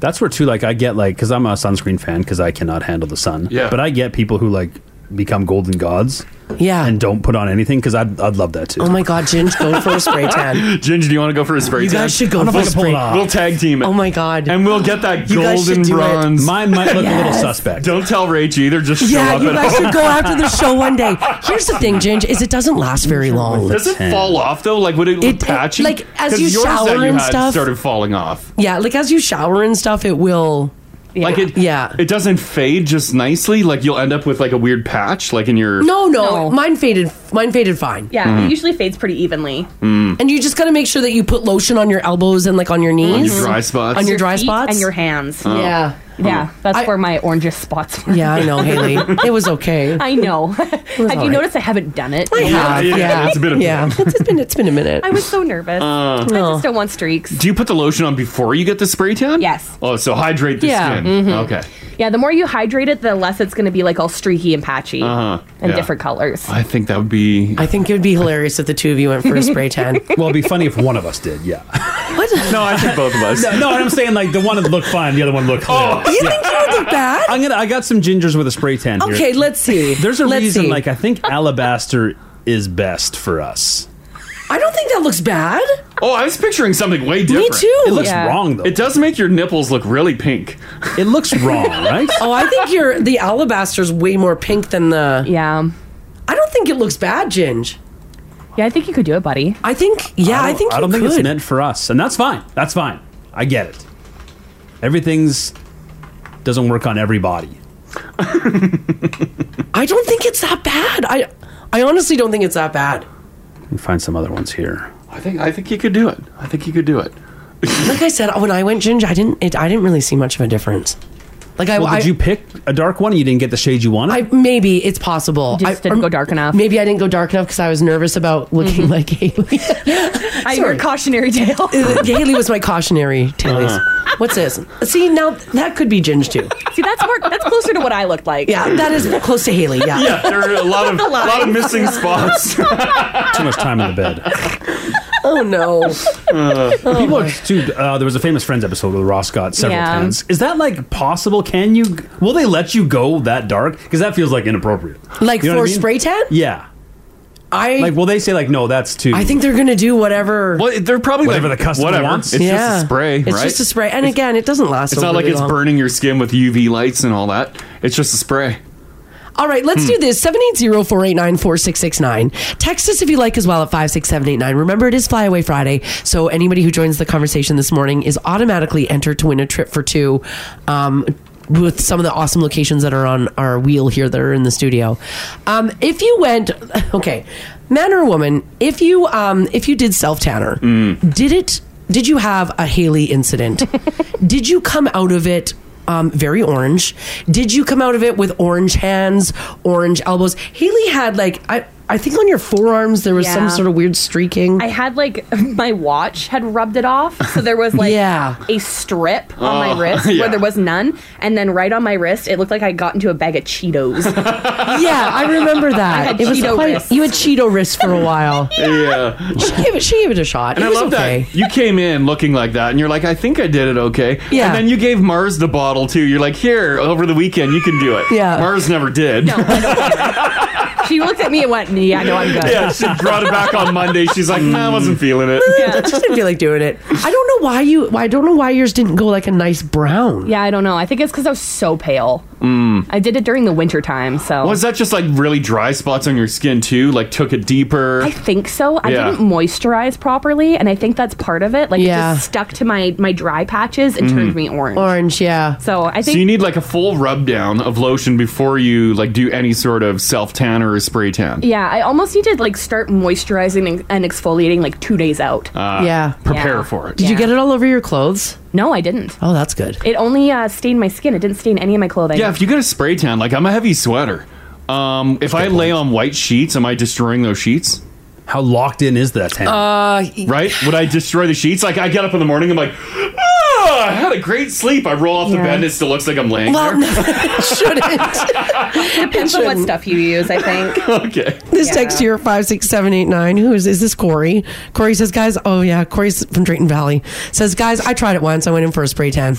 That's where too. Like I get like because I'm a sunscreen fan because I cannot handle the sun. Yeah. But I get people who like become golden gods. Yeah. And don't put on anything because I'd I'd love that too. Oh my god, Ginge, go for a spray tan. Ginger, do you want to go for a spray You tan? guys should go I don't know for if a I can pull spray- it off. We'll tag team it. Oh my god. And we'll get that You guys should golden do it. bronze. Mine might look a little Yes. suspect. Don't tell Rach either. Just show Yeah, up you at guys home. should go after the show one day. Here's the thing, Ginge, is it doesn't last very long. Does it fall off though? Like would it look patchy? like, as 'Cause you yours that shower you and had stuff- started falling off. Yeah, like as you shower and stuff, it will. Like it, yeah. It doesn't fade just nicely. Like you'll end up with like a weird patch, like in your. No, no, mine faded. Mine faded fine. Yeah, Mhm. it usually fades pretty evenly. Mm. And you just gotta make sure that you put lotion on your elbows and like on your your knees, dry spots. on your, Your dry feet spots, and your hands. Oh. Yeah. Yeah, that's where my orangest spots were. Yeah, I know, Haley. It was okay. I know. Have you all right. noticed I haven't done it? I have, yeah, yeah. it's been it's been a minute. I was so nervous. Uh. I just don't want streaks. Do you put the lotion on before you get the spray tan? Yes. Oh, so hydrate the Yeah, skin. Mm-hmm. mhm. Okay. Yeah, the more you hydrate it, the less it's going to be like all streaky and patchy Uh huh. and different colors. I think that would be. I think it would be hilarious if the two of you went for a spray tan. well, it'd be funny if one of us did. Yeah. What? No, I think both of us. no, no, and I'm saying like the one that looked fine, the other one looked. Oh, you think you would look bad? I'm gonna. I got some gingers with a spray tan. here. Okay, let's see. There's a Let's reason. see. Like I think alabaster is best for us. I don't think that looks bad. Oh, I was picturing something way different. too. It looks Yeah. wrong, though. It does make your nipples look really pink. It looks wrong, right? Oh, I think your the alabaster's way more pink than the. Yeah. I don't think it looks bad, Ginge. Yeah, I think you could do it, buddy. I think. Yeah, I, don't- think. I you don't think could. it's meant for us, and that's fine. That's fine. I get it. Everything's doesn't work on everybody. I don't think it's that bad. I I honestly don't think it's that bad. We find some other ones here. I think I think you could do it. I think you could do it. like I said, when I went ginger, I didn't it, I didn't really see much of a difference. Like I, well, I did you pick a dark one? and You didn't get the shade you wanted. I maybe it's possible. You I just didn't go dark enough. Maybe I didn't go dark enough because I was nervous about Mm-hmm. looking like Haley. I heard cautionary tale. Haley Uh, was my cautionary tale. Uh-huh. What's this? See now that could be Ginge too. See, that's more that's closer to what I looked like. Yeah, that is close to Haley. Yeah. Yeah, there are a lot of a lot of missing spots. Too much time in the bed. Oh no. Uh, Oh, People are too. Uh, there was a famous Friends episode with Ross got several Yeah. times. Is that like possible? Can you? Will they let you go that dark? Because that feels like inappropriate. Like You know for what I mean? spray tan? Yeah. I like. Will they say like no? That's too. I think they're gonna do whatever. Well, they're probably Whatever the customer whatever. wants. It's yeah. just a spray, It's right? just a spray, and again, it doesn't last. It's overly not like it's long. burning your skin with UV lights and all that. It's just a spray. All right, let's Hmm. do this. 780-489-4669. Text us if you like as well at 56789. Remember, it is Flyaway Friday, so anybody who joins the conversation this morning is automatically entered to win a trip for two um, with some of the awesome locations that are on our wheel here that are in the studio. Um, if you went, okay, man or woman, if you um, if you did self-tanner, did it, did you have a Haley incident? did you come out of it um, very orange. Did you come out of it with orange hands, orange elbows? Haley had like I. I think on your forearms there was some Yeah. sort of weird streaking. I had like my watch had rubbed it off, so there was like a strip on Oh, my wrist yeah. where there was none, and then right on my wrist, it looked like I got into a bag of Cheetos. yeah, I remember that. I had it was Cheeto quite- wrists. You had Cheeto wrists for a while. Yeah. She gave it. She gave it a shot. And it I was love okay. that you came in looking like that, and you're like, "I think I did it okay." Yeah. And then you gave Mars the bottle too. You're like, "Here, over the weekend, you can do it." Yeah. Mars never did. she looked at me and went, "Yeah, no, I'm good." yeah, she brought it back on Monday. She's like, nah, "I wasn't feeling it." I just didn't feel like doing it. I don't know why you. I don't know why yours didn't go like a nice brown. Yeah, I don't know. I think it's because I was so pale. Mm. I did it during the winter time, so Was that just like really dry spots on your skin too? Like took it deeper. I think so. I Yeah. didn't moisturize properly, and I think that's part of it. Like Yeah. it just stuck to my my dry patches and Mhm. turned me orange. Orange, yeah. So I think so you need like a full rub down of lotion before you like do any sort of self tan or spray tan. Yeah, I almost need to like start moisturizing and- and exfoliating like two days out. Uh, Prepare for it. Did you get it all over your clothes? No, I didn't. Oh, that's good. It only uh, stained my skin. It didn't stain any of my clothing. Yeah, if you get a spray tan, like I'm a heavy sweater. Um, if I lay on white sheets, am I destroying those sheets? How locked in is that tan? Uh, right? Would I destroy the sheets? Like I get up in the morning, I'm like, ah, I had a great sleep. I roll off the Yeah. bed, and it still looks like I'm laying Well, there. shouldn't. Depends on what stuff you use, I think. okay. This text here five six seven eight nine. Who is is this? Corey. Corey says, guys. Oh yeah, Corey's from Drayton Valley. Says, guys, I tried it once. I went in for a spray tan.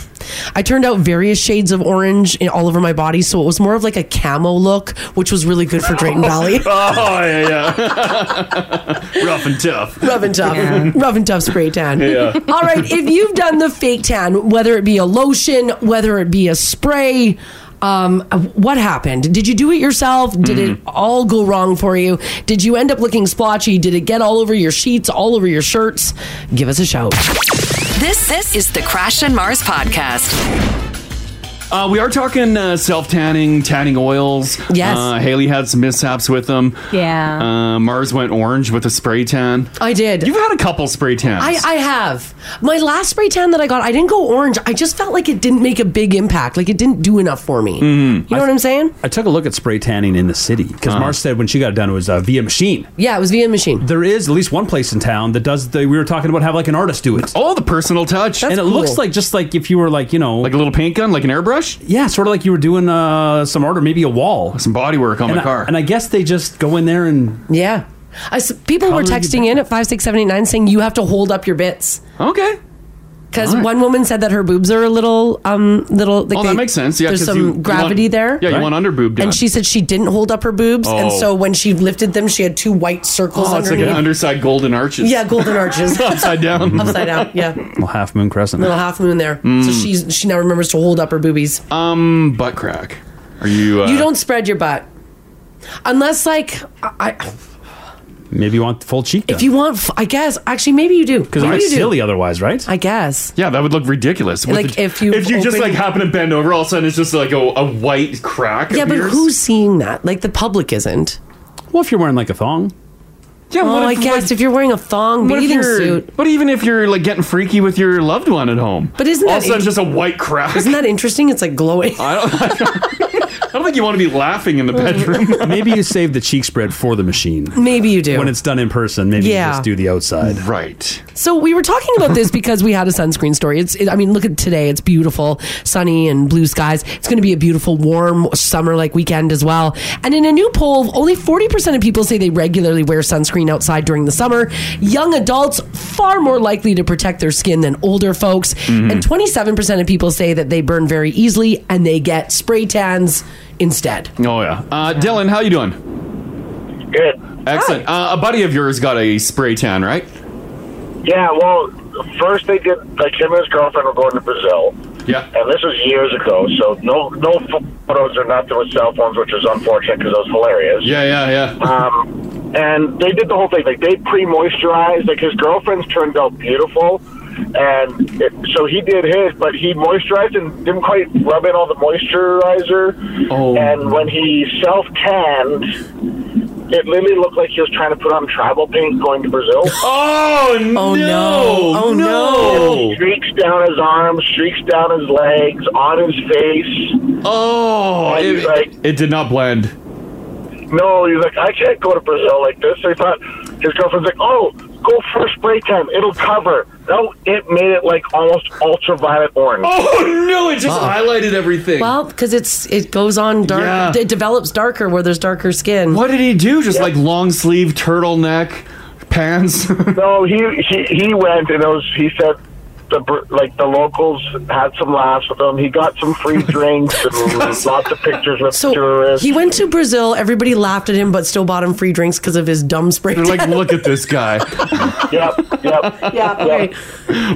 I turned out various shades of orange in- all over my body, so it was more of like a camo look, which was really good for Drayton Valley. oh yeah, yeah. Rough and tough. Rough and tough. Rough and tough spray tan. Yeah. All right. If you've done the fake tan, whether it be a lotion, whether it be a spray, um, what happened? Did you do it yourself? Did it all go wrong for you? Did you end up looking splotchy? Did it get all over your sheets, all over your shirts? Give us a shout. This this is the Crash and Mars podcast. Uh, we are talking uh, self tanning, tanning oils. Yes. Uh, Haley had some mishaps with them. Yeah. Uh, Mars went orange with a spray tan. Oh, I did. You've had a couple spray tans. I, I have. My last spray tan that I got, I didn't go orange. I just felt like it didn't make a big impact. Like it didn't do enough for me. You know what I'm saying? Mm-hmm. Uh-huh. I took a look at spray tanning in the city because Mars said when she got it done it was uh, via machine. Yeah, it was via machine. There is at least one place in town that does. The, we were talking about have like an artist do it. Oh, the personal touch, and it cool. looks like just like if you were like you know like a little paint gun, like an airbrush. Yeah, sort of like you were doing uh, some art or maybe a wall, some body work on and my I- car. and I guess they just go in there and Yeah. I s people were Colour you texting in at 56789 saying you have to hold up your bits. Okay. Because All right. one woman said that her boobs are a little, um, little. Like Oh, that makes sense. Yeah, there's 'cause some you- you want- gravity there. yeah, you want under boob done. And she said she didn't hold up her boobs, and Oh. so when she lifted them, she had two white circles oh, it's like underneath. an underside golden arches. yeah, golden arches, upside down, upside down. Yeah, little half moon crescent. little half moon there. So Mm. she's she now remembers to hold up her boobies. Um, butt crack. Are you? Uh, you don't spread your butt unless like I, I- Maybe you want full cheek. if you want. f- I guess actually maybe you do because Maybe it's you do. silly otherwise, right? I guess. Yeah, that would look ridiculous. With Like the- if you if you just open- like happen to bend over, all of a sudden it's just like a, a white crack. Yeah, but appears. who's seeing that? Like the public isn't. Well, if you're wearing like a thong. Yeah, oh, what I if- guess if you're wearing a thong What if bathing you're- suit. But even if you're like getting freaky with your loved one at home, But isn't all that of a sudden int- just a white crack? Isn't that interesting? It's like glowing. I don't, I don't, I don't think you want to be laughing in the bedroom. maybe you save the cheek spread for the machine. Maybe you do. When it's done in person, maybe Yeah. you just do the outside. Right. So we were talking about this because we had a sunscreen story. It's, it, I mean, look at today. It's beautiful, sunny and blue skies. It's going to be a beautiful, warm summer like weekend as well. And in a new poll, only 40% of people say they regularly wear sunscreen outside during the summer. Young adults far more likely to protect their skin than older folks. Mm-hmm. Mhm. And 27% of people say that they burn very easily and they get spray tans instead. Oh yeah. Uh, Dylan, how you doing? Good. Excellent. Uh, a buddy of yours got a spray tan, right? Yeah, well, first they did like him and his girlfriend were going to Brazil. Yeah. And this was years ago, so no no photos or nothing with cell phones, which is unfortunate because it was hilarious. Yeah, yeah, yeah. Um, and they did the whole thing. Like they pre-moisturized. Like his girlfriend's turned out beautiful, and it, so he did his, but he moisturized and didn't quite rub in all the moisturizer. Oh. And when he self tanned, it literally looked like he was trying to put on tribal paint going to Brazil. Oh no! no. Oh, no. It Streaks down his arms, streaks down his legs, on his face. Oh, it, it did not blend. no, he's like, I can't go to Brazil like this. They thought his girlfriend's like, oh, go first break time. It'll cover. No, it made it like almost ultraviolet orange. Oh, no, it just highlighted everything. Well, because it's it goes on dark. Yeah. It develops darker where there's darker skin. What did he do? Just like long sleeve turtleneck pants. no, he, he he went and it was he said the br- like the locals had some laughs with him. He got some free drinks and lots of pictures with tourists. He went to Brazil. Everybody laughed at him, but still bought him free drinks because of his dumb spray. They're like, look at this guy. yep, yep, yeah. Okay.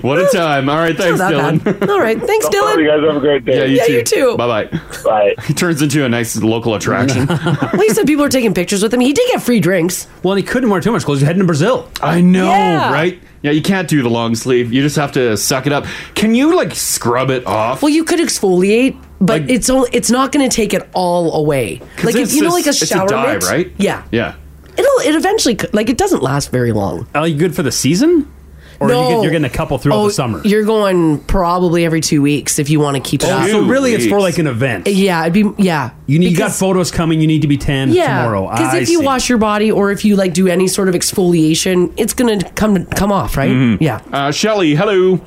What a time. All right, thanks, Not that Dylan. All right, thanks, No problem, Dylan. you guys have a great Yeah, you too. you too. Bye bye. Bye. He turns into a nice local attraction. Well, you said people were taking pictures with him. He did get free drinks. well, and he couldn't wear too much clothes. He's heading to Brazil. I know, Yeah. right? Yeah, you can't do the long sleeve. You just have to suck it up. Can you like scrub it off? Well, you could exfoliate, but it's only, it's not going to take it all away. 'Cause Like if it's you know, a- like a it's a shower dye, mitt, right? Yeah, Yeah. it'll it eventually c- like it doesn't last very long. Are you good for the season? Or are you No. get, you're getting a couple throughout Oh, the summer? You're going probably every two weeks if you want to keep it Oh, up. so really it's for like an event. Yeah, it'd be yeah. You need you got photos coming. You need to be tanned yeah, tomorrow. Because I if you see. wash your body or if you like do any sort of exfoliation, it's gonna come come off, right? Mm-hmm. Mhm. Yeah. Uh, Shelly, hello.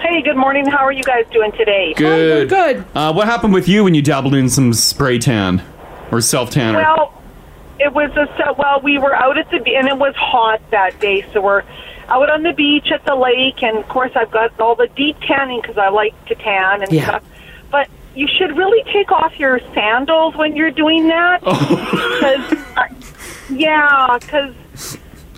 Hey, good morning. How are you guys doing today? Good. good. Uh, what happened with you when you dabbled in some spray tan or self tanner? Well, it was a so- well. We were out at the be- and it was hot that day, so we're out on the beach at the lake, and of course I've got all the deep tanning because I like to tan and Yeah. stuff. But you should really take off your sandals when you're doing that, because yeah, because.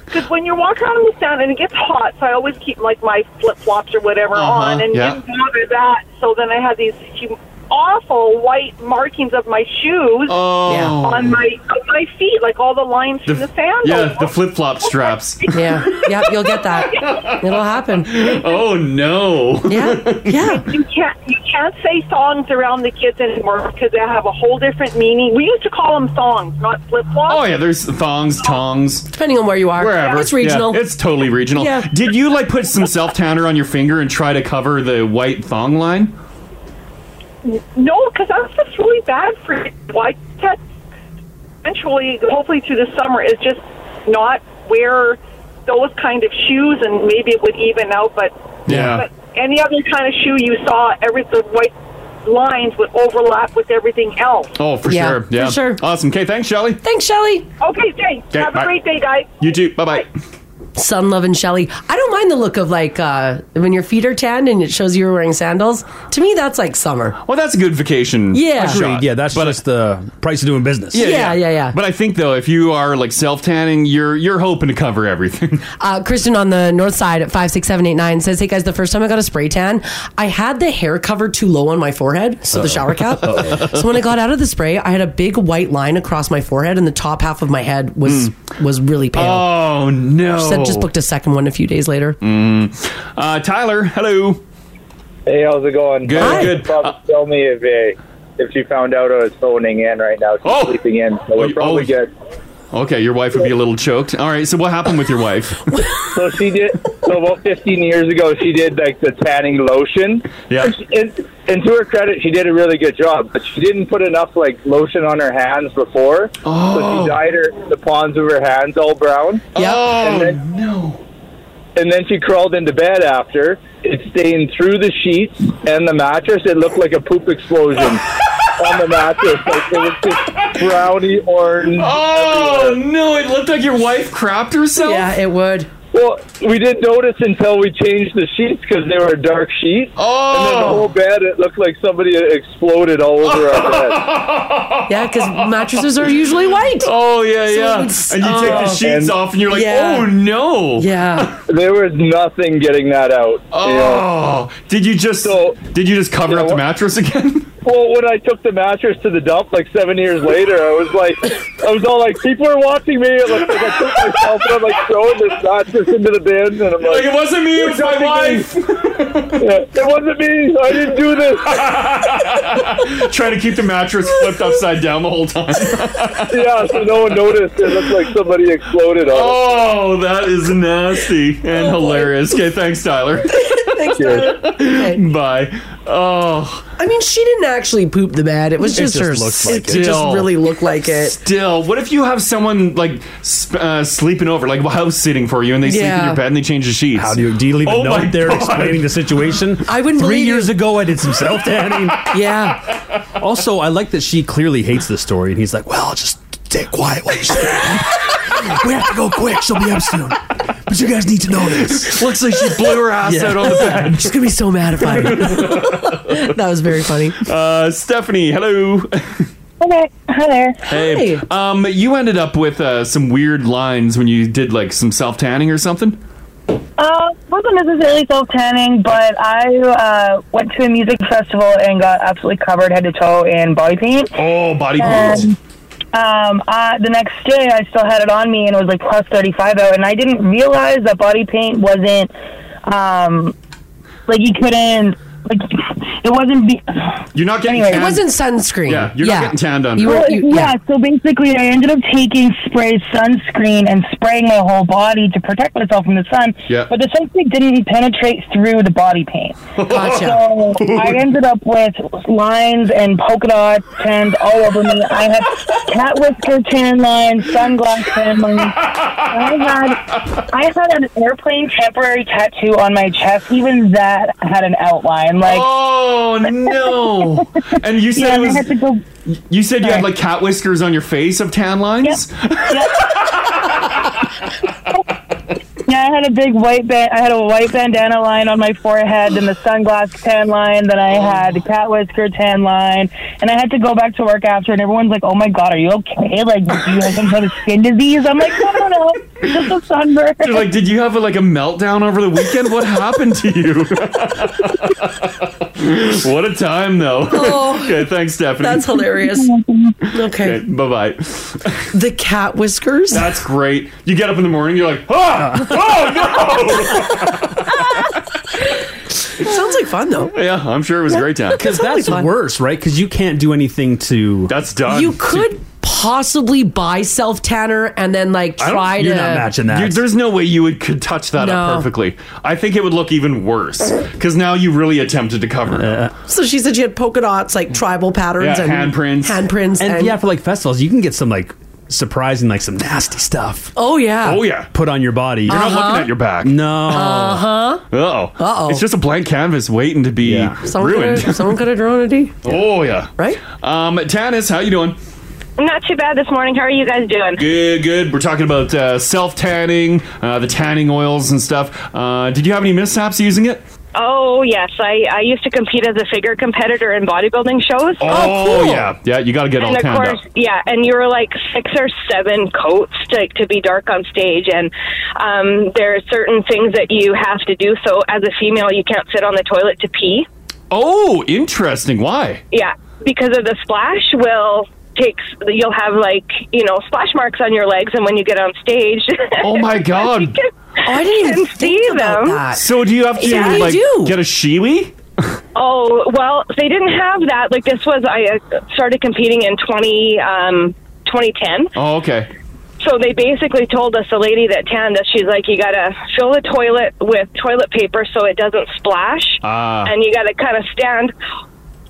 Because when you're walking around in the sand and it gets hot, so I always keep like my flip flops or whatever Uh-huh, on and yeah. didn't bother that. So then I had these hum- awful white markings of my shoes Oh. Yeah. on my on my feet, like all the lines from the sandals. yeah, the flip flop straps. Yeah. Yep, you'll get that. It'll happen. Oh no. Yeah. Yeah. You can't you can't say thongs around the kids anymore because they have a whole different meaning. We used to call them thongs, not flip flops. Oh yeah, there's thongs, tongs. Depending on where you are. Wherever. It's regional. Yeah, it's totally regional. Yeah. Did you like put some self tanner on your finger and try to cover the white thong line? No, because that's just really bad for you. Why can't eventually, hopefully through the summer, is just not wear those kind of shoes, and maybe it would even out. But Yeah. but any other kind of shoe you saw, every the white lines would overlap with everything else. Oh, for Yeah, sure. for Yeah. sure. Awesome. Okay, thanks, Shelly. Thanks, Shelly. Okay, thanks. Okay, Have bye. a great day, guys. You too. Bye bye. Sun Love and Shelly. I don't mind the look of like uh when your feet are tanned and it shows you were wearing sandals. To me that's like summer. Well, that's a good vacation. Yeah. Agreed. Yeah, that's just the price of doing business. Yeah, yeah, yeah. But I think though, if you are like self tanning, you're you're hoping to cover everything. Uh, Kristen on the north side at 56789 says, Hey guys, the first time I got a spray tan, I had the hair cover too low on my forehead, Uh. so the shower cap. Uh-oh. so when I got out of the spray, I had a big white line across my forehead, and the top half of my head was Mm. was really pale. Oh, no. She said, Just booked a second one a few days later. Mm. Uh, Tyler, hello. Hey, how's it going? Good, Hi. good. Probably tell me if uh, if she found out I was phoning in right now. She's Oh! sleeping in, so we're probably good. Okay, your wife would be a little choked. All right, so what happened with your wife? So she did. So about 15 years ago, she did like the tanning lotion. Yeah. And, she- and, and to her credit, she did a really good job, but she didn't put enough like lotion on her hands before. So Oh. she dyed her the palms of her hands all brown. Yeah. And then no. and then she crawled into bed after. It stained through the sheets and the mattress. It looked like a poop explosion on the mattress. Like it was just browny orange. Oh no! It looked like your wife crapped herself. Yeah, it would. Well, we didn't notice until we changed the sheets because they were a dark sheet. Oh. And then the whole bed, it looked like somebody had exploded all over our bed. Yeah, because mattresses are usually white. Oh, yeah, So yeah. it was- And you take the oh. sheets off, and you're like, Yeah. oh no. Yeah. There was nothing getting that out. Oh. you know? Did you just did you just cover up the mattress again? Well, when I took the mattress to the dump like seven years later, I was like, I was all like, people are watching me. It looks like I took myself and I'm like throwing this mattress into the bin. And I'm like, Like, "It wasn't me, it was my wife." yeah, it wasn't me. I didn't do this. Trying to keep the mattress flipped upside down the whole time. yeah, so no one noticed. It looked like somebody exploded on it. Oh, that is nasty and hilarious. Okay, thanks, Tyler. Oh Thanks, Tyler. Bye. Oh. I mean, she didn't actually poop the bed. It was It just, just her. looks s- like it it. just Still. really looked like it. Still, what if you have someone like sp- uh, sleeping over, like house sitting for you, and they sleep in Yeah. your bed and they change the sheets? Oh How do you do? You leave a note there explaining the situation. I wouldn't Three believe years you. ago, I did some self tanning. yeah. Also, I like that she clearly hates this story, and he's like, "Well, just stay quiet while you sleep. we have to go quick. She'll be up soon. But you guys need to know this. Looks like she blew her ass out on the bed. She's gonna be so mad if I. that was very funny. Uh, Stephanie, hello. Okay. Hi there. Hey. Um, you ended up with uh, some weird lines when you did like some self tanning or something. Uh, wasn't necessarily self tanning, but I uh, went to a music festival and got absolutely covered head to toe in body paint. Oh, body paint. Um, uh, the next day, I still had it on me, and it was like plus thirty five out, and I didn't realize that body paint wasn't um, like you couldn't like it wasn't. Be- You're not getting. Anyway. tanned. It wasn't sunscreen. Yeah, you're Yeah. not getting tanned on. Well, yeah, so basically, I ended up taking spray sunscreen and spraying my whole body to protect myself from the sun. Yeah. But the sunscreen didn't penetrate through the body paint. Gotcha. So I ended up with lines and polka dot tans all over me. I had cat whisker tan lines, sunglass tan lines. I had I had an airplane temporary tattoo on my chest. Even that had an outline. Like oh no! and you said yeah, it was- I had to go You said you had like cat whiskers on your face of tan lines. Yeah, I had a big white band. I had a white bandana line on my forehead, then the sunglass tan line, then I had the cat whisker tan line, and I had to go back to work after. And everyone's like, "Oh my god, are you okay? Like, do you have some sort of skin disease?" I'm like, "No, no, no, just a sunburn." You're like, did you have like a meltdown over the weekend? What happened to you? what a time, though. Oh. okay, thanks, Stephanie. That's hilarious. Okay, bye bye. The cat whiskers. That's great. You get up in the morning, you're like, ah, oh Sounds like fun though. no. Yeah, I'm sure it was a great time. Because that's worse, right? Because you can't do anything to. That's done. You could possibly buy self tanner and then like try to. You- there's no way you would could touch that No. up perfectly. I think it would look even worse because now you really attempted to cover. it. So she said she had polka dots, like tribal patterns, Yeah, and handprints. handprints, and, and, yeah, for like festivals, you can get some like surprising, like some nasty stuff. Oh yeah. Put on your body. You're not Uh-huh. looking at your back. Uh-huh. No. Uh huh. Uh-oh. Uh-oh. It's just a blank canvas waiting to be Someone ruined. could have someone could have drawn a D. Oh yeah. Right? Um Tanis, how you doing? Not too bad this morning. How are you guys doing? Good, good. We're talking about uh, self tanning, uh, the tanning oils and stuff. Uh, did you have any mishaps using it? Oh yes, I, I used to compete as a figure competitor in bodybuilding shows. Oh, Oh, yeah, yeah. You got to get all And of tanned course, up. yeah, and you were like six or seven coats to to be dark on stage, and um, there are certain things that you have to do. So as a female, you can't sit on the toilet to pee. Oh, interesting. Why? Yeah, because of the splash will takes you'll have like you know splash marks on your legs, and when you get on stage, Oh my god. Oh, I didn't even see them. So do you have to Yeah. What do you do? like get a shiwi? Oh well, they didn't have that. Like this was I uh, started competing in twenty um, 2010. Oh, okay. So they basically told us the lady that tanned us, she's like, you gotta fill the toilet with toilet paper so it doesn't splash, Ah. and you gotta kind of stand,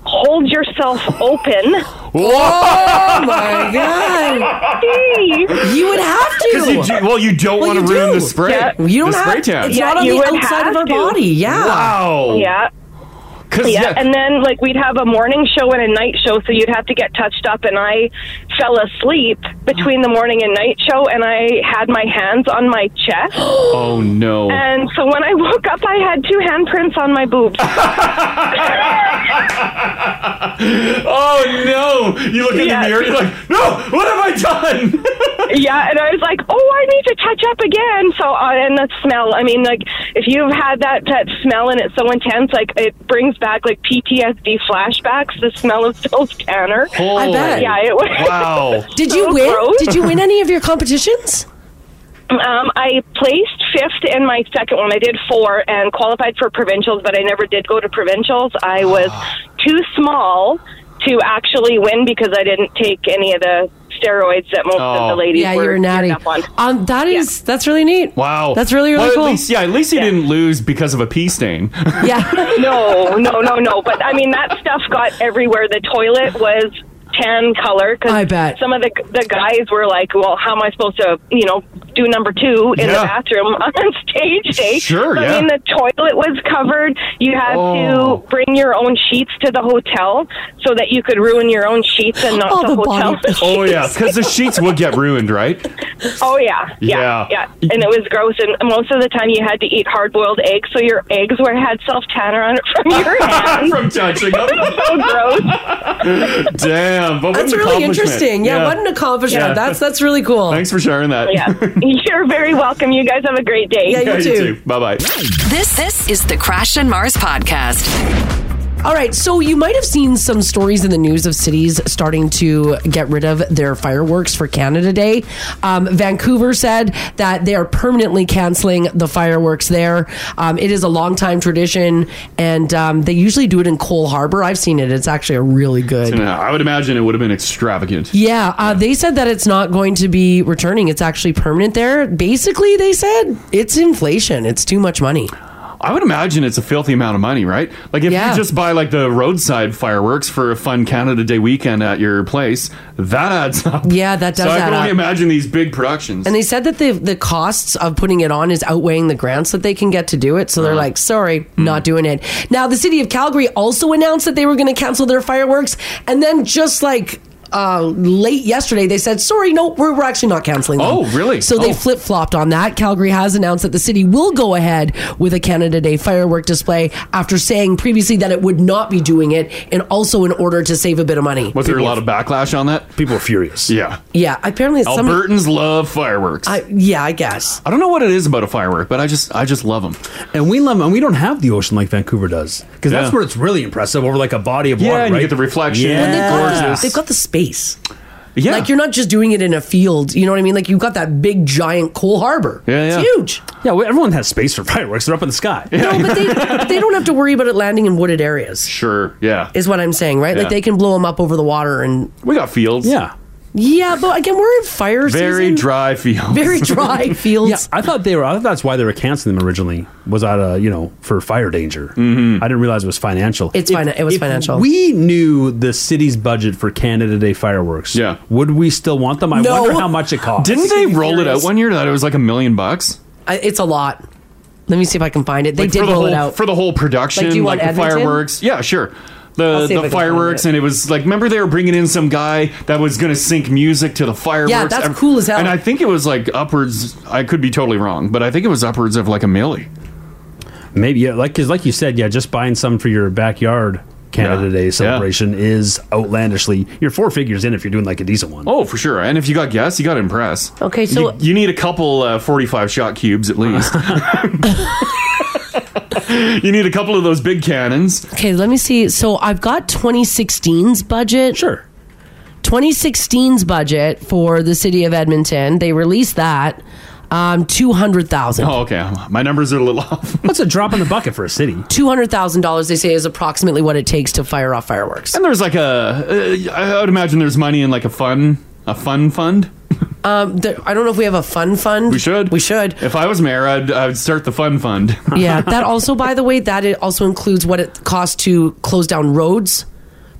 hold yourself open. Oh my god! You would have to. 'Cause you do- well, you don't Well, wanna you ruin do. the spray. Yeah. You don't the have- spray tan. it's not on you the would outside of have our to. body, yeah. Wow. Yeah. 'Cause, yeah. yeah. and then like we'd have a morning show and a night show, so you'd have to get touched up. And I fell asleep between the morning and night show, and I had my hands on my chest. Oh no. And so when I woke up, I had two handprints on my boobs. oh no! You look in Yeah. the mirror, you're like, no, what have I done? yeah, and I was like, oh, I need to touch up again. So, uh, and the smell. I mean, like, if you've had that that smell and it's so intense, like it brings back like PTSD flashbacks. The smell of Phil's tanner. I bet. Yeah, it was. Did you so win? gross. Did you win any of your competitions? Um, I placed fifth in my second one. I did four and qualified for provincials, but I never did go to provincials. I was too small to actually win because I didn't take any of the steroids that most of Oh. the ladies Yeah, were you were natty. gearing up on. Um, that is that's really neat. Wow, That's really, really well, cool. At least, yeah, at least you didn't lose because of a pee stain. Yeah. no, no, no, no. But I mean, that stuff got everywhere. The toilet was tan color because I bet. some of the the guys were like, "Well, how am I supposed to, you know, do number two in Yeah. the bathroom on stage day?" Sure, So, yeah. Oh. I mean, the toilet was covered. You had to bring your own sheets to the hotel so that you could ruin your own sheets and not the, hotel. oh yeah, sheets. because the sheets would get ruined, right? Oh yeah, Yeah. yeah, yeah, and it was gross. And most of the time, you had to eat hard-boiled eggs, so your eggs were had self-tanner on it from your hands. From touching them. so gross. Damn, but what That's an really accomplishment. interesting. Yeah, what an accomplishment. Yeah. That's that's really cool. Thanks for sharing that. Oh, Yeah, you're very welcome. You guys have a great day. Bye bye. This this is the Crash and Mars podcast. All right, so you might have seen some stories in the news of cities starting to get rid of their fireworks for Canada Day. Um, Vancouver said that they are permanently canceling the fireworks there. Um, it is a long time tradition, and um, they usually do it in Cole Harbor. I've seen it; it's actually a really good. No, I would imagine it would have been extravagant. Yeah, uh, they said that it's not going to be returning. It's actually permanent there. Basically, they said it's inflation. It's too much money. I would imagine it's a filthy amount of money, right? Like if you just buy like the roadside fireworks for a fun Canada Day weekend at your place, that adds up. Yeah, that does So I add can only up. imagine these big productions. And they said that the the costs of putting it on is outweighing the grants that they can get to do it. So Uh-huh. they're like, sorry, Hmm. not doing it. Now the city of Calgary also announced that they were going to cancel their fireworks, and then just like. Uh, late yesterday, they said, "Sorry, no, we're, we're actually not canceling." Them. Oh, really? So they Oh. flip flopped on that. Calgary has announced that the city will go ahead with a Canada Day firework display after saying previously that it would not be doing it, and also in order to save a bit of money. Was there a lot of backlash on that? People are furious. Yeah. Yeah, apparently some Albertans love fireworks. I, yeah, I guess. I don't know what it is about a firework, but I just I just love them. And we love them. And um, we don't have the ocean like Vancouver does. Because Yeah. that's where it's really impressive over like a body of Yeah, water, and you right? get the reflection. Yeah. Well, they've, got the, Gorgeous. they've got the space. Yeah. Like you're not just doing it in a field. You know what I mean? Like you've got that big giant coal harbor. Yeah, It's huge. Yeah, well, everyone has space for fireworks. They're up in the sky. No, but they, they don't have to worry about it landing in wooded areas. Sure. Yeah. Is what I'm saying, right? Yeah. Like they can blow them up over the water and We got fields. Yeah. yeah. But again, we're in fire Very season. dry fields. Very dry fields. Yeah, I thought they were. I thought that's why they were canceling them originally. Was out of you know for fire danger. Mm-hmm. I didn't realize it was financial. It's If- fina- it was if financial. We knew the city's budget for Canada Day fireworks. Yeah. Would we still want them? I No. wonder how much it costs. Didn't they roll it out one year that it was like a million bucks? I, it's a lot. Let me see if I can find it. They Like, did for the roll it whole- out for the whole production, Like, do you want like, the Edmonton? fireworks. Yeah, sure. I'll The, see if I can the find fireworks, it. and it was like, remember they were bringing in some guy that was going to sync music to the fireworks? that's And- cool as hell. And I think it was like upwards, I could be totally wrong, but I think it was upwards of like a milli. Maybe yeah, like because like you said, yeah, just buying some for your backyard Canada Day celebration is outlandishly. You're four figures in if you're doing like a decent one. Oh, for sure. And if you got gas, you got to impress. Okay, so- You, you need a couple uh, 45 shot cubes at least. you need a couple of those big cannons. Okay, let me see. So I've got 2016's budget. Sure. 2016's budget for the city of Edmonton. They released that um, two hundred thousand. Oh, okay. My numbers are a little off. That's a drop in the bucket for a city. Two hundred thousand dollars, they say, is approximately what it takes to fire off fireworks. And there's like a, uh, I would imagine there's money in like a fun, a fun fund. Um, there, I don't know if we have a fun fund. We should. We should. If I was mayor, I'd, I'd start the fun fund. yeah, that also, by the way, that it also includes what it costs to close down roads,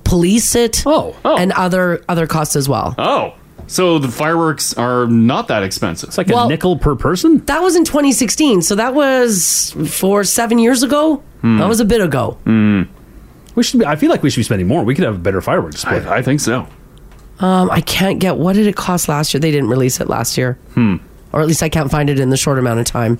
police it, oh, and other other costs as well. Oh, so the fireworks are not that expensive. It's like a nickel per person. That was in 2016, so that was four seven years ago. Hmm. That was a bit ago. Hmm. We should. Be, I feel like we should be spending more. We could have a better fireworks display. I, think so. Um, I can't get what did it cost last year? They didn't release it last year, Hmm. or at least I can't find it in the short amount of time.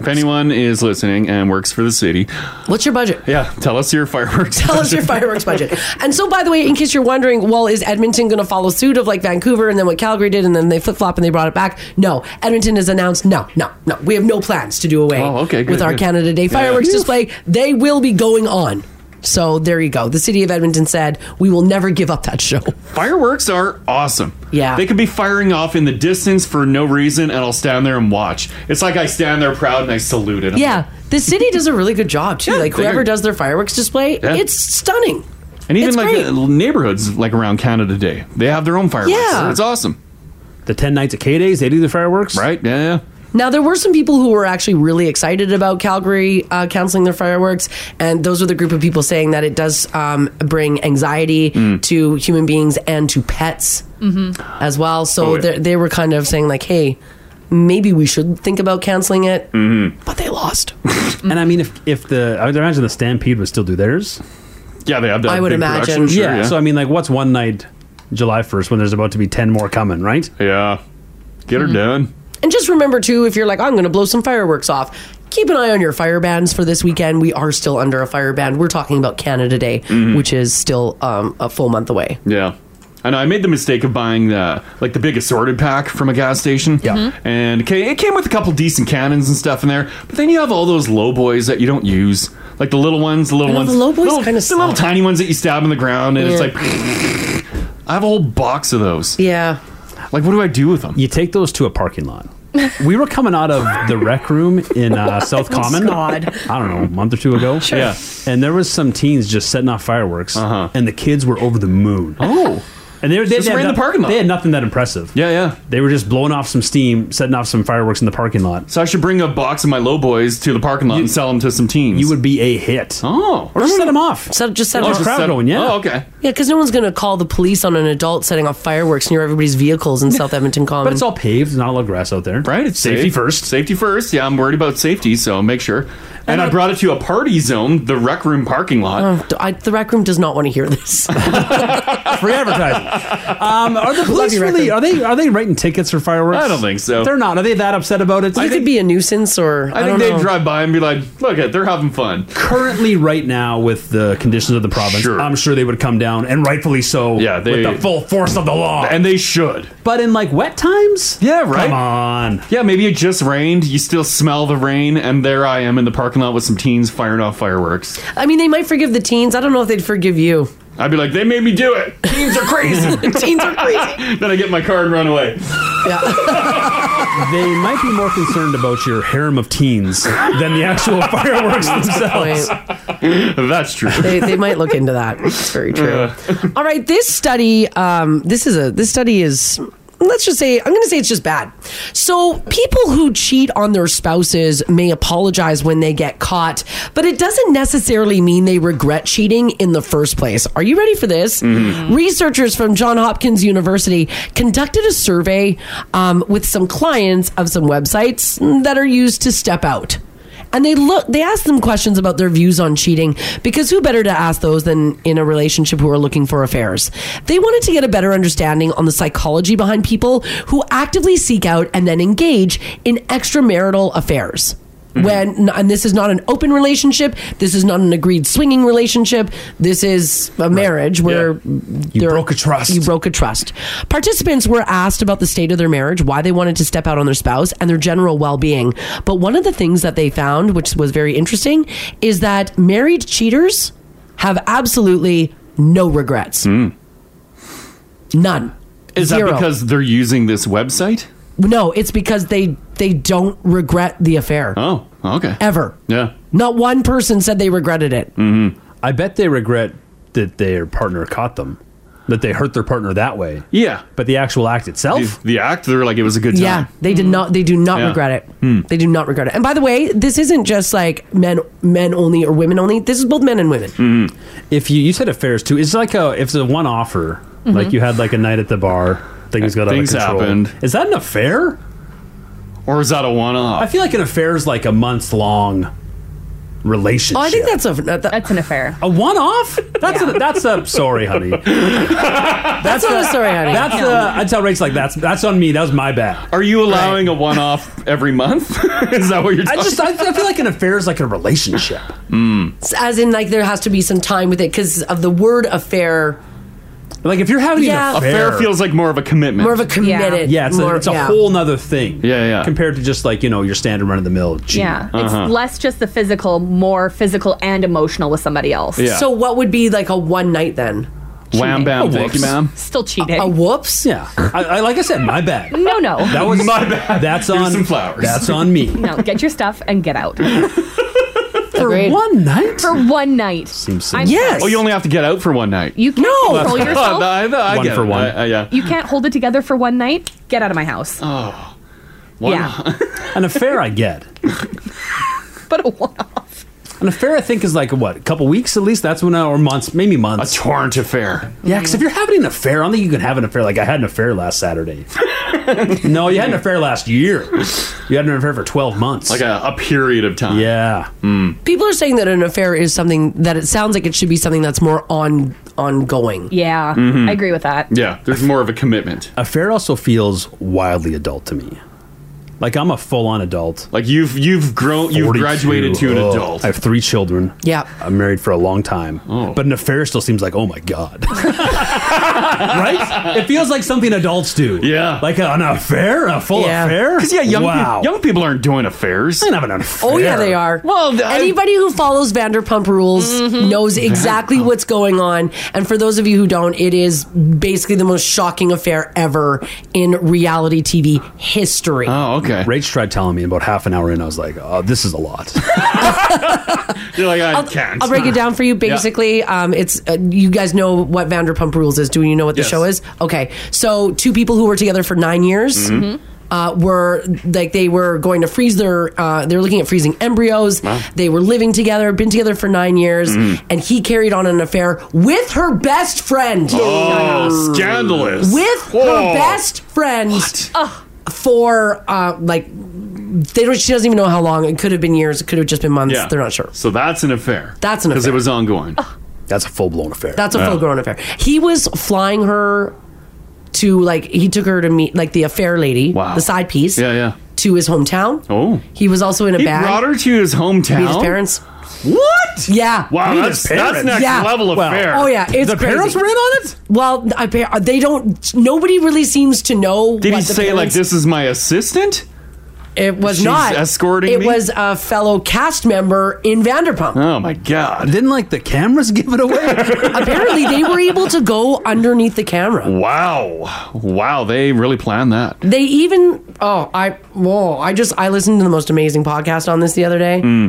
If anyone is listening and works for the city, what's your budget? Yeah, tell us your fireworks. Tell us your budget. fireworks budget. And so, by the way, in case you're wondering, well, is Edmonton going to follow suit of like Vancouver and then what Calgary did and then they flip flop and they brought it back? No, Edmonton has announced no, no, no. We have no plans to do away Oh, okay, good, with our good. Canada Day Yeah. fireworks display. They will be going on. So there you go. The city of Edmonton said we will never give up that show. Fireworks are awesome. Yeah. They could be firing off in the distance for no reason, and I'll stand there and watch. It's like I stand there proud and I salute it. Yeah, the city does a really good job too. like they whoever do. does their fireworks display, Yeah. it's stunning. And even It's like great. the neighborhoods, like around Canada Day, they have their own fireworks. Yeah. It's awesome. the ten nights at K days, they do the fireworks, right? Yeah. Now there were some people who were actually really excited about Calgary uh, canceling their fireworks, and those were the group of people saying that it does um, bring anxiety Mm. to human beings and to pets as well. So Mm-hmm. Oh, yeah. they- they were kind of saying like, "Hey, maybe we should think about canceling it." Hmm. Mm-hmm. But they lost. And I mean, if if the I would imagine the Stampede would still do theirs. Yeah, they have that I would big production, imagine. sure, yeah. yeah. So I mean, like, what's one night, July first, when there's about to be ten more coming, right? Yeah. Get her Mhm. done. And just remember too, if you're like, I'm going to blow some fireworks off. Keep an eye on your fire bans for this weekend. We are still under a fire ban. We're talking about Canada Day, Mm-hmm. which is still um, a full month away. Yeah. I know I made the mistake of buying the like the big assorted pack from a gas station. Yeah. Mhm. And it ca- it came with a couple decent cannons and stuff in there. But then you have all those low boys that you don't use. Like the little ones, the I little know, ones. the low boys little- kinda the little suck. tiny ones that you stab in the ground and it's Yeah. like I have a whole box of those. Yeah. Like what do I do with them? You take those to a parking lot. we were coming out of the rec room in uh, South Oh, Common. God. I don't know, a month or two ago. Sure. Yeah. And there was some teens just setting off fireworks, uh-huh. and the kids were over the moon. Oh. And they, were- they, Just they had ran the noth- parking lot. They had nothing that impressive. Yeah, yeah. They were just blowing off some steam, setting off some fireworks in the parking lot. So I should bring a box of my low boys to the parking lot and sell them to some teens. You would be a hit. Oh. Or just set them off. So just Mm. set Oh, them just off. set- Oh, okay. Yeah, because no one's going to call the police on an adult setting off fireworks near everybody's vehicles in South Edmonton Common. But it's all paved, not a lot of grass out there. Right? It's Safety first. Safety first. Yeah, I'm worried about safety, so make sure. And I brought it to a party zone, the rec room parking lot. Oh, I, the rec room does not want to hear this. Uh, Free advertising. Um, are the police really? Are they? Are they writing tickets for fireworks? I don't think so. They're not. Are they that upset about it? You could be a nuisance, or I, I, think don't they'd know. drive by and be like, look at they're having fun. currently right now with the conditions of the province, I'm sure they would come down and rightfully so. Yeah, they- with the full force of the law, And they should. But in like wet times, yeah, right. Come on. Yeah, maybe it just rained. You still smell the rain, and there I am in the parking lot with some teens firing off fireworks. I mean, they might forgive the teens. I don't know if they'd forgive you. I'd be like, they made me do it. Teens are crazy. teens are crazy. then I get in my car and run away. they might be more concerned about your harem of teens than the actual fireworks That's a good themselves. That's true. They, they might look into that. It's very true. Uh, All right, this study, um, this is a this study is let's just say I'm going to say it's just bad. So people who cheat on their spouses may apologize when they get caught, but it doesn't necessarily mean they regret cheating in the first place. Are you ready for this? Researchers from John Hopkins University conducted a survey um, with some clients of some websites that are used to step out and they look they ask them questions about their views on cheating because who better to ask those than in a relationship who are looking for affairs they wanted to get a better understanding on the psychology behind people who actively seek out and then engage in extramarital affairs when and this is not an open relationship this is not an agreed swinging relationship this is a marriage where you broke a trust you broke a trust participants were asked about the state of their marriage why they wanted to step out on their spouse and their general well-being but one of the things that they found which was very interesting is that married cheaters have absolutely no regrets none hmm. Is that Zero. because they're using this website? no it's because they they don't regret the affair oh okay ever Yeah. not one person said they regretted it Mm-hmm. I bet they regret that their partner caught them, that they hurt their partner that way. Yeah, but the actual act itself, the, act, they're like it was a good Hmm. Yeah, they Mm-hmm. did not. They do not Yeah. regret it. They do not regret it. And by the way, this isn't just like men, men only or women only. This is both men and women. Mm-hmm. If you you said affairs too, it's like a if it's a one offer, Mhm. like you had like a night at the bar, things got Things out of control. happened. Is that an affair? Or is that a one off? I feel like an affair is like a month long relationship. Oh, I think that's a that's an affair. A one off? That's a, that's a sorry, honey. That's not a sorry, honey. That's No. a, I tell Rach like that's that's on me. That was my bad. Are you allowing a one off every month? is that what you're I talking just I, I feel like an affair is like a relationship. Hmm. As in, like there has to be some time with it because of the word affair. Like if you're having yeah, Affair feels like more of a commitment. More of a committed- Yeah, it's more- a, it's a yeah. whole nother thing. Yeah, yeah. Compared to just like you know your standard run of the mill. Yeah, Uh-huh. it's less just the physical, more physical and emotional with somebody else. So what would be like a one night then? Wham bam, Oh, thank you, whoops. ma'am. Still cheating. A, whoops. Yeah. I, I like I said, my bad. No, no. That was my bad. That's on some flowers. That's on me. No, get your stuff and get out. agreed. one night? For one night. Seems I'm Yes. Oh, you only have to get out for one night. You can't no. control yourself? I, I One get for it. one. I- I- yeah. You can't hold it together for one night. Get out of my house. Oh. Yeah. An affair, I get. but a one off. An affair, I think, is like what, a couple weeks at least? That's when, uh, or months, maybe months. A torrent affair. Yeah, because if you're having an affair, I don't think you can have an affair. Like, I had an affair last Saturday. no, you had an affair last year. You had an affair for 12 months. Like a, period of time. Yeah. People are saying that an affair is something that it sounds like it should be something that's more on ongoing. Yeah, Mhm. I agree with that. Yeah, there's more of a commitment. Affair also feels wildly adult to me. Like, I'm a full on adult. Oh. Like, you've you've grown, you've graduated to an adult. I have three children. Yeah. I'm married for a long time. But an affair still seems like, oh my God. right? It feels like something adults do. Yeah. Like an affair? A full Yeah. affair? 'Cause yeah, young pe- wow. young people aren't doing affairs. I have an affair. Oh yeah, they are. Well, Mm-hmm. anybody who follows Vanderpump Rules knows exactly what's going on. And for those of you who don't, it is basically the most shocking affair ever in reality TV history. Oh, okay. Rach tried telling me about half an hour in. I was like, oh, this is a lot. You're like, I can't. I'll break it down for you. Basically, um, it's uh, you guys know what Vanderpump Rules is. Do you know what the Yes. show is? Okay, so two people who were together for nine years. Mhm. Uh, were like they were going to freeze their uh, they were looking at freezing embryos they were living together been together for nine years Mhm. and he carried on an affair with her best friend Oh, scandalous. with Whoa. her best friend for uh, like they don't she doesn't even know how long it could have been years it could have just been months Yeah. they're not sure So that's an affair. That's an Because it was ongoing. That's a full blown affair. That's a full grown affair. He was flying her to like he took her to meet like the affair lady, the side piece. Yeah, yeah. To his hometown. Oh. He was also in a He bag. brought her to his hometown. Meet his parents. What? Yeah. Wow, Meet that's- his that's parents. next level Wow. affair. Oh yeah, it's The parents were in on it. Well, I, pa- they don't. Nobody really seems to know. Did what he the say, like, parents- this is my assistant? It was She's not escorting It me? was a fellow cast member in Vanderpump. Oh, my God. Didn't, like, the cameras give it away? Apparently, they were able to go underneath the camera. Wow. Wow, they really planned that. They even oh I whoa I just I listened to the most amazing podcast on this the other day. Hmm.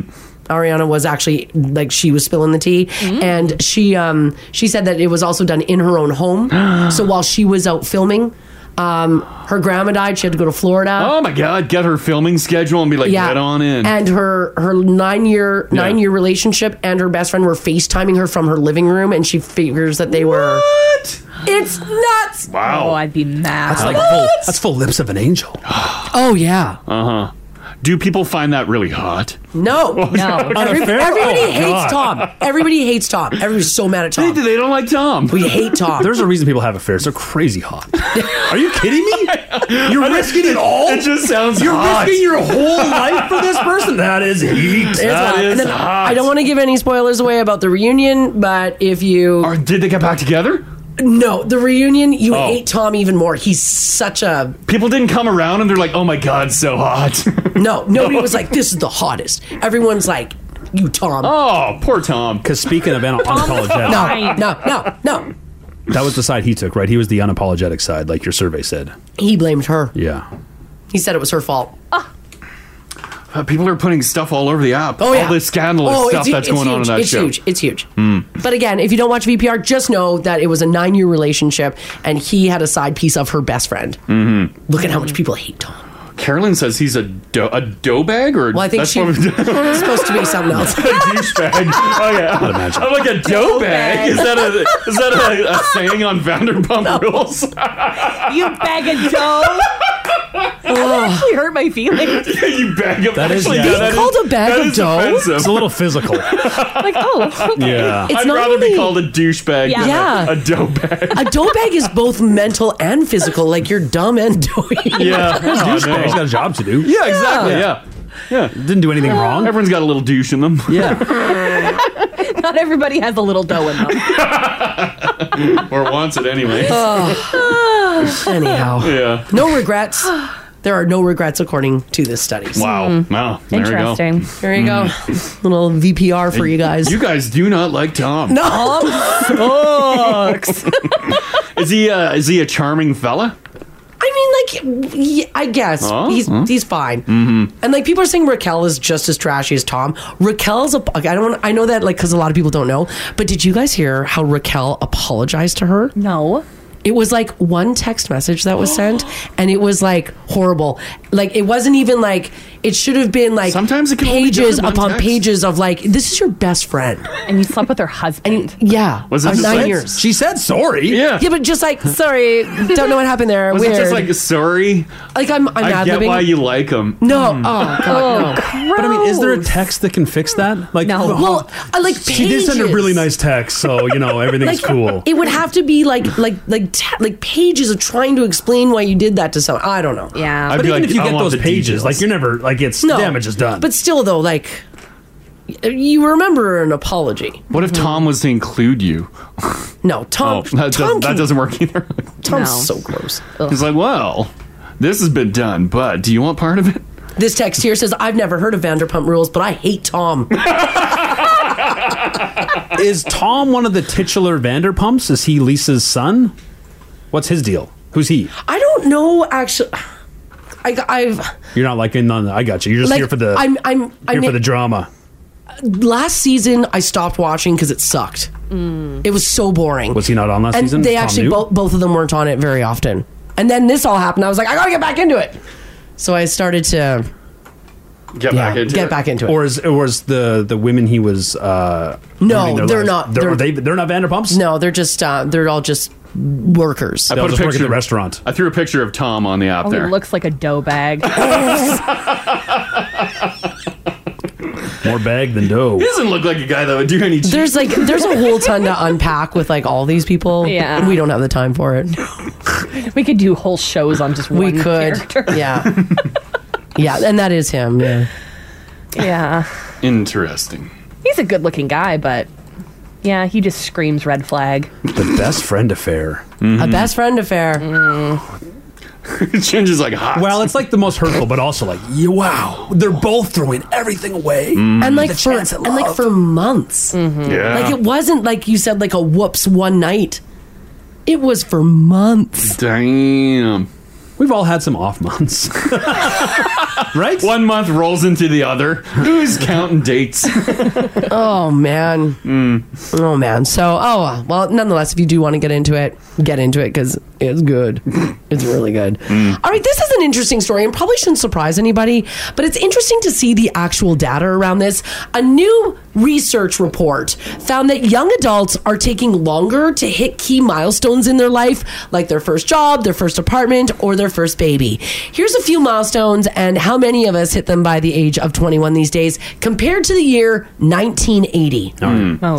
Ariana was actually like she was spilling the tea, and she um she said that it was also done in her own home. so while she was out filming, um her grandma died. She had to go to Florida. Oh, my God. Get her filming schedule and be like, get on in. And her her nine year Yeah. nine year relationship and her best friend were FaceTiming her from her living room, and she figures that they were. What? It's nuts. Wow. Oh, I'd be mad. That's like full, that's full lips of an angel. Oh yeah. Uh huh. Do people find that really hot? No, no. no. On a fair- everybody Oh, hates God. Tom. Everybody hates Tom. Everybody's so mad at Tom. They, don't like Tom. We hate Tom. There's a reason people have affairs. They're crazy hot. Are you kidding me? You're I just- risking it all? it just sounds You're hot. risking your whole life for this person? That is heat. It's hot. And then I don't want to give any spoilers away about the reunion, but if you Or did they get back together? No, the reunion you Oh. hate Tom even more. He's such a People didn't come around and they're like, oh my God, so hot. no. Nobody was like this is the hottest. Everyone's like you, Tom. Oh, poor Tom. Because speaking of an unapologetic, No, no, no, no. that was the side he took, right? He was the unapologetic side, like your survey said. He blamed her. Yeah. He said it was her fault. Uh, people are putting stuff all over the app. Oh, all yeah. this scandalous Oh, stuff it's hu- that's it's going on in huge. that It's show. Hmm, huge. It's huge. But again, if you don't watch VPR, just know that it was a nine year relationship and he had a side piece of her best friend. hmm Look at how much people hate Tom. Carolyn says he's a do- a dough bag, or Well, I think that's she what we- it's supposed to be something else. a douchebag. Oh yeah, I'd imagine. I'm like a dough bag. Is that a is that a, a saying on Vanderpump Rules? you bag of dough. that actually hurt my feelings. you bag of That is actually, yeah, yeah, that that is- is- that is offensive. It's a little physical. like, oh, okay. Yeah. It's I'd not rather only- be called a douchebag Yeah. than Yeah. a, a dough bag. A dough bag is both mental and physical. Like you're dumb and doughy. Yeah, douchebag. He's got a job to do. Yeah, exactly. Yeah. yeah, Didn't do anything wrong. Everyone's got a little douche in them. Yeah, Not everybody has a little dough in them. or wants it anyway. Oh. Anyhow. Yeah. No regrets. There are no regrets according to this study. Wow. Wow. There we Hmm. go. Interesting. There you go. Little VPR for you guys. You guys do not like Tom. No. Tom sucks. is he uh, is he a charming fella? I mean, like, y- I guess Huh? he's Huh? he's fine. Mm-hmm. And like people are saying Raquel is just as trashy as Tom. Raquel's a I don't wanna- I know that like cuz a lot of people don't know, but did you guys hear how Raquel apologized to her? No. It was like one text message that was sent and it was like horrible. Like it wasn't even like it should have been like sometimes it can only be done pages in one upon text. pages of like this is your best friend. And you slept with her husband. yeah. Was it of just nine like- years. She said sorry. Yeah. Yeah, but just like sorry, don't know what happened there. Was Weird. it just like sorry? Like, uh, I'm I'm I ad get libbing. why you like him. No. Oh god. no. But I mean, is there a text that can fix that? Like, No. Well, uh, I like she did send a pages. really nice text, so you know everything's like, cool. It would have to be like like like ta- like pages of trying to explain why you did that to someone. I don't know. Yeah, but even if you get those pages, like you're never Mm-hmm. like it's damage is done. But still, though, like y- you remember an apology. What if Tom was to include you? Oh, No, Tom. that, does, Tom that can- doesn't work either. Tom's No. so gross. He's like, well, this has been done, but do you want part of it? This text here says, "I've never heard of Vanderpump Rules, but I hate Tom." is Tom one of the titular Vanderpumps? Is he Lisa's son? What's his deal? Who's he? I don't know actually. I, I've You're not like in on. I got you. You're just Like, here for the. I'm- I'm- here I'm- for the drama. last season I stopped watching because it sucked. It was so boring. Was he not on last and season? They Tom actually Newton? both both of them weren't on it very often. And then this all happened. I was like, I gotta get back into it. So I started to Get Yeah, back into get it. back into it. Or is or is the the women he was? uh no, ruining their they're lives- not. They're, they they're not Vanderpumps. No, they're just uh, they're all just workers. I put a picture restaurant. I threw a picture of Tom on the app Oh, he there. looks like a dough bag. More bag than dough. He doesn't look like a guy that would do any. There's like there's a whole ton to unpack with like all these people. Yeah. we don't have the time for it. we could do whole shows on just We one could. character. Yeah, yeah, and that is him. Yeah, yeah. Interesting. He's a good looking guy, but yeah, he just screams red flag. The best friend affair. Mm-hmm. a best friend affair. Mm-hmm. Ginge is like hot. Well, it's like the most hurtful, but also like you, wow, they're both throwing everything away. and like for and like for months. Yeah. Like it wasn't like you said like a whoops one night. It was for months. Damn. We've all had some off months. right? One month rolls into the other. Who's counting dates? oh man. Oh man. So oh well. Nonetheless, if you do want to get into it, get into it because it's good. it's really good. All right, this is an interesting story and probably shouldn't surprise anybody, but it's interesting to see the actual data around this. A new research report found that young adults are taking longer to hit key milestones in their life, like their first job, their first apartment, or their first baby. Here's a few milestones and how many of us hit them by the age of 21 these days compared to the year 1980.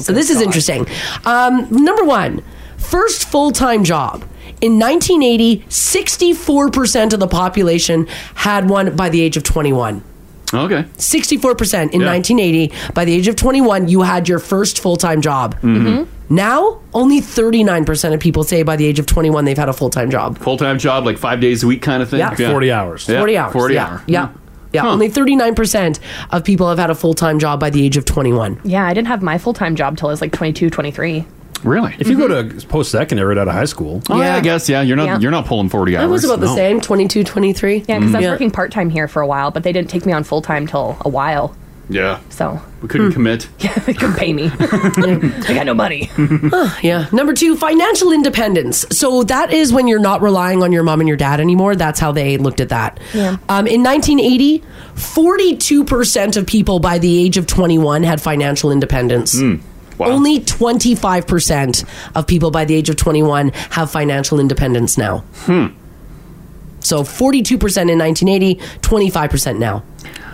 so this is interesting. Um, number one, first full time job. In 1980, 64% of the population had one by the age of 21. Okay. 64% in Yeah. 1980. By the age of 21, you had your first full time job. Mhm. Mm-hmm. Now, only 39% of people say by the age of 21 they've had a full time job. Full time job, like five days a week kind of thing. Yeah. 40 hours. 40 hours. Forty yeah. hour. Yeah. Yeah. Only 39% of people have had a full time job by the age of 21. Yeah, I didn't have my full time job till I was like 22, 23. Really? If you go Mm-hmm. to post secondary out of high school, Oh, yeah, I Yeah. guess yeah. You're not- Yeah. you're not pulling forty I was about the same, Mm. 22, 23. Yeah, because I was Yeah. working part time here for a while, but they didn't take me on full time till a while. Yeah. So We Hmm. couldn't commit. they couldn't pay me. I got no money. Huh, yeah. Number two, financial independence. So that is when you're not relying on your mom and your dad anymore. That's how they looked at that. Yeah. Um, in 1980, 42% of people by the age of 21 had financial independence. Hmm. Only 25% of people by the age of 21 have financial independence now. Hmm. So 42% in 1980, 25% now.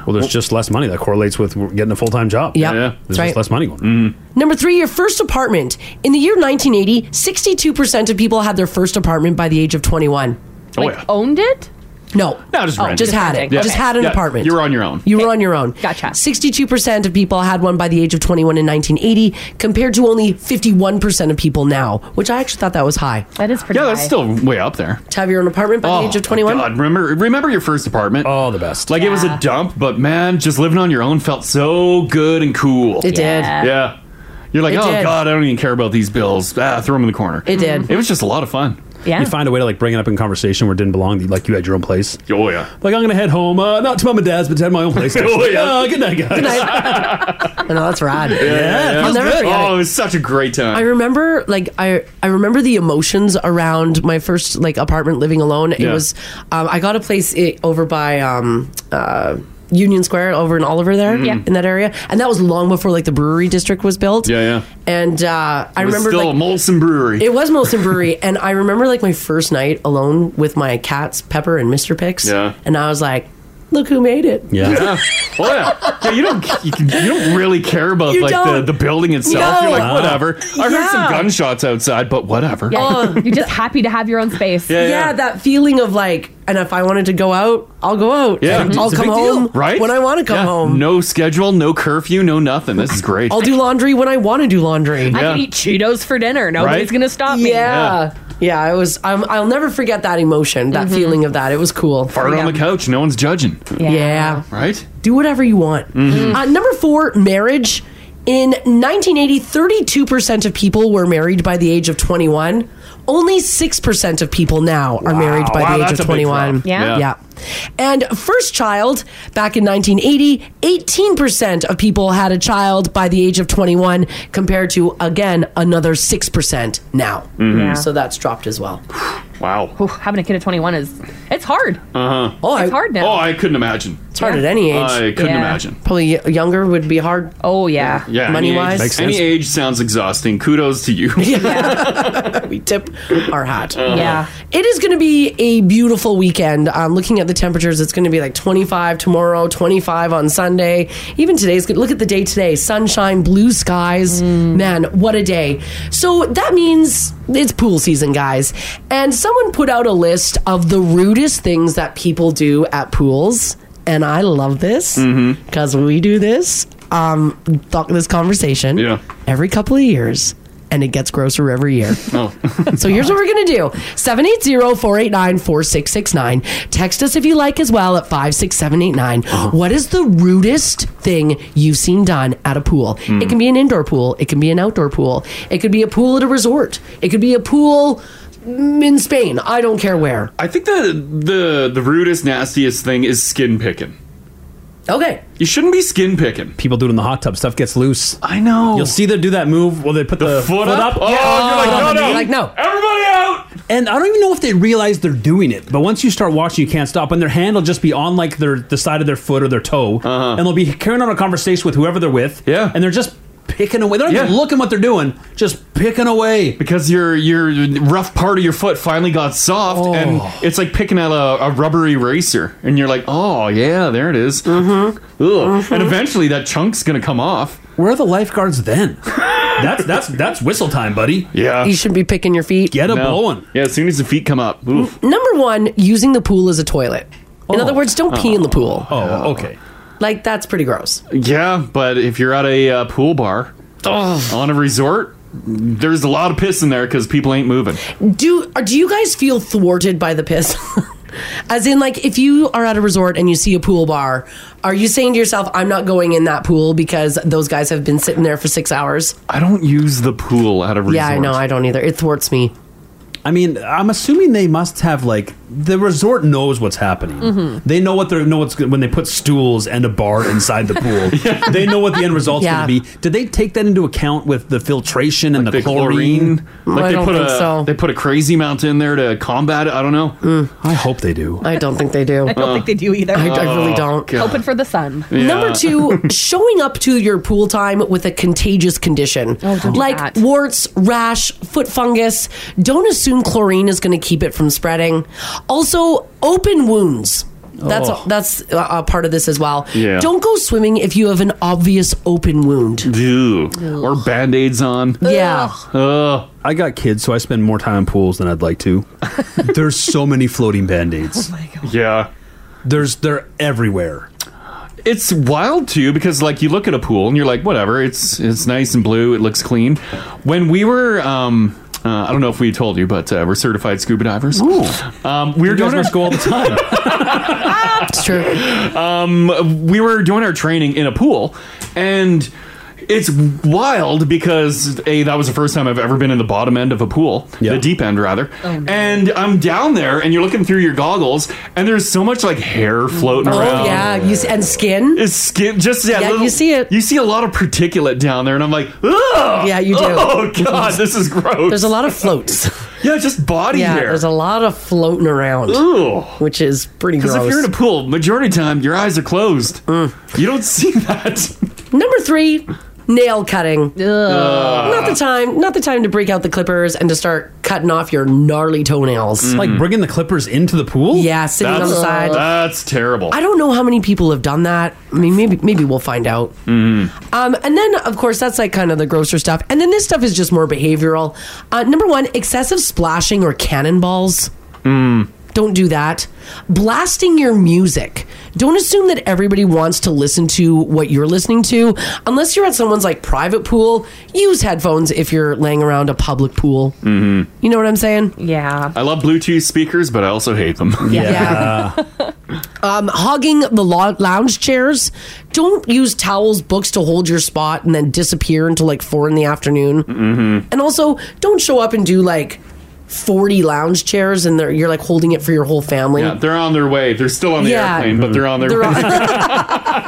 well, there's just less money that correlates with getting a full time job. Yep. Yeah. there's That's right. just less money going. Mm-hmm. Number three, your first apartment. In the year 1980, 62% of people had their first apartment by the age of 21. Oh, Like, yeah. owned it? No. Oh, No, just rent. Just had it. Yeah. Just had an Yeah, apartment. You were on your own. You were on your own. Gotcha. 62% of people had one by the age of 21 in 1980, compared to only 51% of people now, which I actually thought that was high. That is yeah, that's still Oh. way up there. To have your own apartment by the age of 21? God, remember, remember your first apartment? Oh, the best. Like it was a Yeah. dump, but man, just living on your own felt so good and cool. It did. Yeah. Yeah. You're like, It oh did. god, I don't even care about these bills. Ah, throw them in the corner. It did. It was just a lot of fun. Yeah. You find a way to like bring it up in conversation where it didn't belong. Like you had your own place. Oh yeah. Like I'm gonna head home, uh, not to mom and dad's, but to my own place. Oh, yeah. Uh, good night, guys. Good night. no, that's rad. Yeah, yeah, yeah. I'll never forget it. oh, it was such a great time. I remember like I I remember the emotions around my first like apartment living alone. It Yeah. was um, I got a place i over by um uh Union Square over in Oliver there Mm. Yeah. in that area and that was long before like the brewery district was built. yeah, yeah. And uh I It was remember still like a Molson Brewery. it was Molson Brewery, and I remember like my first night alone with my cats, Pepper and Mister Pix. Yeah. and I was like, "Look who made it!" Yeah. yeah. Oh yeah. Yeah, you don't you, can- you don't really care about You like don't. the, the building itself. No. You're like whatever. I heard Yeah. some gunshots outside, but whatever. Oh, Yeah. Oh, You're just happy to have your own space. Yeah, yeah. that feeling of like, and if I wanted to go out, I'll go out. Yeah. And I'll It's a come big deal, home right? when I want to come Yeah. home. No schedule, no curfew, no nothing. This is great. I'll do laundry when I want to do laundry. I can Yeah. eat Cheetos for dinner. Nobody's gonna stop me. Yeah. Yeah, it was. I'm, I'll never forget that emotion, that Mm-hmm. feeling of that. It was cool. Fart on the couch. No one's judging. Yeah. Yeah. Right? Do whatever you want. Mm-hmm. Mhm. Uh, number four, marriage. In 1980, 32% of people were married by the age of 21. Only 6% of people now are married by Wow, the age that's of a big 21. drop. Yeah. Yeah. Yeah. And first child, back in 1980, 18% of people had a child by the age of 21, compared to, again, another 6% now. Mm-hmm. Mhm. Yeah. So that's dropped as well. Wow. Ooh, having a kid at 21 is it's hard. Uh huh. Oh, It's I- hard now. Oh, I couldn't imagine. It's hard at any age. I couldn't imagine. Probably y- younger would be hard. Oh, yeah. Yeah. any Money age- wise. any age sounds exhausting. Kudos to you. we tip our hat. Uh-huh. Yeah. It is going to be a beautiful weekend. Um, looking at the temperatures, it's going to be like 25 tomorrow, 25 on Sunday. Even today's good. Look at the day today sunshine, blue skies. Man, what a day. So that means it's pool season, guys. And someone put out a list of the rudest things that people do at pools. And I love this because we do this. Um, th- this conversation every couple of years, and it gets grosser every year. Oh. so here's what we're going to do 780-489-4669 text us if you like as well at Uh-huh. 56789 what is the rudest thing you've seen done at a pool Hmm. it can be an indoor pool it can be an outdoor pool it could be a pool at a resort it could be a pool mm, in spain i don't care where I think the the the rudest, nastiest thing is skin picking. Okay. You shouldn't be skin picking. People do it in the hot tub. Stuff gets loose. I know. You'll see them do that move where they put the, foot up? Oh, you're like, no, no. Like, no. Everybody out! And I don't even know if they realize they're doing it. But once you start watching, you can't stop. And their hand will just be on like their the side of their foot or their toe. Uh-huh. And they'll be carrying on a conversation with whoever they're with. Yeah. And they're just picking away. They're not even looking what they're doing. Just picking away. Because your your rough part of your foot finally got soft, and Oh. it's like picking at a, a rubber eraser, and you're like, oh yeah, there it is. Mm-hmm. Ugh. And eventually that chunk's gonna come off. Where are the lifeguards then? that's that's that's whistle time, buddy. Yeah. you shouldn't be picking your feet Uh. Get a blowing. Yeah, as soon as the feet come up. Oof. number one using the pool as a toilet in other words don't pee in the pool Oh, okay. like that's pretty gross Yeah, but if you're at a uh, pool bar Oh. on a resort, there's a lot of piss in there because people ain't moving. Do or do you guys feel thwarted by the piss? As in, like, if you are at a resort and you see a pool bar, are you saying to yourself, "I'm not going in that pool because those guys have been sitting there for six hours"? I don't use the pool at a resort. Yeah, I know, I don't either. It thwarts me. I mean, I'm assuming they must have like the resort knows what's happening. Mhm. They know what they are know what's when they put stools and a bar inside the pool. They know what the end result's Yeah. going to be. Did they take that into account with the filtration and the, chlorine? chlorine. Like they put a, They put a crazy amount in there to combat it. I don't know. I hope they do. I don't think they do. I don't think they do either. I- I Oh, really don't. God. Hoping for the sun. Number two, showing up to your pool time with a contagious condition Oh, like warts, rash, foot fungus. Don't assume chlorine is going to keep it from spreading. Also, open wounds. That's Oh. that's a, a part of this as well. Yeah. Don't go swimming if you have an obvious open wound. Ew. Or band aids on. Yeah. I got kids, so I spend more time in pools than I'd like to. There's so many floating band aids. Yeah. There's they're everywhere. It's wild too because like you look at a pool and you're like whatever it's it's nice and blue it looks clean. When we were um uh, I don't know if we told you but uh, we're certified scuba divers. Um we were You guys doing our must go all the time. it's true. Um we were doing our training in a pool and it's wild because a that was the first time I've ever been in the bottom end of a pool, the deep end rather. Oh, and I'm down there, and you're looking through your goggles, and there's so much like hair floating Oh around. yeah, you s- and skin. It's skin. Just yeah, Yeah, little- you see it. You see a lot of particulate down there, and I'm like, Ugh! Yeah, you do. Oh god, this is gross. There's a lot of floats. yeah, just body yeah, hair. There's a lot of floating around. Ooh. Which is pretty gross. Because if you're in a pool, majority of the time your eyes are closed. You don't see that. Number three, nail cutting. Ugh. Not the time. Not the time to break out the clippers and to start cutting off your gnarly toenails. Like bringing the clippers into the pool? Yeah, sitting on the side. Mm-hmm. That's terrible. I don't know how many people have done that. I mean, maybe maybe we'll find out. Mm-hmm. Um, and then, of course, that's like kind of the grosser stuff. And then this stuff is just more behavioral. Uh, number one, excessive splashing or cannonballs. Don't do that. Blasting your music. Don't assume that everybody wants to listen to what you're listening to. Unless you're at someone's like private pool, use headphones if you're laying around a public pool. Mm-hmm. You know what I'm saying? Yeah. I love Bluetooth speakers, but I also hate them. Yeah. Um, hogging the lo- lounge chairs. Don't use towels, books to hold your spot and then disappear until like four in the afternoon. mm-hmm. And also, don't show up and do like 40 lounge chairs and they're, you're like holding it for your whole family. Yeah, they're on their way. They're still on the Yeah. airplane, but they're on their They're way. on-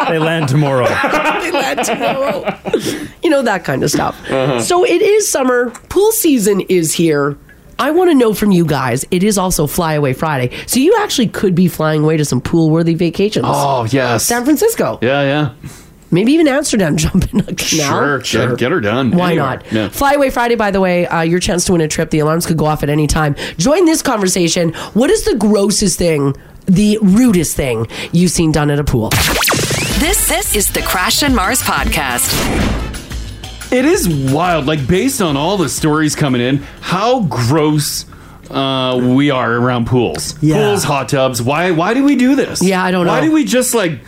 they land tomorrow. They let you know. You know, that kind of stuff. Uh-huh. So it is summer. Pool season is here. I want to know from you guys. It is also Flyaway Friday. So you actually could be flying away to some pool worthy vacations. Oh, yes. San Francisco. yeah, yeah. Maybe even Amsterdam jumping a canal. Sure, get- Get, her done. Why Anywhere. not? Yeah. Flyaway Friday, by the way, uh, your chance to win a trip. The alarms could go off at any time. Join this conversation. What is the grossest thing, the rudest thing you've seen done at a pool? This this is the Crash and Mars podcast. It is wild. Like based on all the stories coming in, how gross uh, we are around pools, pools, hot tubs. Why? Why do we do this? Yeah, I don't Why know. do we just like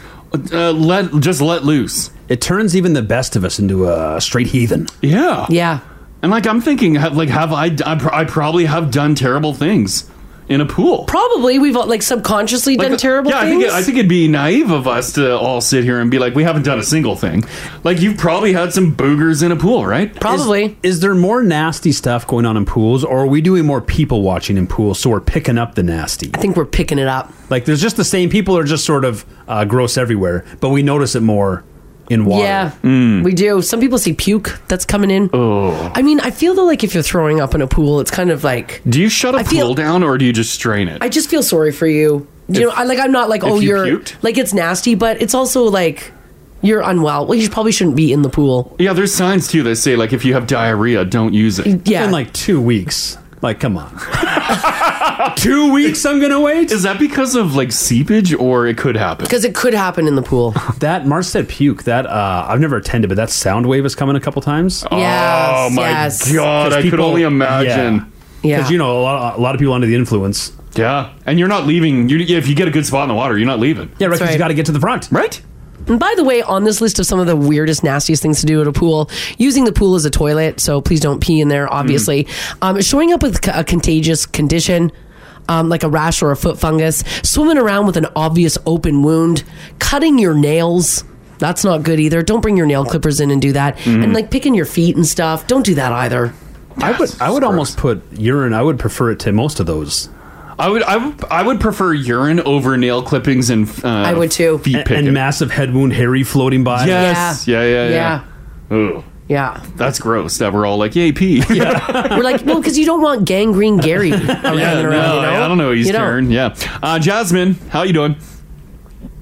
uh, let just let loose? It turns even the best of us into a straight heathen. Yeah, yeah. And like I'm thinking, have- like have I? I, pr- I probably have done terrible things in a pool. Probably we've uh, like subconsciously Like, uh, done terrible yeah, things. I think, it, I think it'd be naive of us to all sit here and be like, we haven't done a single thing. Like, you've probably had some boogers in a pool, right? Probably. Is, is there more nasty stuff going on in pools, or are we doing more people watching in pools, so we're picking up the nasty? I think we're picking it up. Like, there's just the same people are just sort of uh, gross everywhere, but we notice it more in water. Yeah, Mm. we do. Some people see puke that's coming in. Oh. I mean, I feel though like if you're throwing up in a pool, it's kind of like Do you shut a I pool feel- down or do you just strain it? I just feel sorry for you. You know, I like I'm not like if oh you you are like it's nasty, but it's also like you're unwell. Well, you probably shouldn't be in the pool. yeah, there's signs too that say, like, if you have diarrhea, don't use it. Yeah. In, like two weeks. Like, come on. two weeks I'm going to wait? Is that because of like seepage or it could happen? Because it could happen in the pool. that Mark said puke. That uh, I've never attended, but that sound wave has come in a couple times. Yes, Oh, my yes. God, 'Cause I could only imagine. Yeah. Because you know a lot, a lot of people under the influence. Yeah, and you're not leaving. You, if you get a good spot in the water, you're not leaving. Yeah, right. 'cause you right. got to get to the front, right? And by the way, on this list of some of the weirdest, nastiest things to do at a pool, using the pool as a toilet, so please don't pee in there, obviously. Um, showing up with c- a contagious condition, um, like a rash or a foot fungus, swimming around with an obvious open wound, cutting your nails. That's not good either. Don't bring your nail clippers in and do that. Mhm. And like picking your feet and stuff. Don't do that either. I would I would almost put urine. I would prefer it to most of those. I would, I would, I would prefer urine over nail clippings and uh, I would too. Feet and, and massive head wound, hairy floating by. Yes. Yeah. Yeah. Yeah. Yeah. Ooh. Yeah. That's gross. That we're all like, yay, pee. Yeah. We're like, well, because you don't want gangrene Gary around and no, around, you know? I don't know. He's You don't. turned. Yeah. Uh, Jasmine, how you doing?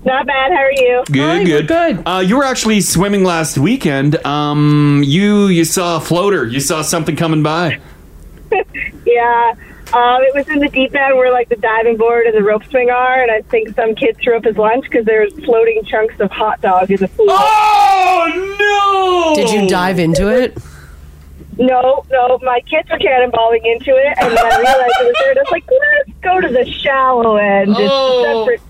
Not bad. How are you? Good. good. Good. Uh, you were actually swimming last weekend. Um, you you saw a floater. You saw something coming by. Yeah. Um, it was in the deep end where like the diving board and the rope swing are, and I think some kid threw up his lunch because there was floating chunks of hot dog in the pool. Oh Did you dive into it? No, no, my kids were cannonballing into it, and then I realized it was there. And I was like, let's go to the shallow end. It's Oh. separate.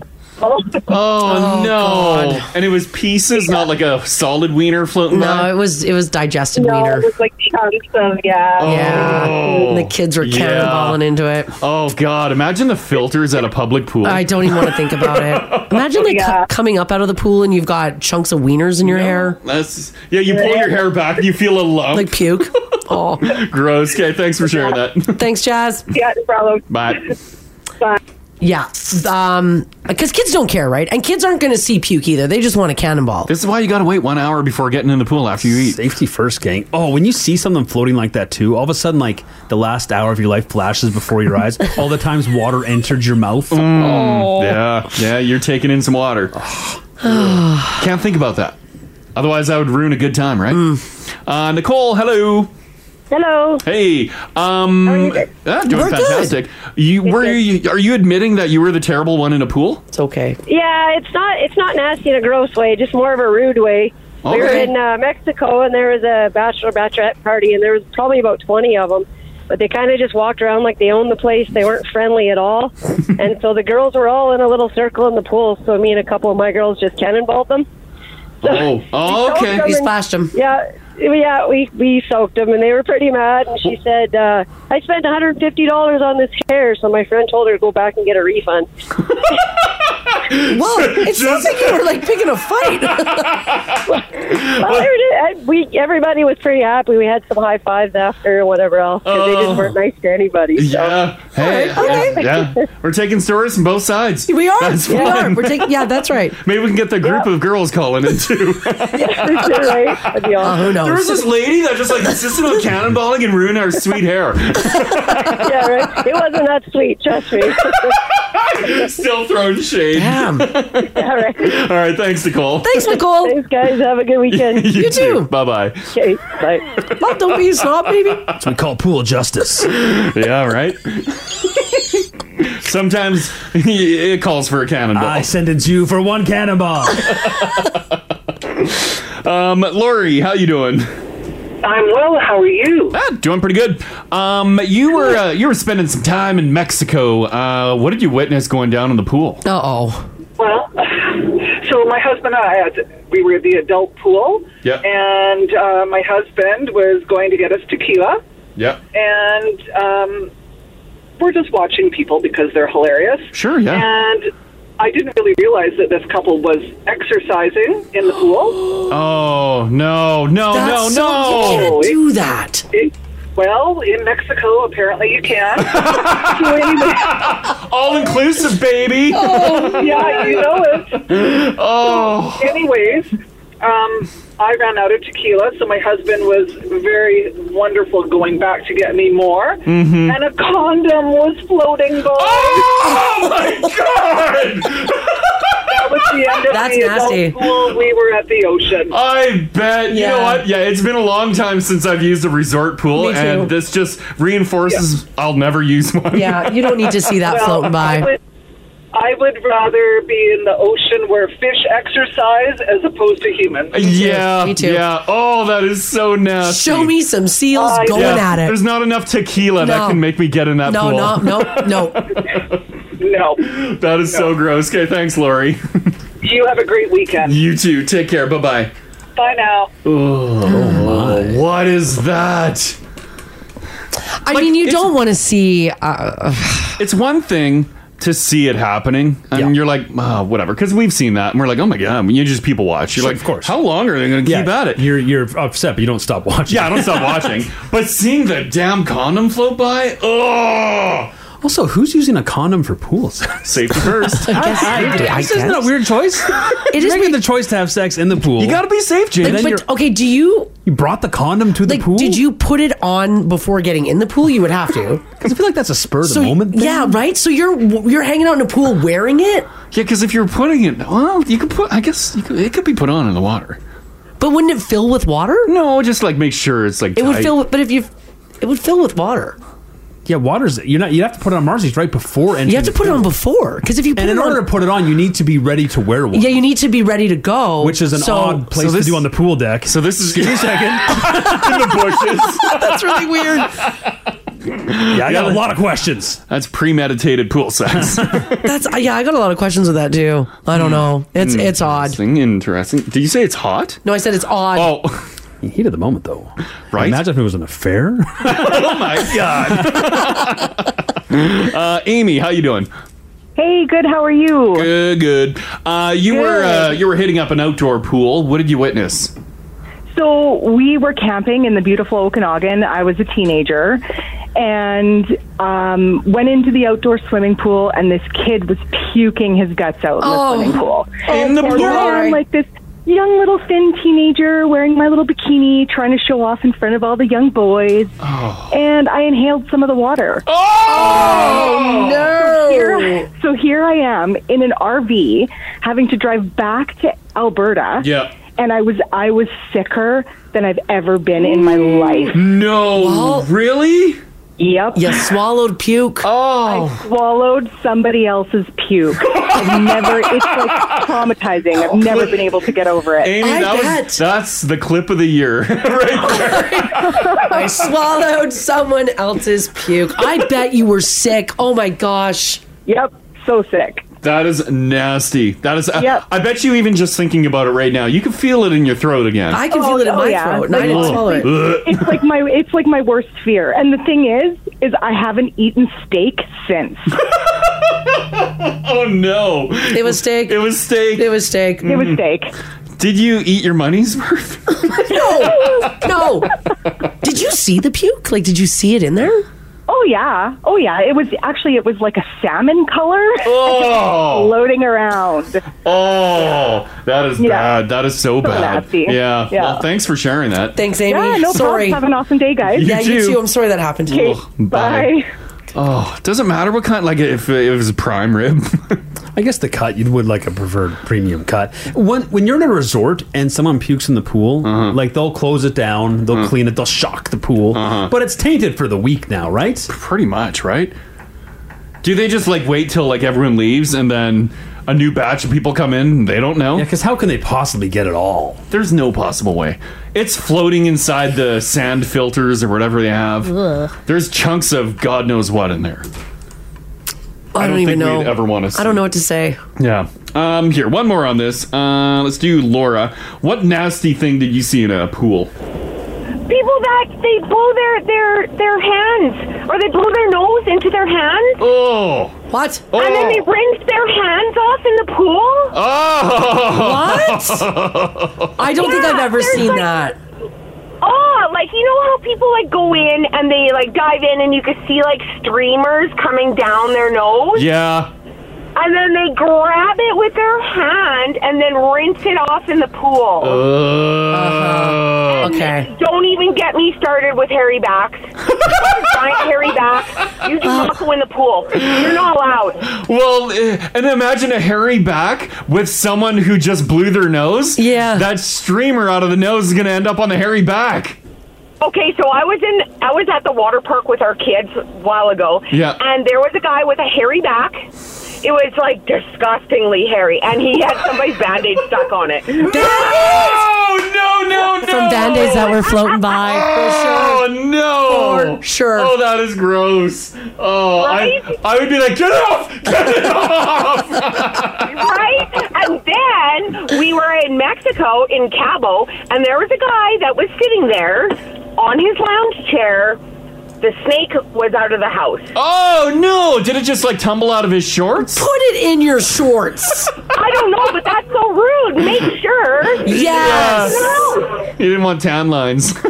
Oh, no! And it was pieces, not like a solid wiener floating. No, it was it was digested wiener. it was like chunks of yeah. Yeah, And the kids were cannonballing into it. Oh god! Imagine the filters at a public pool. I don't even want to think about it. Imagine like cu- coming up out of the pool and you've got chunks of wieners in your hair. That's yeah. You pull your hair back, you feel a lump, like puke. Oh, gross. Okay, thanks for sharing that. Thanks, Jazz. Yeah, no problem. Bye. Yeah, um, because kids don't care, right? And kids aren't going to see puke either. They just want a cannonball. This is why you got to wait one hour before getting in the pool after you eat. Safety first, gang. Oh, when you see something floating like that too, all of a sudden, like the last hour of your life flashes before your eyes. all the times water entered your mouth. Oh. Mm, Yeah, yeah. You're taking in some water. Can't think about that. Otherwise, that would ruin a good time, right? Uh, Nicole, hello. Hello. Hey. Um, ah, doing We're good. fantastic. You were you? Are you admitting that you were the terrible one in a pool? It's okay. Yeah, it's not it's not nasty in a gross way, just more of a rude way. We were Okay. in uh, Mexico and there was a bachelor bachelorette party and there was probably about twenty of them. But they kind of just walked around like they owned the place. They weren't friendly at all, and so the girls were all in a little circle in the pool. So me and a couple of my girls just cannonballed them. Oh, oh soaked okay. them and- Yeah, yeah, we we soaked them, and they were pretty mad. And she said, uh, "I spent 150 dollars on this hair," so my friend told her to go back and get a refund. Whoa, it sounds like you were like picking a fight. Well, they were just- I- we everybody was pretty happy. We had some high fives after and whatever else 'cause they just weren't nice to anybody. So. Oh. Yeah. Hey. okay. Yeah. We're taking stories from both sides. We are. That's we are. fun. We're taking. Yeah, that's right. Maybe we can get the group of girls calling in too. Oh, who knows? There was this lady that just like insisted on cannonballing and ruining our sweet hair. yeah, right. It wasn't that sweet, trust me. Still throwing shade. Damn. All right. All right. Thanks, Nicole. Thanks, Nicole. Thanks, guys. Have a good weekend. you, too. Bye bye. Okay, bye. Mom, don't be a snob, baby. That's what we call pool justice. yeah, right. Sometimes it calls for a cannonball. I sentence you for one cannonball. Um, Lori, how you doing? I'm well. How are you? Ah, doing pretty good. Um, you were uh, you were spending some time in Mexico. Uh, what did you witness going down in the pool? Uh oh. Well, so my husband and I, had, we were at the adult pool, Yep. and uh, my husband was going to get us tequila, Yeah. and um, we're just watching people because they're hilarious. Sure, yeah. And I didn't really realize that this couple was exercising in the pool. Oh no no no no! do that. Oh. well, in Mexico, apparently you can. All inclusive, baby. Oh, yeah, you know it. Oh. Anyways, um, I ran out of tequila, so my husband was very wonderful going back to get me more. Mhm. And a condom was floating by. Oh, my God! that was the end of That's the adult nasty. pool. We were at the ocean. I bet you know what? Yeah, it's been a long time since I've used a resort pool, Me too. and this just reinforces I'll never use one. Yeah, you don't need to see that Well, floating I by. would, I would rather be in the ocean where fish exercise as opposed to humans. Yeah, yeah. Oh, that is so nasty. Show me some seals I- going Yeah, at it. There's not enough No. tequila that can make me get in that no, pool. no, no, no. No. That is so gross. Okay, thanks, Lori. You have a great weekend. you too. Take care. Bye bye. Bye now. Oh, what is that? I mean, you don't want to see. Uh, It's one thing to see it happening, and you're like, oh, whatever, because we've seen that, and we're like, oh my god, you just people watch. You're Sure, like, of course. How long are they going to keep at it? You're you're upset, but you don't stop watching. Yeah, I don't stop watching. But seeing the damn condom float by, oh. Also, who's using a condom for pools? Safety first. I, guess. I, I this isn't that a guess. weird choice. It You're making the choice to have sex in the pool. You gotta be safe, Like, but- okay, do you? You brought the condom to the pool. Did you put it on before getting in the pool? You would have to. Because I feel like that's a spur of so, the moment. Yeah, right. So you're you're hanging out in a pool wearing it, Yeah, because if you're putting it, well, you could put. I guess you could, it could be put on in the water. but wouldn't it fill with water? No, just like make sure it's like It would tight. fill. with- But if you, it would fill with water. Yeah, water's you're not. You have to put it on Marcy's right before entering. You have to put it on before because if you put and in it on- order to put it on, you need to be ready to wear one. yeah, you need to be ready to go. Which is an So- odd place to do on the pool deck. So this is Excuse me a second. in the bushes. That's really weird. Yeah, I got a lot of questions. That's premeditated pool sex. That's uh, yeah. I got a lot of questions with that too. I Hmm. don't know. It's it's odd. Interesting, interesting. Did you say it's hot? No, I said it's odd. Oh, heat of the moment though. Right? Imagine if it was an affair. oh my god. uh, Amy, how you doing? Hey, good. How are you? Good, good. Uh, you were uh, you were hitting up an outdoor pool. What did you witness? So we were camping in the beautiful Okanagan. I was a teenager and um, went into the outdoor swimming pool, and this kid was puking his guts out in Oh. the swimming pool. In the and pool? Here I am, like this young little thin teenager wearing my little bikini, trying to show off in front of all the young boys. Oh. And I inhaled some of the water. Oh, So here, so here I am in an RV, having to drive back to Alberta Yeah. and I was I was sicker than I've ever been in my life. No, really? Yep. You swallowed puke. Oh, I swallowed somebody else's puke. I've never. It's like traumatizing. I've never been able to get over it. Amy, that was, that's the clip of the year. I swallowed someone else's puke. I bet you were sick. Oh my gosh. Yep. So sick. that is nasty. That is. Yep. I, bet you even just thinking about it right now, you can feel it in your throat again. I can feel it in oh, my yeah. throat, and I Like, didn't swallow it. Ugh. It's like my it's like my worst fear. And the thing is, is I haven't eaten steak since. oh no! It was steak. It was steak. It was steak. It was steak. Did you e-, eat your money's worth? no, no. Did you see the puke? Like, did you see it in there? Oh yeah, oh yeah. It was actually it was like a salmon color Oh. floating around. Oh, that is Yeah. bad. That is so, So bad. nasty. Yeah. Yeah. Well, thanks for sharing that. Thanks, Amy. Yeah, no sorry. problem. Have an awesome day, guys. You yeah, you too. too. I'm sorry that happened. to you. Bye. Oh, it doesn't matter what kind. Like if it was a prime rib. I guess the cut you would like a preferred premium cut. When when you're in a resort and someone pukes in the pool, Uh-huh. like they'll close it down, they'll clean it, they'll shock the pool, Uh-huh. but it's tainted for the week now, right? Pretty much, right? Do they just like wait till like everyone leaves and then a new batch of people come in? And they don't know. Yeah, because how can they possibly get it all? There's no possible way. It's floating inside the sand filters or whatever they have. Ugh. There's chunks of God knows what in there. I, I don't, don't even think know. we'd ever wanna see I don't know what to say. Yeah. Um. Here, one more on this. Uh. Let's do Laura. What nasty thing did you see in a pool? People that they blow their their their hands or they blow their nose into their hands. Oh. What? And then they rinse their hands off in the pool. Oh. I don't think Yeah, I've ever there's seen like- that. Oh, like you know how people like go in and they like dive in and you can see like streamers coming down their nose. Yeah. And then they grab it with their hand and then rinse it off in the pool. Okay. Don't even get me started with hairy backs. Giant hairy backs. You do not go in the pool. You're not allowed. Well, eh, and imagine a hairy back with someone who just blew their nose. Yeah. That streamer out of the nose is going to end up on the hairy back. Okay, so I was in I was at the water park with our kids a while ago. Yeah. And there was a guy with a hairy back. It was like disgustingly hairy, and he had somebody's band aid stuck on it. Oh no no no! From band aids that were floating by. Oh no! For sure. Oh, that is gross. Oh, I, I would be like, get off! Get it off! right? And then we were in Mexico in Cabo, and there was a guy that was sitting there on his lounge chair. The snake was out of the house. Oh no! Did it just like tumble out of his shorts? Put it in your shorts. I don't know, but that's so rude. Make sure. Yes. No. You didn't want tan lines.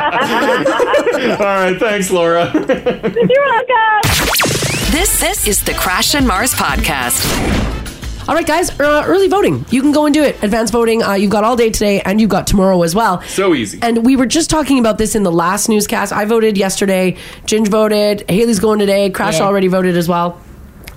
All right, thanks, Laura. This this is the Crash and Mars podcast. All right, guys, uh, early voting. You can go and do it. Advanced voting. Uh, you've got all day today and you've got tomorrow as well. So easy. And we were just talking about this in the last newscast. I voted yesterday. Ginge voted. Haley's going today. Crash Yeah. already voted as well.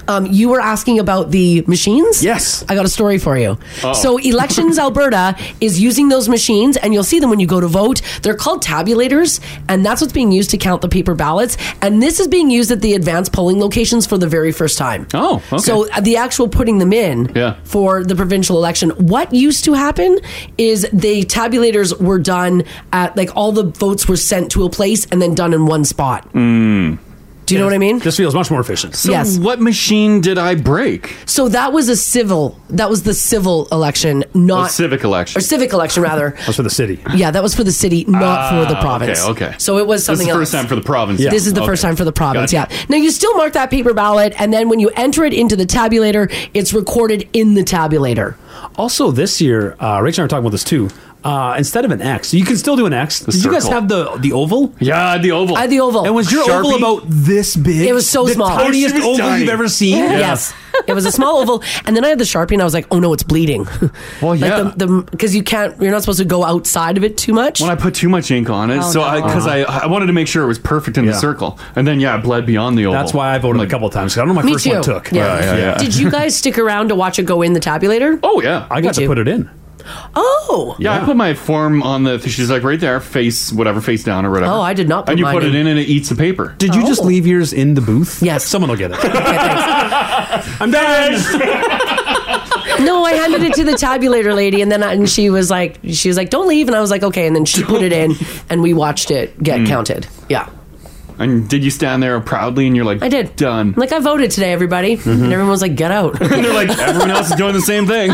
Um, you were asking about the machines? Yes. I got a story for you. Oh. Uh-oh. So, Elections Alberta is using those machines, and you'll see them when you go to vote. They're called tabulators, and that's what's being used to count the paper ballots. And this is being used at the advanced polling locations for the very first time. Oh, okay. So, uh, the actual putting them in Yeah. for the provincial election. What used to happen is the tabulators were done at like all the votes were sent to a place and then done in one spot. Mm. Do you know what I mean? This feels much more efficient. So Yes. what machine did I break? So that was a civil. That was the civil election, not A civic election. or civic election rather. That's for the city. Yeah, that was for the city, not Ah, for the province. Okay, okay. So it was something This is the else. first time for the province. This is the Okay. first time for the province. Gotcha. Yeah. Now you still mark that paper ballot, and then when you enter it into the tabulator, it's recorded in the tabulator. Also, this year, uh, Rachel and I were talking about this too. Uh, instead of an X, you can still do an X. Did you guys circle. have the the oval? Yeah, the oval. I had the oval. And was your oval Sharpie? about this big? It was so the small. Tiniest oval you've ever seen. Yeah. Yes. It was a small oval, and then I had the sharpie, and I was like, "Oh no, it's bleeding." Well, yeah. because you can't. You're not supposed to go outside of it too much. When I put too much ink on it, Oh, so I no. because I I wanted to make sure it was perfect in Yeah. the circle, and then yeah, it bled beyond the oval. That's why I voted a couple of times. 'cause I don't know my Me first too. one took. Yeah. Did you guys stick around to watch it go in the tabulator? Oh yeah, I got to put it in. Oh. Yeah, I put my form on the. She's like right there, face whatever, face down or whatever. Oh, I did not put And you mine put in. it Oh. in, and it eats the paper. Did you just leave yours in the booth? Yes. Someone will get it. I'm done. no, I handed it to the tabulator lady, and then I, and she was like, she was like, "Don't leave," and I was like, "Okay," and then she put it in, and we watched it get Mm. counted. Yeah, And did you stand there proudly and you're like, I did. Done. Like I voted today, everybody, Mm-hmm. and everyone was like, "Get out!" and they're like, everyone else is doing the same thing.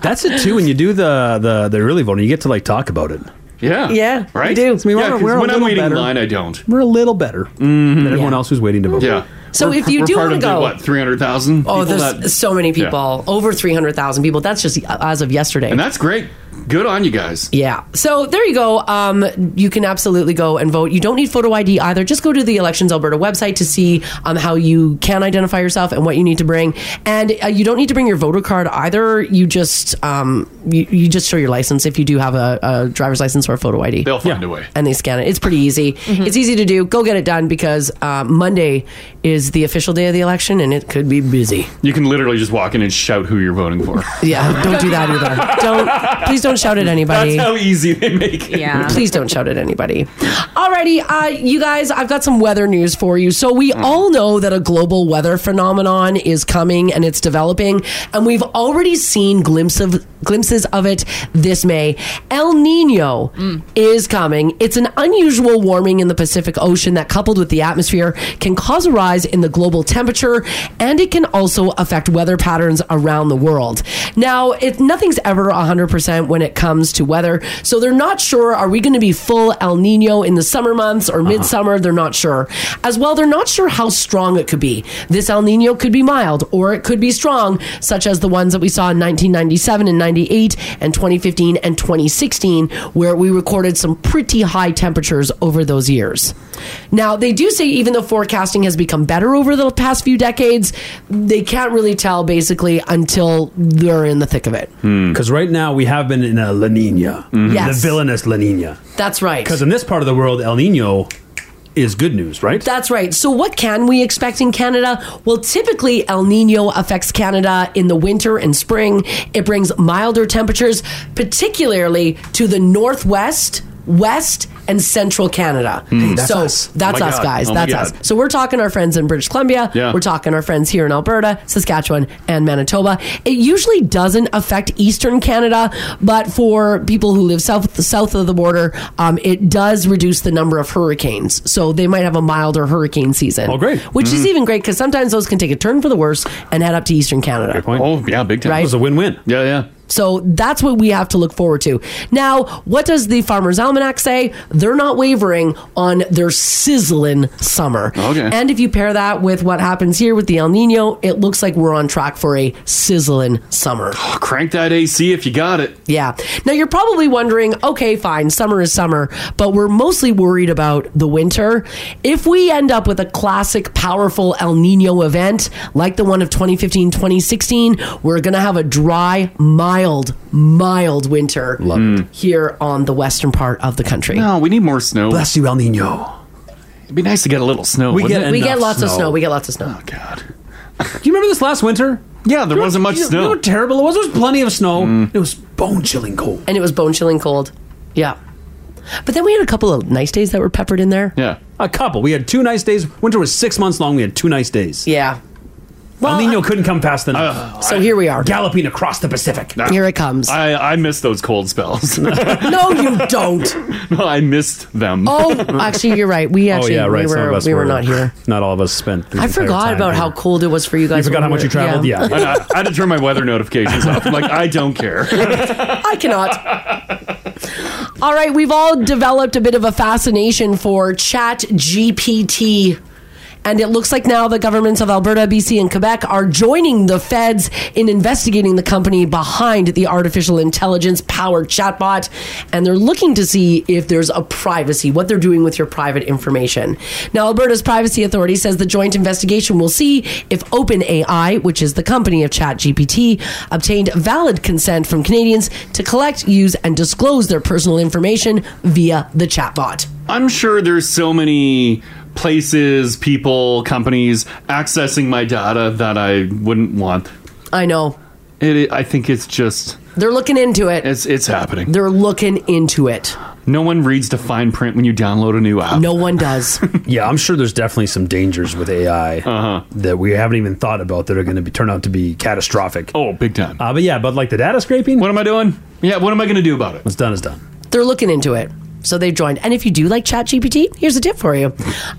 That's it too. When you do the the the early voting, you get to like talk about it. Yeah. Yeah, Right? we do. I mean, we're- yeah, 'cause we're a when I'm little waiting better. in line, I don't. Mm-hmm. We're a little better than everyone else who's waiting to vote. Yeah. So We're- if you we're do part wanna of the, go- what three hundred thousand? Oh, there's so many people, over three hundred thousand people. That's just as of yesterday, and that's great. Good on you guys. Yeah. So there you go. Um, you can absolutely go and vote. You don't need photo ID either. Just go to the Elections Alberta website to see um, how you can identify yourself and what you need to bring. And uh, you don't need to bring your voter card either. You just um, you, you just show your license if you do have a, a driver's license or a photo ID. They'll find a way. And they scan it. It's pretty easy. It's easy to do. Go get it done because uh, Monday is the official day of the election and it could be busy. You can literally just walk in and shout who you're voting for. Yeah, don't do that either. Don't please don't shout at anybody. That's how easy they make it. Please don't shout at anybody. Alrighty, uh, you guys, I've got some weather news for you. So we all know that a global weather phenomenon is coming and it's developing, and we've already seen glimpse of glimpses of it this May. El Nino is coming. It's an unusual warming in the Pacific Ocean that, coupled with the atmosphere, can cause a rise in the global temperature, and it can also affect weather patterns around the world. Now, it nothing's ever 100% when it comes to weather. So they're not sure are we going to be full El Nino in the summer months or midsummer? They're not sure. As well, they're not sure how strong it could be. This El Nino could be mild or it could be strong, such as the ones that we saw in 1997 and 98 and 2015 and 2016, where we recorded some pretty high temperatures over those years. Now, they do say even though forecasting has become better over the past few decades, they can't really tell basically until they're in the thick of it. Hmm. Because right now we have been in a La Nina, Mm-hmm. Yes. the villainous La Nina. That's right. Because in this part of the world, El Nino is good news, right? That's right. So, what can we expect in Canada? Well, typically, El Nino affects Canada in the winter and spring. It brings milder temperatures, particularly to the northwest, west, and central Canada. Hmm. That's so, us. that's Oh my us, God. guys. Oh my that's us. God. So, we're talking our friends in British Columbia. Yeah. We're talking our friends here in Alberta, Saskatchewan, and Manitoba. It usually doesn't affect eastern Canada, but for people who live south south of the border, um, it does reduce the number of hurricanes. So, they might have a milder hurricane season. Oh, great. Which is Mhm. even great because sometimes those can take a turn for the worse and head up to eastern Canada. Oh yeah, big time. Right? It was a win-win. Yeah, yeah. So that's what we have to look forward to. Now, what does the Farmer's Almanac say? They're not wavering on their sizzling summer. Okay. And if you pair that with what happens here with the El Nino, it looks like we're on track for a sizzling summer. Crank that AC if you got it. Yeah. Now you're probably wondering, okay, fine, summer is summer, but we're mostly worried about the winter. If we end up with a classic powerful El Nino event like the one of 2015 2016, we're going to have a dry, mild, mild winter Mm. here on the western part of the country. No, we need more snow. Bless you, El Nino. It'd be nice to get a little snow. We wouldn't get, it? we get lots of snow. We get lots of snow. God. Do you remember this last winter? Yeah, there wasn't much You snow. Mm. know how terrible it was? There was plenty of snow. It was bone chilling cold. And it was bone chilling cold. Yeah. But then we had a couple of nice days that were peppered in there. Yeah. A couple. We had two nice days. Winter was six months long. We had two nice days. Yeah. El Nino couldn't come past the night. Uh, so here we are. Galloping across the Pacific. Here it comes. I, I miss those cold spells. no, you don't. No, I missed them. Oh, actually, you're Oh, right. We actually we Oh, Some were of us we were not here. Not all of us spent. I forgot about how cold it was for you guys. when we were- And I, I had to turn my weather notifications off. I'm like, I don't care. I cannot. All right, we've all developed a bit of a fascination for Chat GPT. And it looks like now the governments of Alberta, BC, and Quebec are joining the feds in investigating the company behind the artificial intelligence powered chatbot. And they're looking to see if there's a privacy, what they're doing with your private information. Now, Alberta's Privacy Authority says the joint investigation will see if OpenAI, which is the company of ChatGPT, obtained valid consent from Canadians to collect, use, and disclose their personal information via the chatbot. I'm sure there's so many places, people, companies accessing my data that I wouldn't want. I know. It, I think it's just They're looking into it. It's it's happening. They're looking into it. No one reads the fine print when you download a new app. No one does. Yeah, I'm sure there's definitely some dangers with AI Uh-huh. that we haven't even thought about that are going to be turn out to be catastrophic. Oh, big time. Uh, but yeah, but like the data scraping. What am I doing? Yeah, what am I going to do about it? What's done is done. They're looking into it. So they've joined. And if you do like ChatGPT, here's a tip for you.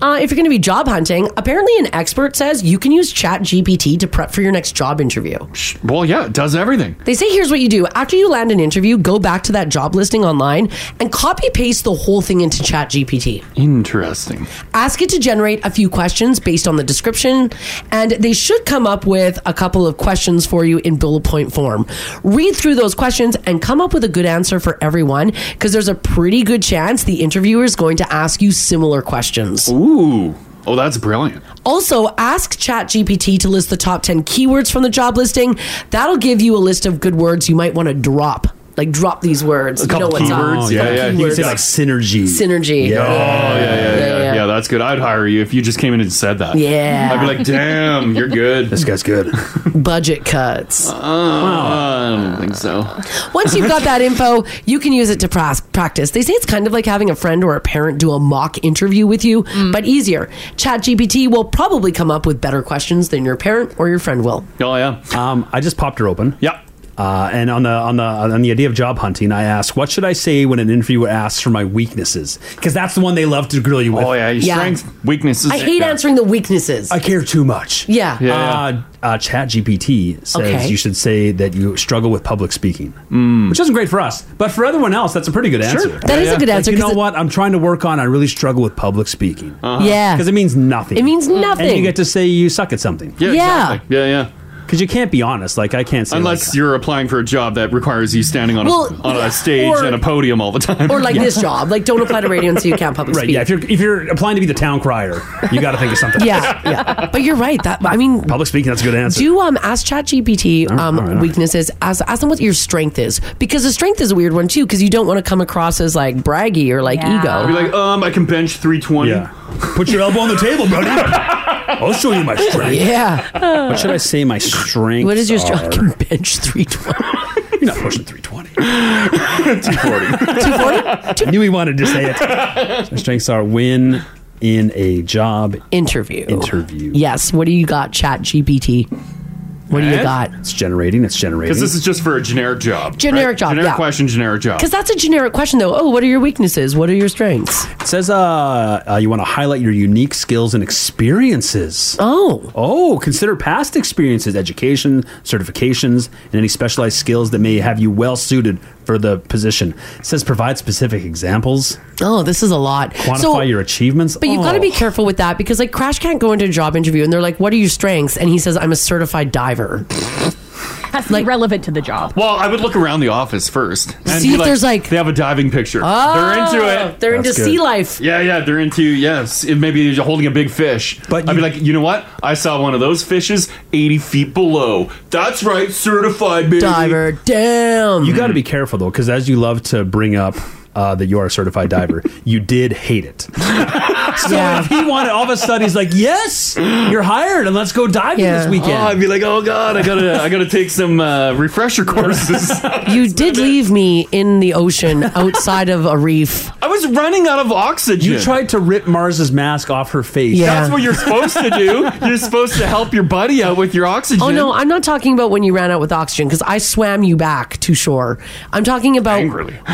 Uh, if you're going to be job hunting, apparently an expert says you can use ChatGPT to prep for your next job interview. Well, yeah, it does everything. They say here's what you do. After you land an interview, go back to that job listing online and copy paste the whole thing into ChatGPT. Interesting. Ask it to generate a few questions based on the description, and they should come up with a couple of questions for you in bullet point form. Read through those questions and come up with a good answer for everyone because there's a pretty good chance the interviewer is going to ask you similar questions. Ooh. Oh, that's brilliant. Also, ask ChatGPT to list the top 10 keywords from the job listing. That'll give you a list of good words you might want to drop. Like, drop these words. A you couple know what's on. keywords. Oh, yeah, Couple yeah. keywords. synergy. Synergy. Yeah. Oh, yeah yeah Yeah, yeah, yeah, yeah. That's good. I'd hire you if you just came in and said that. Yeah. I'd be like, damn, you're good. This guy's good. Budget cuts. I don't think so. Once you've got that info, you can use it to pras- practice. They say it's kind of like having a friend or a parent do a mock interview with you, but easier. ChatGPT will probably come up with better questions than your parent or your friend will. Oh yeah. Um, I just popped her open. Yep. Uh, and on the on the on the idea of job hunting, I asked, "What should I say when an interviewer asks for my weaknesses?" Because that's the one they love to grill you with. Oh yeah, your Yeah. strengths, weaknesses. I hate answering the weaknesses. I care too much. Yeah. Uh, uh, Chat GPT says Okay. Mm. you should say that you struggle with public speaking, which isn't great for us, but for everyone else, that's a pretty good Sure. answer. That is a good answer, Like, you 'cause it- know Uh-huh. what? I'm trying to work on. I really struggle with public speaking. Yeah. because it means nothing. Mm. It means nothing. And you get to say you suck at something. Yeah, Yeah. exactly. Yeah, yeah. Because you can't be honest. Like I can't say Unless you're applying for a job that requires you standing on Well, a on yeah, a stage or- and a podium all the time, Or like this job. Like, don't apply to radio until you can't public right. speak. Yeah, if you're if you're applying to be the town crier, you got to think of something. Yeah, yeah. But you're right. That I mean, public speaking. That's a good answer. Do um ask ChatGPT um weaknesses. Ask ask them what your strength is because the strength is a weird one too because you don't want to come across as like braggy or like I'll be ego. like, um, I can bench 320. Put your elbow on the table, buddy. I'll show you my strength. Yeah. What should I say? My strength. What is your strength? strength? I can bench three twenty. You're not pushing 320. 240. 240? I knew he wanted to say it. Our strengths are win in a job interview. Interview. Yes. What do you got, ChatGPT? What do you Eh? got? It's generating. It's generating. Because this is just for a generic job. Generic right? job, Generic yeah. question, generic job. Because that's a generic question though. Oh, what are your weaknesses? What are your strengths? It says uh, uh, you want to highlight your unique skills and experiences. Oh. Oh, consider past experiences, education, certifications, and any specialized skills that may have you well suited for the position. It says provide specific examples. Oh, this is a lot. Quantify So- your achievements. But you've got to be careful with that because, like, Crash can't go into a job interview and they're like, "What are your strengths?" And he says, "I'm a certified diver." Has to be relevant to the job. Well, I would look around the office first. And See be if there's, like- They have a diving picture. Oh, they're into it. they're into That's good. sea life. Yeah, yeah. They're into, yes. It, maybe you're holding a big fish. But I'd be like, you know what? I saw one of those fishes 80 feet below. That's right. Certified, baby. Diver. Damn. You got to be careful though, because as you love to bring up uh, that you are a certified diver. you did hate it. So if he wanted all of a sudden, he's like, "Yes, you're hired, and let's go diving this weekend." Oh, I'd be like, oh god, I gotta, I gotta take some uh, refresher courses. You did leave me in the ocean outside of a reef. I was running out of oxygen. You tried to rip Mars's mask off her face. That's what you're supposed to do. You're supposed to help your buddy out with your oxygen. Oh no, I'm not talking about when you ran out with oxygen because I swam you back to shore. I'm talking about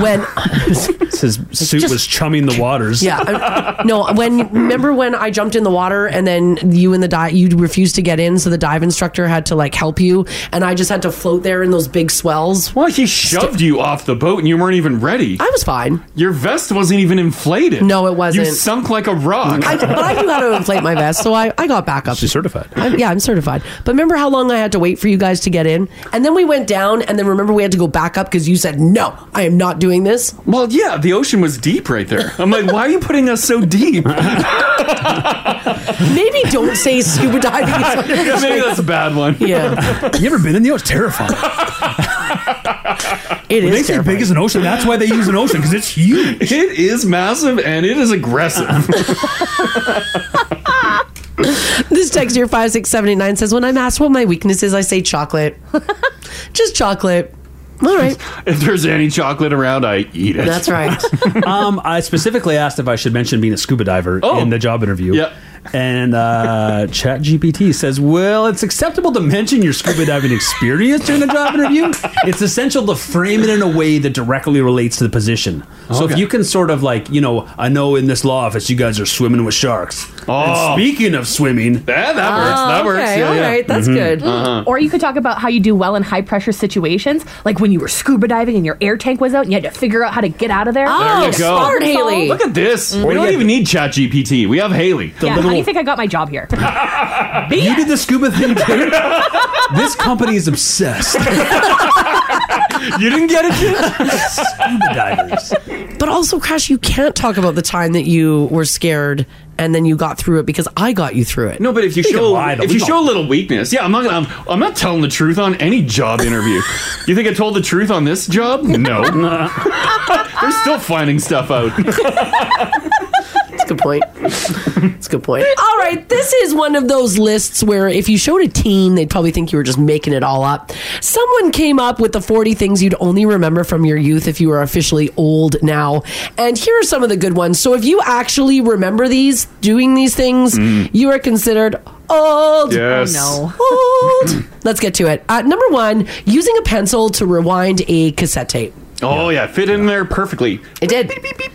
when His suit just- was chumming the waters. Yeah. I- no, when remember when I jumped in the water and then you and the dive you refused to get in, so the dive instructor had to like help you, and I just had to float there in those big swells. Well, he shoved you off the boat and you weren't even ready. I was fine. Your vest wasn't even inflated. No, it wasn't. You sunk like a rock. I, but I knew how to inflate my vest, so I, I got back up. She's certified. I'm, yeah, I'm certified. But remember how long I had to wait for you guys to get in, and then we went down, and then remember we had to go back up because you said no, I am not doing this. Well, yeah, the ocean was deep right there. I'm like, why are you putting us so deep? Maybe don't say scuba diving. Maybe is- that's a bad one. Yeah. you ever been in the ocean? Terrifying. It when they say big as an ocean, that's why they use an ocean because it's huge. It is massive and it is aggressive. this text here five six seven eight nine says, "When I'm asked what my weakness is, I say chocolate. Just chocolate. All right. if there's any chocolate around, I eat it. That's right. um, I specifically asked if I should mention being a scuba diver Oh. in the job interview. Yeah. And uh, ChatGPT says, well, it's acceptable to mention your scuba diving experience during the job interview. It's essential to frame it in a way that directly relates to the position. So if Okay. you can sort of like, you know, I know in this law office you guys are swimming with sharks. Oh. And speaking of swimming, yeah, Oh, okay, all right, Mm-hmm. that's good. Uh-huh. Uh-huh. Or you could talk about how you do well in high pressure situations, like when you were scuba diving and your air tank was out and you had to figure out how to get out of there. Oh, Oh, there you go. Look at this. Mm-hmm. We don't even need ChatGPT. We have Haley. yeah, how do you think I got my job here? You did the scuba thing too. this company is obsessed. you didn't get it, scuba divers. But also, Crash, you can't talk about the time that you were scared and then you got through it because I got you through it. No, but if you We can show lie, though. if We you don't- show a little weakness, yeah, I'm not gonna, I'm, I'm not telling the truth on any job interview. you think I told the truth on this job? No, they're still finding stuff out. That's a good point. That's a good point. All right, this is one of those lists where if you showed a teen, they'd probably think you were just making it all up. Someone came up with the 40 things you'd only remember from your youth if you are officially old now. And here are some of the good ones. So if you actually remember these, doing these things, you are considered old. Mm. Yes. Oh, no. Old. Let's get to it. Uh, number one, using a pencil to rewind a cassette tape. Oh yeah, fit in there perfectly. It did.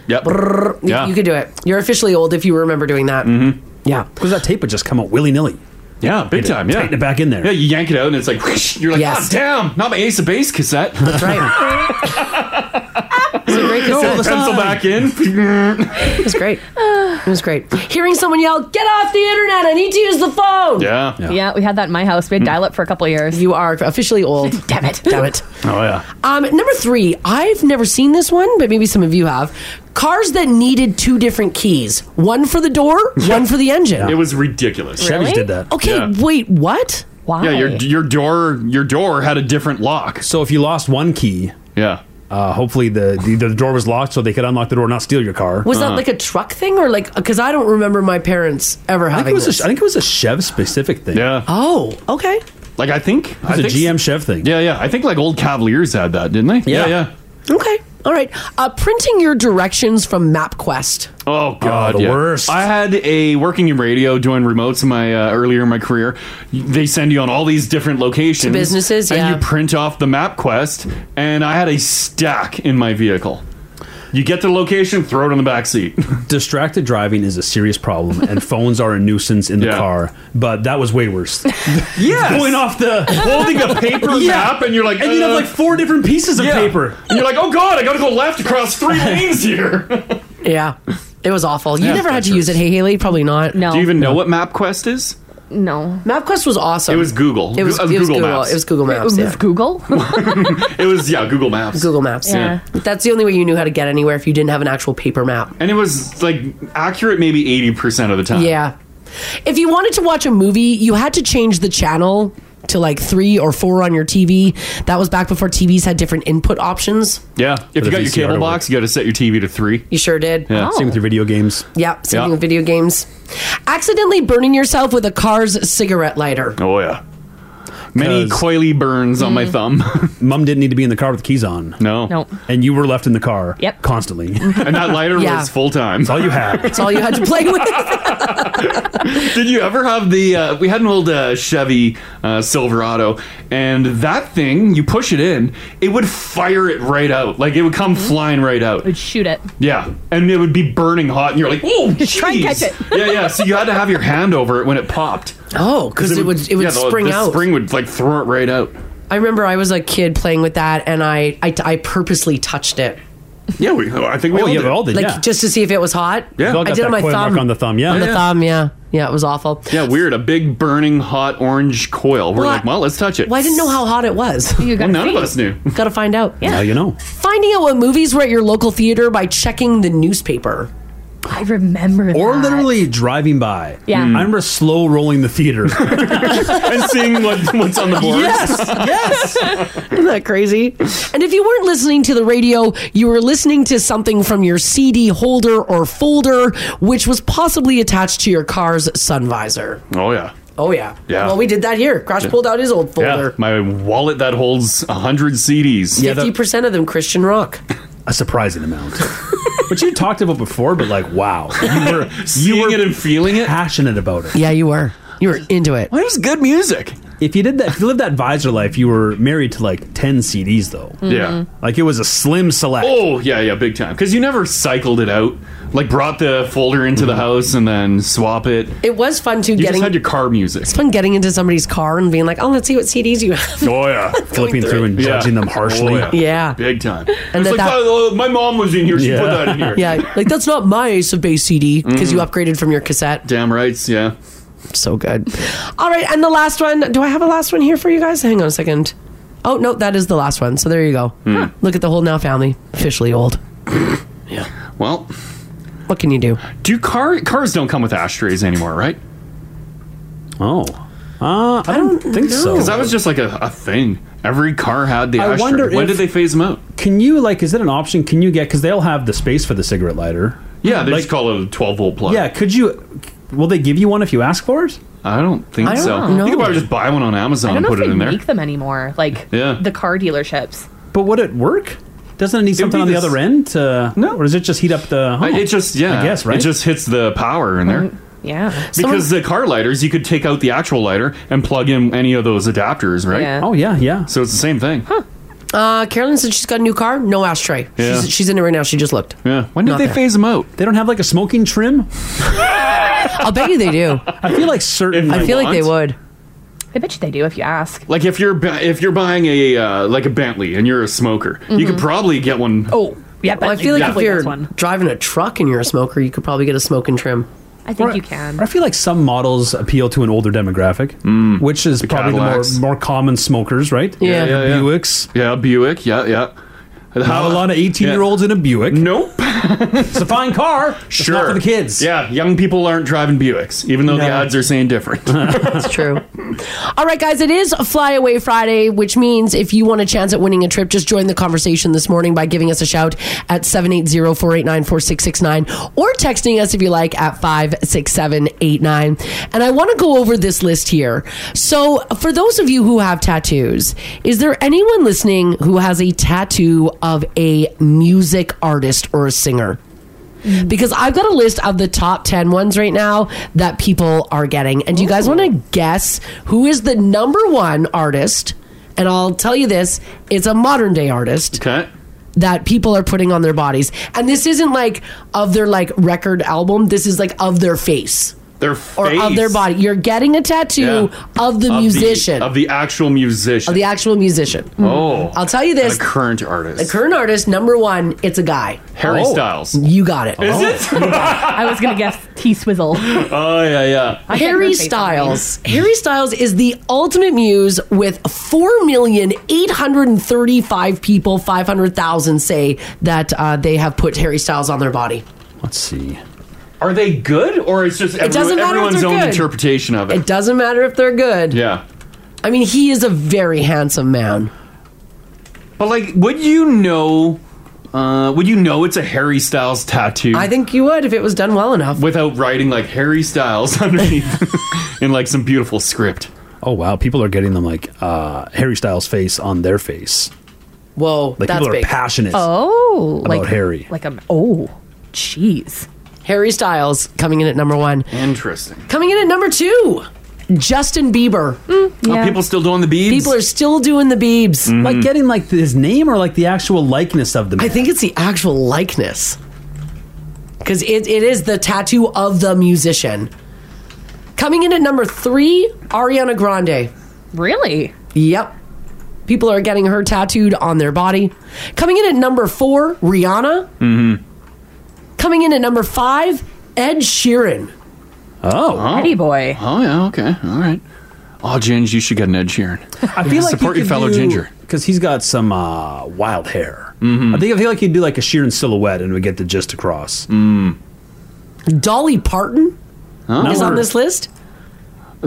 Yep. You- Yeah. You could do it. You're officially old if you remember doing that. Mm-hmm. Yeah, because that tape would just come out willy nilly. Yeah, big time. Yeah, tighten it back in there. Yeah, you yank it out and it's like whoosh, you're like, Yes. oh, damn, not my Ace of Base cassette. That's right. great Set the cassette. pencil back in. It was great. It was great. Hearing someone yell, "Get off the internet! I need to use the phone." Yeah. Hmm. Yeah. we had that in my house. We had dial up for a couple of years. You are officially old. Damn it. Damn it. Oh yeah. Um, number three, I've never seen this one, but maybe some of you have. Cars that needed two different keys: one for the door, one for the engine. It was ridiculous. Really? Okay, Yeah. wait, what? Why? Yeah, your your door your door had a different lock. So if you lost one key, yeah. Uh, hopefully the, the the door was locked so they could unlock the door, and not steal your car. was Uh-huh. that like a truck thing or like? Because I don't remember my parents ever I think having it was this. a, I think it was a Chev specific thing. Yeah. Oh, okay. Like I think It was a GM Chev thing. Yeah, yeah. I think like old Cavaliers had that, didn't they? Yeah, yeah. Okay, all right. Uh, printing your directions from MapQuest. Oh God, the yeah. worst. I had a working in radio doing remotes in my uh, earlier in my career. They send you on all these different To locations, businesses, and yeah. you print off the map quest. And I had a stack in my vehicle. You get to the location, throw it in the back seat. Distracted driving is a serious problem, and phones are a nuisance in the car. But that was way worse. Yeah, going off the holding a paper Yeah. map, and you're like, uh, And you'd have, like, four different pieces of paper. and you're like, oh God, I got to go left across three lanes here. Yeah, it was awful. You Yeah, never had to that use it. Hey, Haley, probably not. No. Do you even know what MapQuest is? No. MapQuest was awesome. It was Google. It was, Go- it was Google Google. Maps. It was Google Maps. It was Google? It was yeah, Google Maps. Google Maps. Yeah. That's the only way you knew how to get anywhere if you didn't have an actual paper map. And it was like accurate maybe eighty percent of the time. Yeah. If you wanted to watch a movie, you had to change the channel to like three or four on your TV. That was back before TVs had different input options. Yeah. If the you got your VCR cable to box, you got to set your TV to three. You sure did. Yeah. Same with your video games. Yeah, same Yeah. thing with video games. Accidentally burning yourself with a car's cigarette lighter. Oh yeah. Many coily burns on my thumb. Mom didn't need to be in the car with the keys on. No. Mm-hmm. Nope. And you were left in the car. Yep. Constantly. And that lighter Yeah. was full time. That's all you had. That's all you had to play with. Did you ever have the? Uh, we had an old uh, Chevy uh, Silverado, and that thing, you push it in, it would fire it right out. Like it would come Mm-hmm. flying right out. Would shoot it. Yeah, and it would be burning hot, and you're like, "Whoa!" Just try and Oh, jeez." catch it. yeah, yeah. So you had to have your hand over it when it popped. Oh, 'cause it would- it would the- spring the out. Spring would like throw it right out. I remember I was a kid playing with that, and I I, I purposely touched it. Yeah, we, I think we Oh, all yeah, did. we all did, Like yeah. just to see if it was hot. Yeah. We all I got did that on my coil mark thumb. on the thumb, yeah. on the Yeah. thumb. Yeah, yeah, it was awful. Yeah, weird. A big burning hot orange coil. We're Well, like, "Well, let's touch it." Well, I didn't know how hot it was. You Well, none of us knew. Got to find out. Now you know. Finding out what movies were at your local theater by checking the newspaper. I remember Or literally driving by. Yeah. I remember slow rolling the theater and seeing what, what's on the board. Yes, yes. Isn't that crazy? And if you weren't listening to the radio, you were listening to something from your CD holder or folder, which was possibly attached to your car's sun visor. Oh yeah. Oh yeah. Yeah. Well, we did that here. Crash Yeah. pulled out his old folder. Yeah, my wallet that holds hundred CDs. Fifty percent of them Christian rock. A surprising amount. Which you talked about before, but like, wow. You were, Seeing it and feeling it? Passionate about it. Yeah, you were. You were into it. Well, it was good music. If you did that, if you lived that visor life, you were married to like 10 CDs though. Yeah. Mhm. Like it was a slim select. Oh yeah, yeah, big time. Because you never cycled it out. Like brought the folder into Mm-hmm. the house and then swap it. It was fun too. You getting just had your car music. it's fun getting into somebody's car and being like, oh, let's see what CDs you have. Oh yeah, flipping through and judging them harshly. Yeah. Oh, big time. And it's then like that- "Oh, my mom was in here. She put that in here. yeah, like that's not my Ace of Base CD because you Mhm. upgraded from your cassette. Damn rights. Yeah. So good. All right, and the last one. Do I have a last one here for you guys? Hang on a second. Oh no, that is the last one. So there you go. Hmm. Look at the whole now family officially old. Well, what can you do? Do car cars don't come with ashtrays anymore, right? Oh, uh, I, don't, think so. Because that was just like a, a thing. Every car had the I ashtray. wonder when if- did they phase them out? Can you like? Is it an option? Can you get? Because they'll have the space for the cigarette lighter. Yeah, they like, just call it a twelve volt plug. yeah. Could you? Will they give you one if you ask for it? I don't think I don't so. know. You could probably just buy one on I Amazon don't and know put if it they in there. make them anymore. Like Yeah. the car dealerships. But would it work? Doesn't it need something be on the this- other end? To, no. Or does it just heat up the? I- home? It just yeah, Oh. I guess right. It just hits the power in Mm-hmm. there. Yeah. Because the car lighters, you could take out the actual lighter and plug in any of those adapters, right? Yeah. Oh, yeah, yeah. So it's the same thing. Uh, Carolyn said she's got a new car. No ashtray. Yeah. She's, she's in it right now. She just looked. Yeah. When did Not they there. phase them out? They don't have like a smoking trim. I'll bet you they do. I feel like certain. I feel like they would. I bet you they do if you ask. Like if you're ba- if you're buying a uh, like a Bentley and you're a smoker, you could Mm-hmm. Mhm. probably get one Oh, yeah. Well, I feel like if definitely you're does one. driving a truck and you're a smoker, you could probably get a smoke and trim. I think you can. I feel like some models appeal to an older demographic, which is probably Mm. Cadillacs. the more, more common smokers, right? Yeah, yeah, yeah. Buicks. Yeah, Buick. Yeah, yeah. Not a lot of 18 year olds in a Buick. Nope. it's a fine car. Sure. for the kids. Yeah, young people aren't driving Buicks, even though the No. ads are saying different. That's true. All right, guys, it is Fly Away Friday, which means if you want a chance at winning a trip, just join the conversation this morning by giving us a shout at 780-489-4669 or texting us if you like at 56789. And I want to go over this list here. So, for those of you who have tattoos, is there anyone listening who has a tattoo of a music artist or a singer? because I've got a list of the top 10 ones right now that people are getting. And do you guys want to guess who is the number one artist? And I'll tell you this it's a modern day artist. Okay. That people are putting on their bodies. And this isn't like of their like record album. This is like of their face. Their Or of their face. body. You're getting a tattoo Yeah. of the musician. of the actual musician, of the actual musician. Oh. I'll tell you this. And a current The artist, current artist, number one, it's a guy. Oh. Harry Oh. Styles. You got it. Oh. Is I was gonna guess T Swizzle. Oh yeah, yeah. I can't Harry remember face Styles. Harry Styles is the ultimate muse with 4,835 people, 500,000 say that uh, they have put Harry Styles on their body. Let's see. Are they good, or it's just It doesn't matter if everyone's they're own good. interpretation of it? It doesn't matter if they're good. Yeah. I mean, he is a very handsome man. But like, would you know? Uh, would you know it's a Harry Styles tattoo? I think you would if it was done well enough. without writing like Harry Styles underneath in like some beautiful script. Oh wow, people are getting them like uh, Harry Styles' face on their face. Whoa, Like, that's people are big. passionate Oh, about Harry. Like a oh, jeez. Harry Styles coming in at number one. Interesting. Coming in at number two, Justin Bieber. Oh, people still doing the Mm-hmm. beads. People are still doing the beebs. Like getting like his name or like the actual likeness of the man. I think it's the actual likeness. Because it, it is the tattoo of the musician. Coming in at number three, Ariana Grande. Really? Yep. People are getting her tattooed on their body. Coming in at number four, Rihanna. Mm-hmm. Coming in at number five, Ed Sheeran. Oh, Pretty boy. Oh yeah. Okay. All right. Oh, Ginge, you should get an Ed Sheeran. I feel like support your fellow ginger. Mm-hmm. because he's got some uh, wild hair. I think I feel like he'd do like a Sheeran silhouette and would get the gist across. Mm. Dolly Parton is on this list.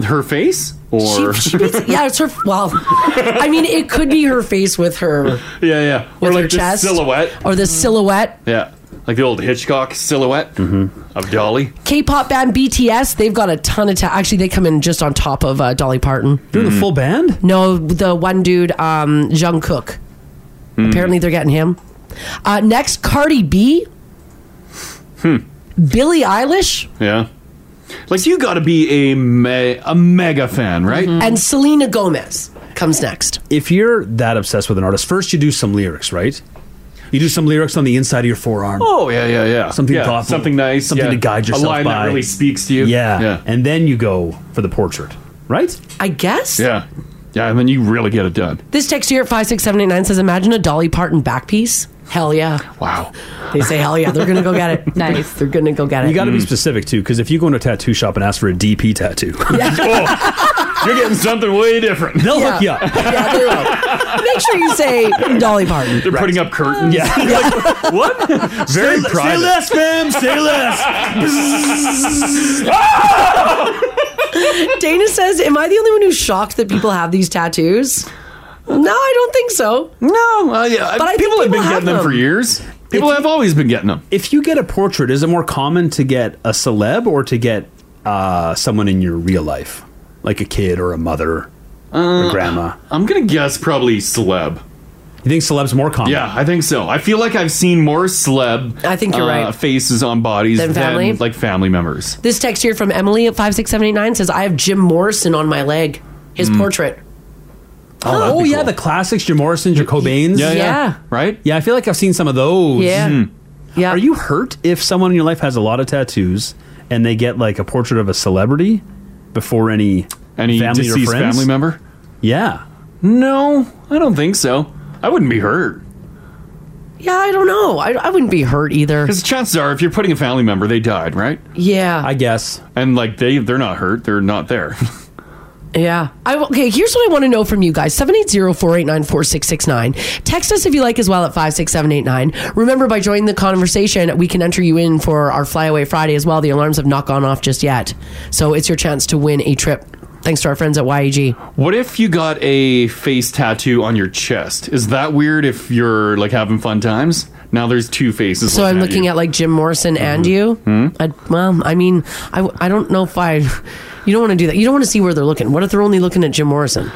Her face, or She, she beats, yeah, it's her. Well, I mean, it could be her face with her yeah, yeah, or With like her the chest. silhouette. Mm. or the silhouette. Yeah, like the old Hitchcock silhouette Mm-hmm. of Dolly. K-pop band BTS, they've got a ton of ta- actually they come in just on top of uh, Dolly Parton. Doing Mm. the full band? No, the one dude um Jungkook. Mm. Apparently they're getting him. Uh, next Cardi B, Hmm. Billie Eilish, Yeah. Like you got to be a me- a mega fan, right? Mm-hmm. and Selena Gomez comes next. If you're that obsessed with an artist, first you do some lyrics, right? You do some lyrics on the inside of your forearm. Oh yeah, yeah, yeah. Something Yeah, thoughtful, something nice, something yeah. to guide A yourself line that by. really speaks to you. Yeah. Yeah. and then you go for the portrait, right? I guess. Yeah, yeah, and then you really get it done. This text here at 56789 says imagine a Dolly Parton back piece. Hell yeah. Wow. They say hell yeah, they're going to go get it. nice. They're going to go get it. Mm. You got to be specific too, because if you go into a tattoo shop and ask for a DP tattoo, you're getting something way different. They'll Yeah. hook you up. Make sure you say Dolly Parton. They're putting up curtains. Yeah. what? Very say, Say private. less, fam. Say less. Ah! Dana says, Am I the only one who's shocked that people have these tattoos? No, I don't think so. No, yeah, but I people think have been getting them for years. People have always been getting them. If you get a portrait, is it more common to get a celeb or to get uh, someone in your real life, like a kid or a mother, or Mm. Uh, grandma? I'm gonna guess probably celeb. You think celeb's more common? Yeah, I think so. I feel like I've seen more celeb. uh, I think you're right. Faces on bodies Than than, family? like family members. This text here from Emily at 56789 says, I have Jim Morrison on my leg, his Mm. portrait. Oh, that'd be yeah, the classics, your Morrisons, your Cobains. Yeah, yeah. Yeah. Right? Yeah, I feel like I've seen some of those. Yeah. Hmm. Mhm. Yeah. Are you hurt if someone in your life has a lot of tattoos and they get like a portrait of a celebrity before any Any family deceased or friends? family member? Yeah. No, I don't think so. I wouldn't be hurt. Yeah, I don't know. I, I wouldn't be hurt either. Because chances are, if you're putting a family member, they died, right? Yeah. I guess. And like they, they're not hurt. They're not there. Yeah. I, okay, here's what I want to know from you guys 780 489 4669. Text us if you like as well at 56789. Remember, by joining the conversation, we can enter you in for our Flyaway Friday as well. The alarms have not gone off just yet. So it's your chance to win a trip. Thanks to our friends at E YEG. what if you got a face tattoo on your chest? Is that weird? If you're like having fun times, now there's two faces. So I'm looking you. at Mm-hmm. like Jim Morrison and you. Hmm? I, well, I mean, I, w- I don't know if I. You don't want to do that. You don't want to see where they're looking. What if they're only looking at Jim Morrison?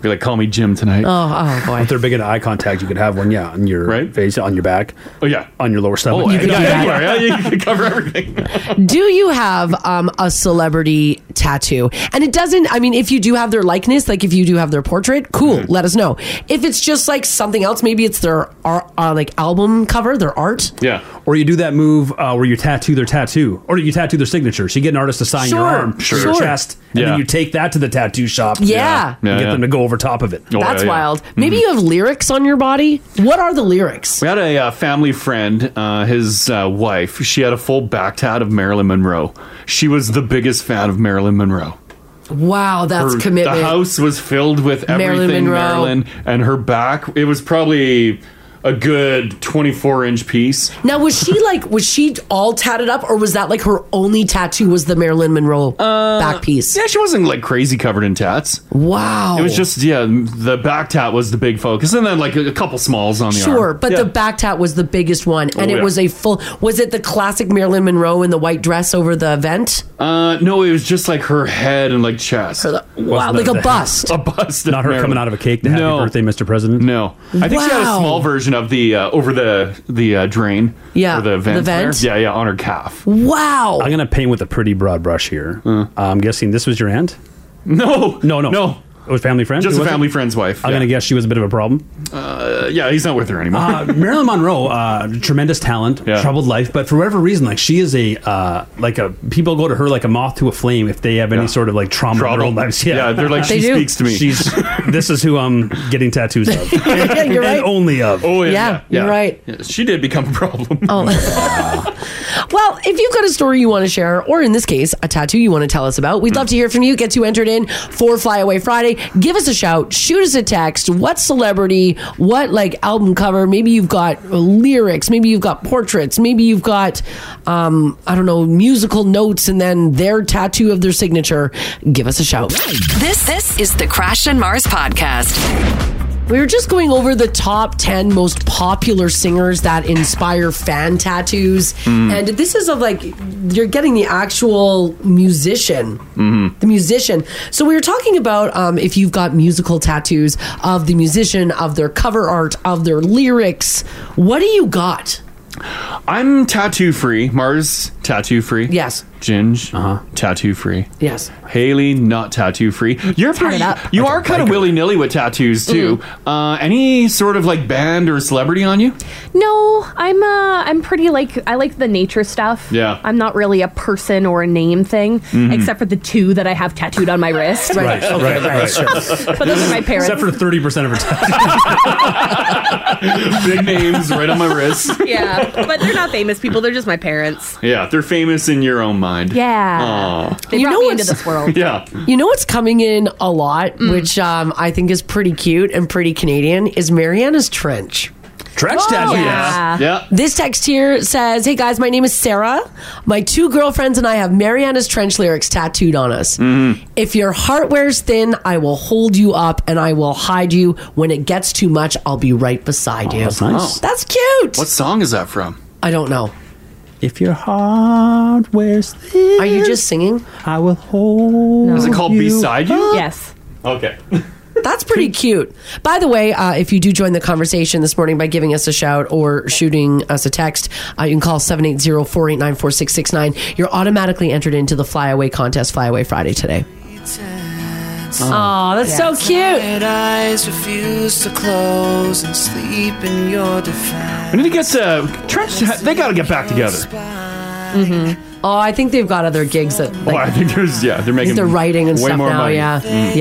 Be like, call me Jim tonight. Oh, oh boy. If they're big into eye contact, you could have one, yeah, on your face, on your back. Oh, yeah. On your lower stomach. Oh, You could yeah, do that. anywhere, yeah, you can cover everything. do you have um, a celebrity tattoo? And it doesn't, I mean, if you do have their likeness, like if you do have their portrait, cool, Mm-hmm. let us know. If it's just like something else, maybe it's their ar- uh, like album cover, their art. Yeah. Or you do that move uh, where you tattoo their tattoo, or you tattoo their signature. So you get an artist to sign Sure, your arm, Sure. your sure. chest, and Yeah. then you take that to the tattoo shop. Yeah. and Yeah, get yeah. them to go over top of it. Oh, That's wild. Mm-hmm. Maybe you have lyrics on your body. What are the lyrics? We had a uh, family friend, uh, his uh, wife. She had a full back tat of Marilyn Monroe. She was the biggest fan of Marilyn Monroe. Wow, that's Her- commitment. The house was filled with Marilyn everything Monroe. Marilyn, and her back. It was probably a good 24 inch piece. Now, was she like, was she all tatted up, or was that like her only tattoo was the Marilyn Monroe back piece? Yeah, she wasn't like crazy covered in tats. Wow. It was just, yeah, the back tat was the big focus, and then like a, a couple smalls on the arm. Sure, but Yeah. the back tat was the biggest one, and Oh, it yeah. was a full. Was it the classic Marilyn Monroe in the white dress over the vent? Uh, no, it was just like her head and like chest. wow, like a bust. A bust. Not her coming out of a cake to happy birthday, Mr. President. No, I think she had a Wow. small version of the uh, over the the uh, drain. Yeah, or the vent. the vent. there. Yeah, yeah, on her calf. Wow. I'm gonna paint with a pretty broad brush here. I'm guessing this was your aunt. Uh. No, no, no, no. It was family friend. Just Who a was it? family friend's wife. I'm gonna guess she was a bit of a problem. Uh, yeah, he's not with her anymore. uh, Marilyn Monroe, uh, tremendous talent, troubled life, but for whatever reason, like she is a uh, like a people go to her like a moth to a flame if they have any sort of like trauma in their Trouble. own lives. Yeah, they're like, They "She do. speaks to me." She's this is who I'm getting tattoos of. yeah, you're and right. only of. Oh yeah, Yeah, yeah, you're yeah. right. she did become a problem. Well, if you've got a story you want to share, or in this case, a tattoo you want to tell us about, we'd love to hear from you. Get you entered in for Flyaway Friday. Give us a shout. Shoot us a text. What celebrity? What like album cover? Maybe you've got lyrics. Maybe you've got portraits. Maybe you've got um, I don't know musical notes, and then their tattoo of their signature. Give us a shout. This this is the Crash and Mars podcast. We were just going over the top 10 most popular singers that inspire fan tattoos. Hmm. Mm. And this is of like, you're getting the actual musician. Mm-hmm. The musician. So we were talking about um, if you've got musical tattoos of the musician, of their cover art, of their lyrics. What do you got? I'm tattoo free. Mars tattoo free. Yes. Ginge uh-huh. tattoo free. Yes. Haley not tattoo free. You're pretty. up. You are kind of willy nilly with tattoos too. Uh, any sort of like band or celebrity on you? No, I'm uh, I'm pretty like I like the nature stuff. Yeah. Mm-hmm. I'm not really a person or a name thing, Mhm. except for the two that I have tattooed on my wrist. Right, right, right, sure. but those are my parents. Except for thirty percent of her tattoos. Big names right on my wrist. yeah, but they're not famous people. They're just my parents. Yeah, they're famous in your own mind. Yeah. Aw. They brought me into what's- this world. Yeah. You know what's coming in a lot, which um, I think is pretty cute and pretty Canadian, is Mariana's Trench. Trench Oh, tattoos. yeah. Yeah. This text here says, Hey guys, my name is Sarah. My two girlfriends and I have Mariana's Trench lyrics tattooed on us. Mm-hmm. If your heart wears thin, I will hold you up and I will hide you. When it gets too much, I'll be right beside you. Oh, that's nice. Oh. That's cute. What song is that from? I don't know. If your heart wears thin, are you just singing? I will hold. Is it called you Beside You? up. Yes. Okay. That's pretty cute. By the way, uh, if you do join the conversation this morning by giving us a shout or shooting us a text, uh, you can call 780 489 4669. You're automatically entered into the Flyaway Contest, Flyaway Friday today. Aw, that's so cute. eyes refuse to close and sleep in your defense. We need to get uh, Trench. They got to get back together. Oh, I think they've got other gigs that oh, I like, think there's yeah, they're making they're writing and way stuff more now. money. Yeah, Mm.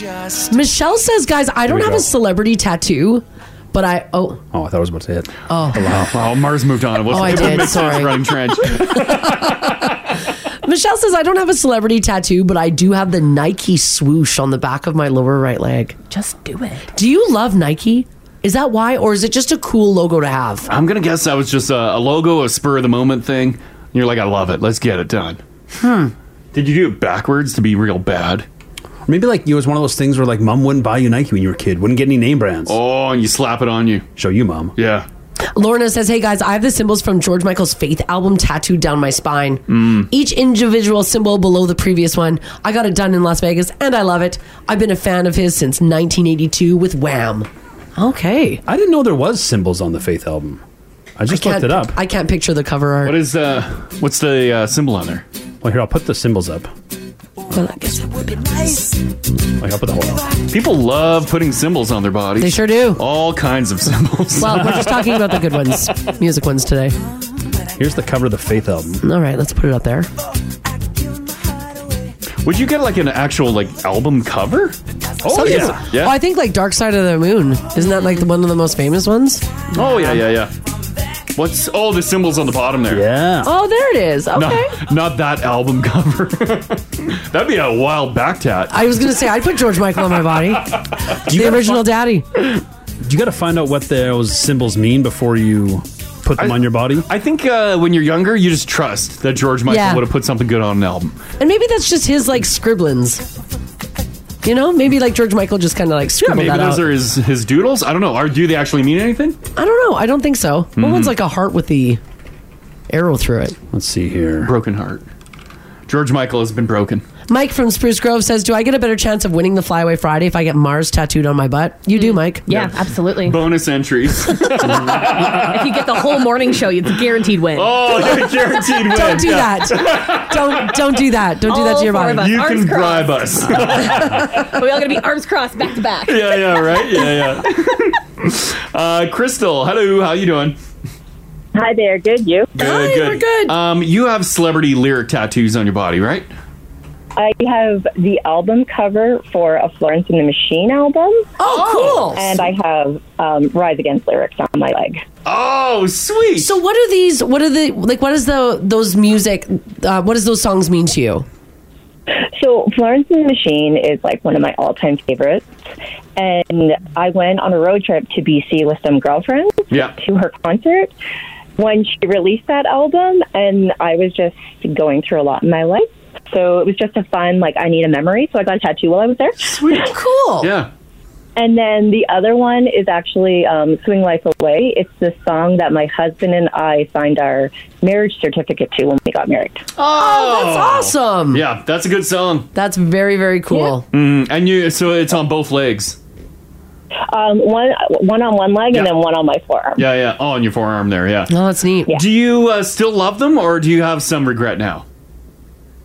yeah. Michelle says, guys, I don't we have go. a celebrity tattoo, but I oh Oh, I thought I was about to hit. Oh. wow. wow. Mars moved on. It wasn't, Oh, I it wouldn't did. make sense Sorry. running Trench. Michelle says, I don't have a celebrity tattoo, but I do have the Nike swoosh on the back of my lower right leg. Just do it. Do you love Nike? Is that why? Or is it just a cool logo to have? I'm gonna guess that was just a, a logo, a spur of the moment thing. And you're like, I love it. Let's get it done. Hmm. Did you do it backwards to be real bad? Maybe like it was one of those things where like mom wouldn't buy you Nike when you were a kid, wouldn't get any name brands. Oh, and you slap it on you. Show you, mom. Yeah. Lorna says, Hey guys, I have the symbols from George Michael's Faith album tattooed down my spine. mm. Each individual symbol below the previous one. I got it done in Las Vegas and I love it. I've been a fan of his since 1982 with Wham. Okay. I didn't know there was symbols on the Faith album. I just I looked can't- it up. I can't picture the cover art. What is uh what's the uh, symbol on there? Well, here I'll put the symbols up. Well, I guess it would be nice. Like I'll put the whole. People love putting symbols on their bodies. They sure do. All kinds of symbols. Well, we're just talking about the good ones, music ones today. Here's the cover of the Faith album. All right, let's put it up there. Would you get like an actual like album cover? Oh Some people- yeah. Yeah. Oh, I think like Dark Side of the Moon. Isn't that like the, one of the most famous ones? Oh yeah, yeah, yeah. What's oh the symbols on the bottom there? Yeah. Oh, there it is. Okay. Not, not that album cover. That'd be a wild back tat. I was gonna say I'd put George Michael on my body. the original daddy. you got to find out what those symbols mean before you put them on your body. I think uh, when you're younger, you just trust that George Michael Yeah. would have put something good on an album. And maybe that's just his like scribblings. You know, maybe like George Michael just kind of like Yeah, scribbled maybe that those out. are his, his doodles. I don't know. Are do they actually mean anything? I don't know. I don't think so. One Mhm. one's like a heart with the arrow through it. Let's see here. Broken heart. George Michael has been broken. Mike from Spruce Grove says, "Do I get a better chance of winning the Flyaway Friday if I get Mars tattooed on my butt?" You do, Mike. Hmm. Yeah, absolutely. Bonus entries. if you get the whole morning show, it's a guaranteed win. Oh, you're a guaranteed win. Don't do that. don't don't do that. Don't do that to your body. You can bribe us. we all gonna be arms crossed back to back. yeah, yeah, right. Yeah, yeah. Uh, Crystal, hello. How you doing? Hi there. Good. You? Good, good. Um, you have celebrity lyric tattoos on your body, right? I have the album cover for a Florence and the Machine album. Oh, cool! And I have um, Rise Against lyrics on my leg. Oh, sweet. So what are these? What are the like? What is the those music? Uh, what does those songs mean to you? So Florence and the Machine is like one of my all-time favorites, and I went on a road trip to BC with some girlfriends Yeah. to her concert when she released that album, and I was just going through a lot in my life. So it was just a fun like I need a memory, so I got a tattoo while I was there. Sweet, cool. Yeah. And then the other one is actually um, Swing Life Away. It's the song that my husband and I signed our marriage certificate to when we got married. Oh, that's awesome. Yeah, that's a good song. That's very very cool. Mm, and you, so it's on both legs. Um, one, one on one leg and Yeah. then one on my forearm. Yeah, yeah. Oh, on your forearm there. Yeah. No, Oh, that's neat. Do you uh, still love them, or do you have some regret now?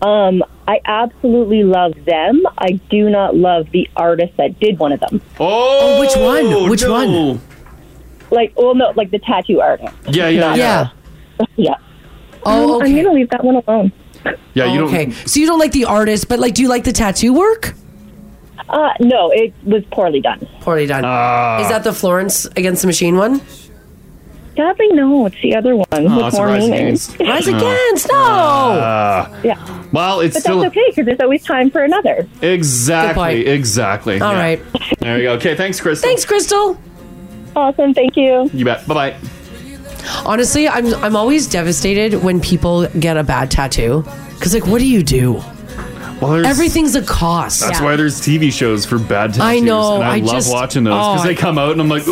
Um, I absolutely love them. I do not love the artist that did one of them. Oh, which one? Which one? Like, well, no, like the tattoo artist. Yeah, yeah, yeah. yeah. Oh, I'm gonna leave that one alone. Yeah, you Oh, don't. okay. So you don't like the artist, but like, do you like the tattoo work? Uh, no, it was poorly done. Poorly done. Uh. Is that the Florence against the Machine one? Godly, no, it's the other one. Oh, with it's more Rise meaning. Against. Rise Oh. Against, no! Ah. yeah. Well, it's but still that's okay because there's always time for another. Good point. exactly, exactly. All All right. right. There you go. Okay, thanks, Crystal. Thanks, Crystal. Awesome. Thank you. You bet. Bye bye. Honestly, I'm I'm always devastated when people get a bad tattoo. Cause like, what do you do? Well, there's- everything's a cost. That's why there's TV shows for bad tattoos. I know, And I, I love just- watching those because oh, I- they come out and I'm like,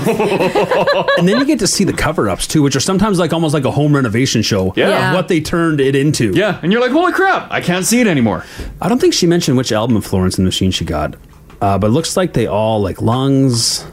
ooh. and then you get to see the cover-ups too, which are sometimes like almost like a home renovation show. Yeah. Yeah. of what they turned it into. Yeah, and you're like, holy crap, I can't see it anymore. I don't think she mentioned which album of Florence and the Machine she got, uh, but it looks like they all like lungs.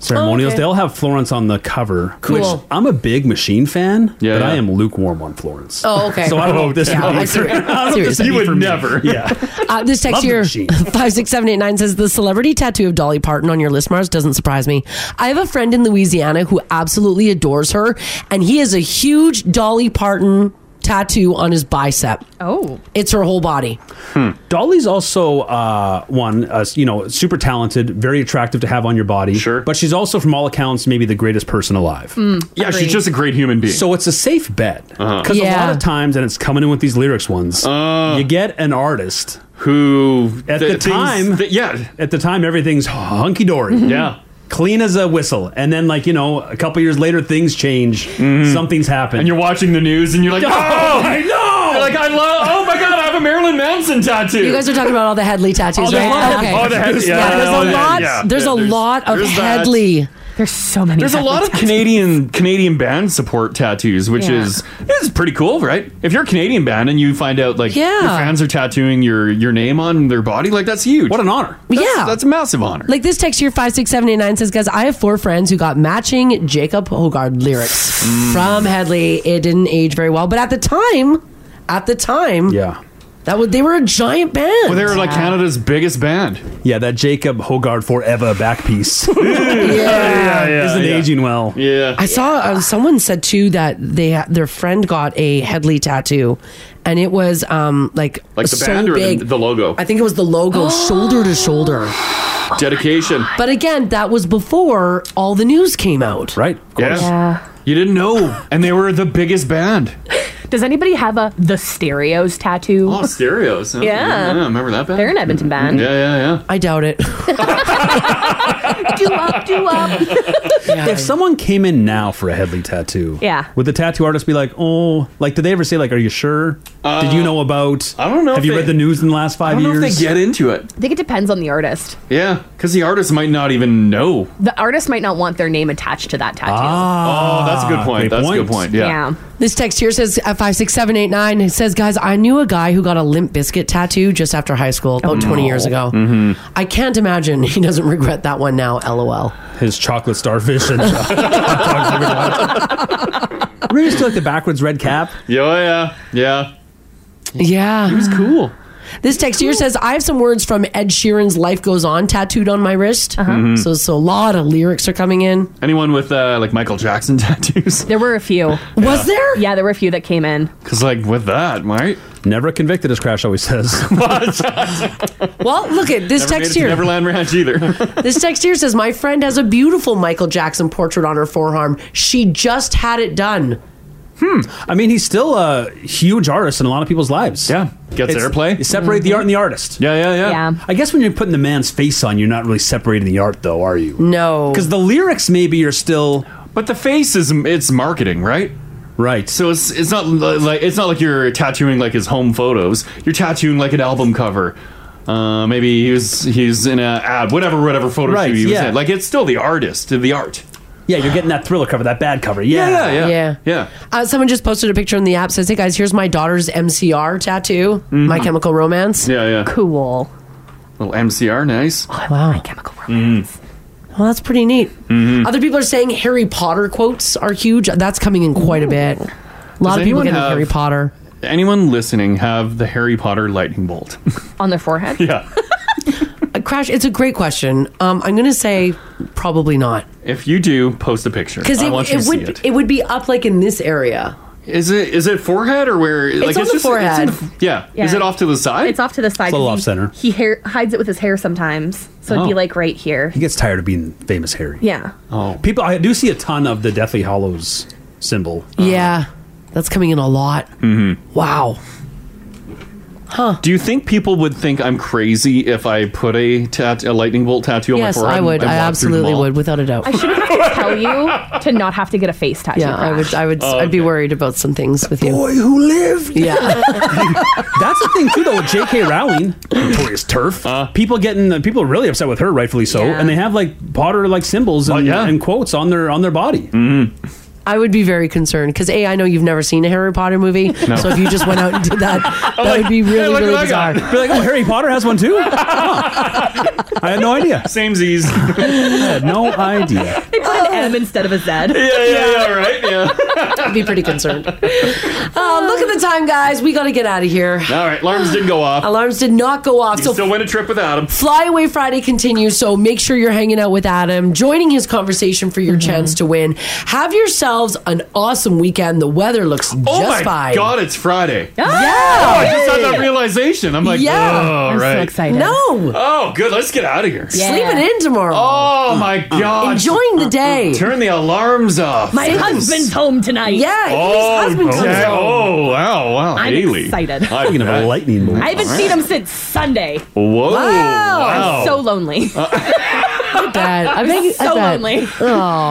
Ceremonials. Oh, okay. They all have Florence on the cover. Cool. Which I'm a big Machine fan, but yeah. I am lukewarm on Florence. Oh, okay. So I don't know if this Yeah, would be I for- see. I don't know if this Seriously. would be for me. Yeah. Uh, this text Love the here, machine. 56789 says, The celebrity tattoo of Dolly Parton on your list, Mars, doesn't surprise me. I have a friend in Louisiana who absolutely adores her, and he has a huge Dolly Parton tattoo on his bicep. Oh. It's her whole body. Hmm. Dolly's also uh, one, uh, you know, super talented, very attractive to have on your body. Sure. But she's also, from all accounts, maybe the greatest person alive. yeah, she's just a great human being. Uh-huh. So it's a safe bet. Because a Yeah. lot of times, and it's coming in with these lyrics Uh, ones, you get an artist who at th- the things time, that- yeah, at the time everything's hunky dory, Mm-hmm. Mhm. Yeah. clean as a whistle, and then like you know, a couple years later things change, something's happened, and you're watching the news Mm-hmm. and you're like, oh, I know, You're like I love. Oh my god, I have a Marilyn Manson tattoo. You guys are talking about all the Headley tattoos, Oh, the right? Headley. Oh, the Headley. Yeah, there's oh, a the lot. Headley. Yeah. There's Yeah, a there's- lot of there's that. Headley. There's so many. There's a lot of Canadian Canadian band support tattoos, which Yeah. is is pretty cool, right? If you're a Canadian band and you find out like Yeah. your fans are tattooing your your name on their body, like that's huge. What an honor! Yeah. that's a massive honor. Like this text here, 56789 says, guys, I have four friends who got matching Jacob Hogard lyrics from Headley. It didn't age very well, but at the time, at the time, yeah, that was, they were a giant band. Well, they were like Canada's biggest band. Yeah, that Jacob Hogard forever back piece. Yeah, yeah, isn't yeah. aging well. Yeah, I saw uh, someone said too that they their friend got a Headley tattoo, and it was um like Like the so band or big. the, the logo. I think it was the logo, shoulder to shoulder. Dedication. But again, that was before all the news came out. Right. Yeah. You didn't know, and they were the biggest band. Does anybody have a the stereos tattoo? Oh, stereos. huh? Yeah. yeah. Remember that band? They're an Edmonton band. Yeah, yeah, yeah. I doubt it. do up, do up. if someone came in now for a Headley tattoo, Yeah. would the tattoo artist be like, "Oh, like, did they ever say like, are you sure? Did Uh, you know about? I don't know. Have if you they- read the news in the last I five don't know years? if they get into it. I think it depends on the artist. Yeah, because the artist might not even know. The artist might not want their name attached to that tattoo. Ah, oh, that's a good point. That's a good point. Yeah. This text here says at five six seven eight nine. It says, guys, I knew a guy who got a Limp Biscuit tattoo just after high school, oh, Oh, about twenty years ago. I can't imagine he doesn't regret that one now. LOL. His chocolate starfish and Remember you used to like the backwards red cap? Yeah, yeah, yeah. Yeah, he was cool. This text here says, I have some words from Ed Sheeran's "Life Goes On" tattooed on my wrist. Mhm. So, so a lot of lyrics are coming in. Anyone with uh, like Michael Jackson tattoos? There were a few. Was there? Yeah, there were a few that came in. Because like with that, right? Never convicted, as Crash always says. Well, Oh, look at this Never made it text to here. Neverland Ranch either. This text here says, My friend has a beautiful Michael Jackson portrait on her forearm. She just had it done. Hmm. I mean, he's still a huge artist in a lot of people's lives. Yeah. Gets airplay. Separate Mm-hmm. the art and the artist. Yeah, yeah, yeah. I guess when you're putting the man's face on, you're not really separating the art, though, are you? No. Because the lyrics, maybe you're still. But the face is it's marketing, right? Right. So it's it's not li- like it's not like you're tattooing like his home photos. You're tattooing like an album cover. Uh, maybe he was he's in a ad, whatever, whatever photo Right, shoot he was yeah. in. Like it's still the artist, the art. Yeah, you're getting that thriller cover, that bad cover. Yeah, yeah, yeah, Yeah. yeah. Uh, someone just posted a picture in the app says, Hey guys, here's my daughter's MCR tattoo, Mm-hmm. My Chemical Romance. Yeah, yeah. Cool. Little MCR, nice. Mm-hmm. wow. Oh, My chemical romance. Well, that's pretty neat. Mhm. Other people are saying Harry Potter quotes are huge. That's coming in quite a bit. A lot Does of people anyone getting have- Harry Potter. Anyone listening have the Harry Potter lightning bolt? On their forehead? yeah. Uh, Crash, it's a great question. Um, I'm going to say probably not. If you do, post a picture. Because I it, want you it to would see it. it. would be up like in this area. Is it is it forehead or where? It's on the in forehead. the- yeah. Yeah. Is it off to the side? It's off to the side. It's a little 'cause off center. He, he hair, hides it with his hair sometimes. So it'd be Oh. like right here. He gets tired of being famous Harry. Yeah. Oh. People, I do see a ton of the Deathly Hollows symbol. Uh-huh. yeah, that's coming in a lot. Mm-hmm. Wow. Huh. Do you think people would think I'm crazy if I put a tat- a lightning bolt tattoo on Yes, my I forehead? and- would. and I walk through the absolutely mall? would, without a doubt. I shouldn't have to tell you to not have to get a face tattoo. yeah, I would. I would. Oh, I'd be worried about some things with you. Boy who lived. Yeah. That's the thing too, though. With J.K. Rowling, notorious turf. people getting uh, people are really upset with her, rightfully so. Yeah. And they have like Potter like symbols and, and quotes on their on their body. Mm-hmm. I would be very concerned because a I know you've never seen a Harry Potter movie, No. so if you just went out and did that, Oh, that like, would be "Hey, really look really what I got." bizarre. Be like, oh, Harry Potter has one too. I had no idea. Same Z's. had no idea. They put an M instead of a Z. Yeah, yeah, yeah, right? Yeah. I'd be pretty concerned. Uh, look at the time, guys. We got to get out of here. All right, alarms didn't go off. Alarms did not go off. You so still win a trip with Adam. Fly Away Friday continues, so make sure you're hanging out with Adam, joining his conversation for Mm-hmm. your chance to win. Have yourselves an awesome weekend. The weather looks Oh just my fine. God, it's Friday. Yeah. Oh, I just had that realization. I'm like, Yeah. oh, I'm so right. excited. No. Oh, good. Let's get out of here. Sleeping in tomorrow. Oh my God. Uh-uh. Enjoying the day. Turn the alarms off. My Yes. husband's home tonight. Yeah, Oh, okay. oh, wow, wow. I'm Haley. excited. I Speaking of a bet. lightning I haven't seen him since Sunday. Whoa. I'm so lonely. I bet. I am bet- I so bet. Oh.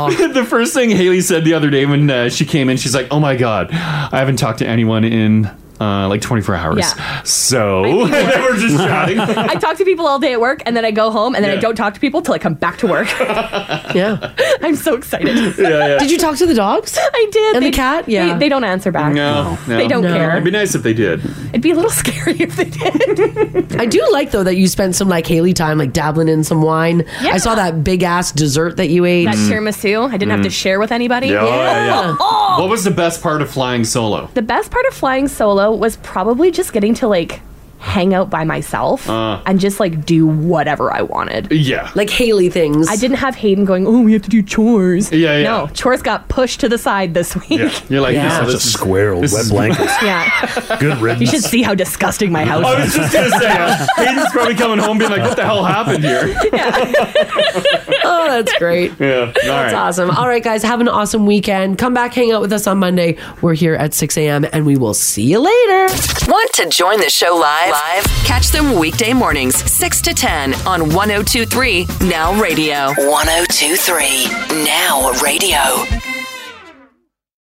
lonely. the first thing Haley said the other day when uh, she came in, she's like, "Oh my god, I haven't talked to anyone in uh, like 24 hours." Yeah. So they were Oh, just chatting. I talk to people all day at work, and then I go home, and then I Yeah. don't talk to people till I come back to work. yeah, I'm so excited. Yeah, yeah. Did you talk to the dogs? I did. And They- the cat? they- Yeah. they, don't answer back. No, no, they don't care. It'd be nice if they did. It'd be a little scary if they did. I do like though that you spent some like Haley time, like dabbling in some wine. I saw that big ass dessert that you ate. That tiramisu, I didn't have to Mm. share with anybody. Yeah, yeah, yeah. Oh. What was the best part of flying solo? The best part of flying solo was probably just getting to like hang out by myself Uh. and just like do whatever I wanted. Yeah. Like Haley things. I didn't have Hayden going, oh, we have to do chores. Yeah, yeah. No, chores got pushed to the side this week. Yeah. You're like, Yeah. this Such is a square old wet blanket. yeah. Good You should see how disgusting my house I was just gonna say, uh, Hayden's probably coming home being like, "What the hell happened here?" oh, that's great. Yeah, all That's right. awesome. All right, guys, have an awesome weekend. Come back, hang out with us on Monday. We're here at 6 a.m., and we will see you later. Want to join the show live? Live? Catch them weekday mornings, 6 to 10 on 1023 Now Radio. 1023 Now Radio.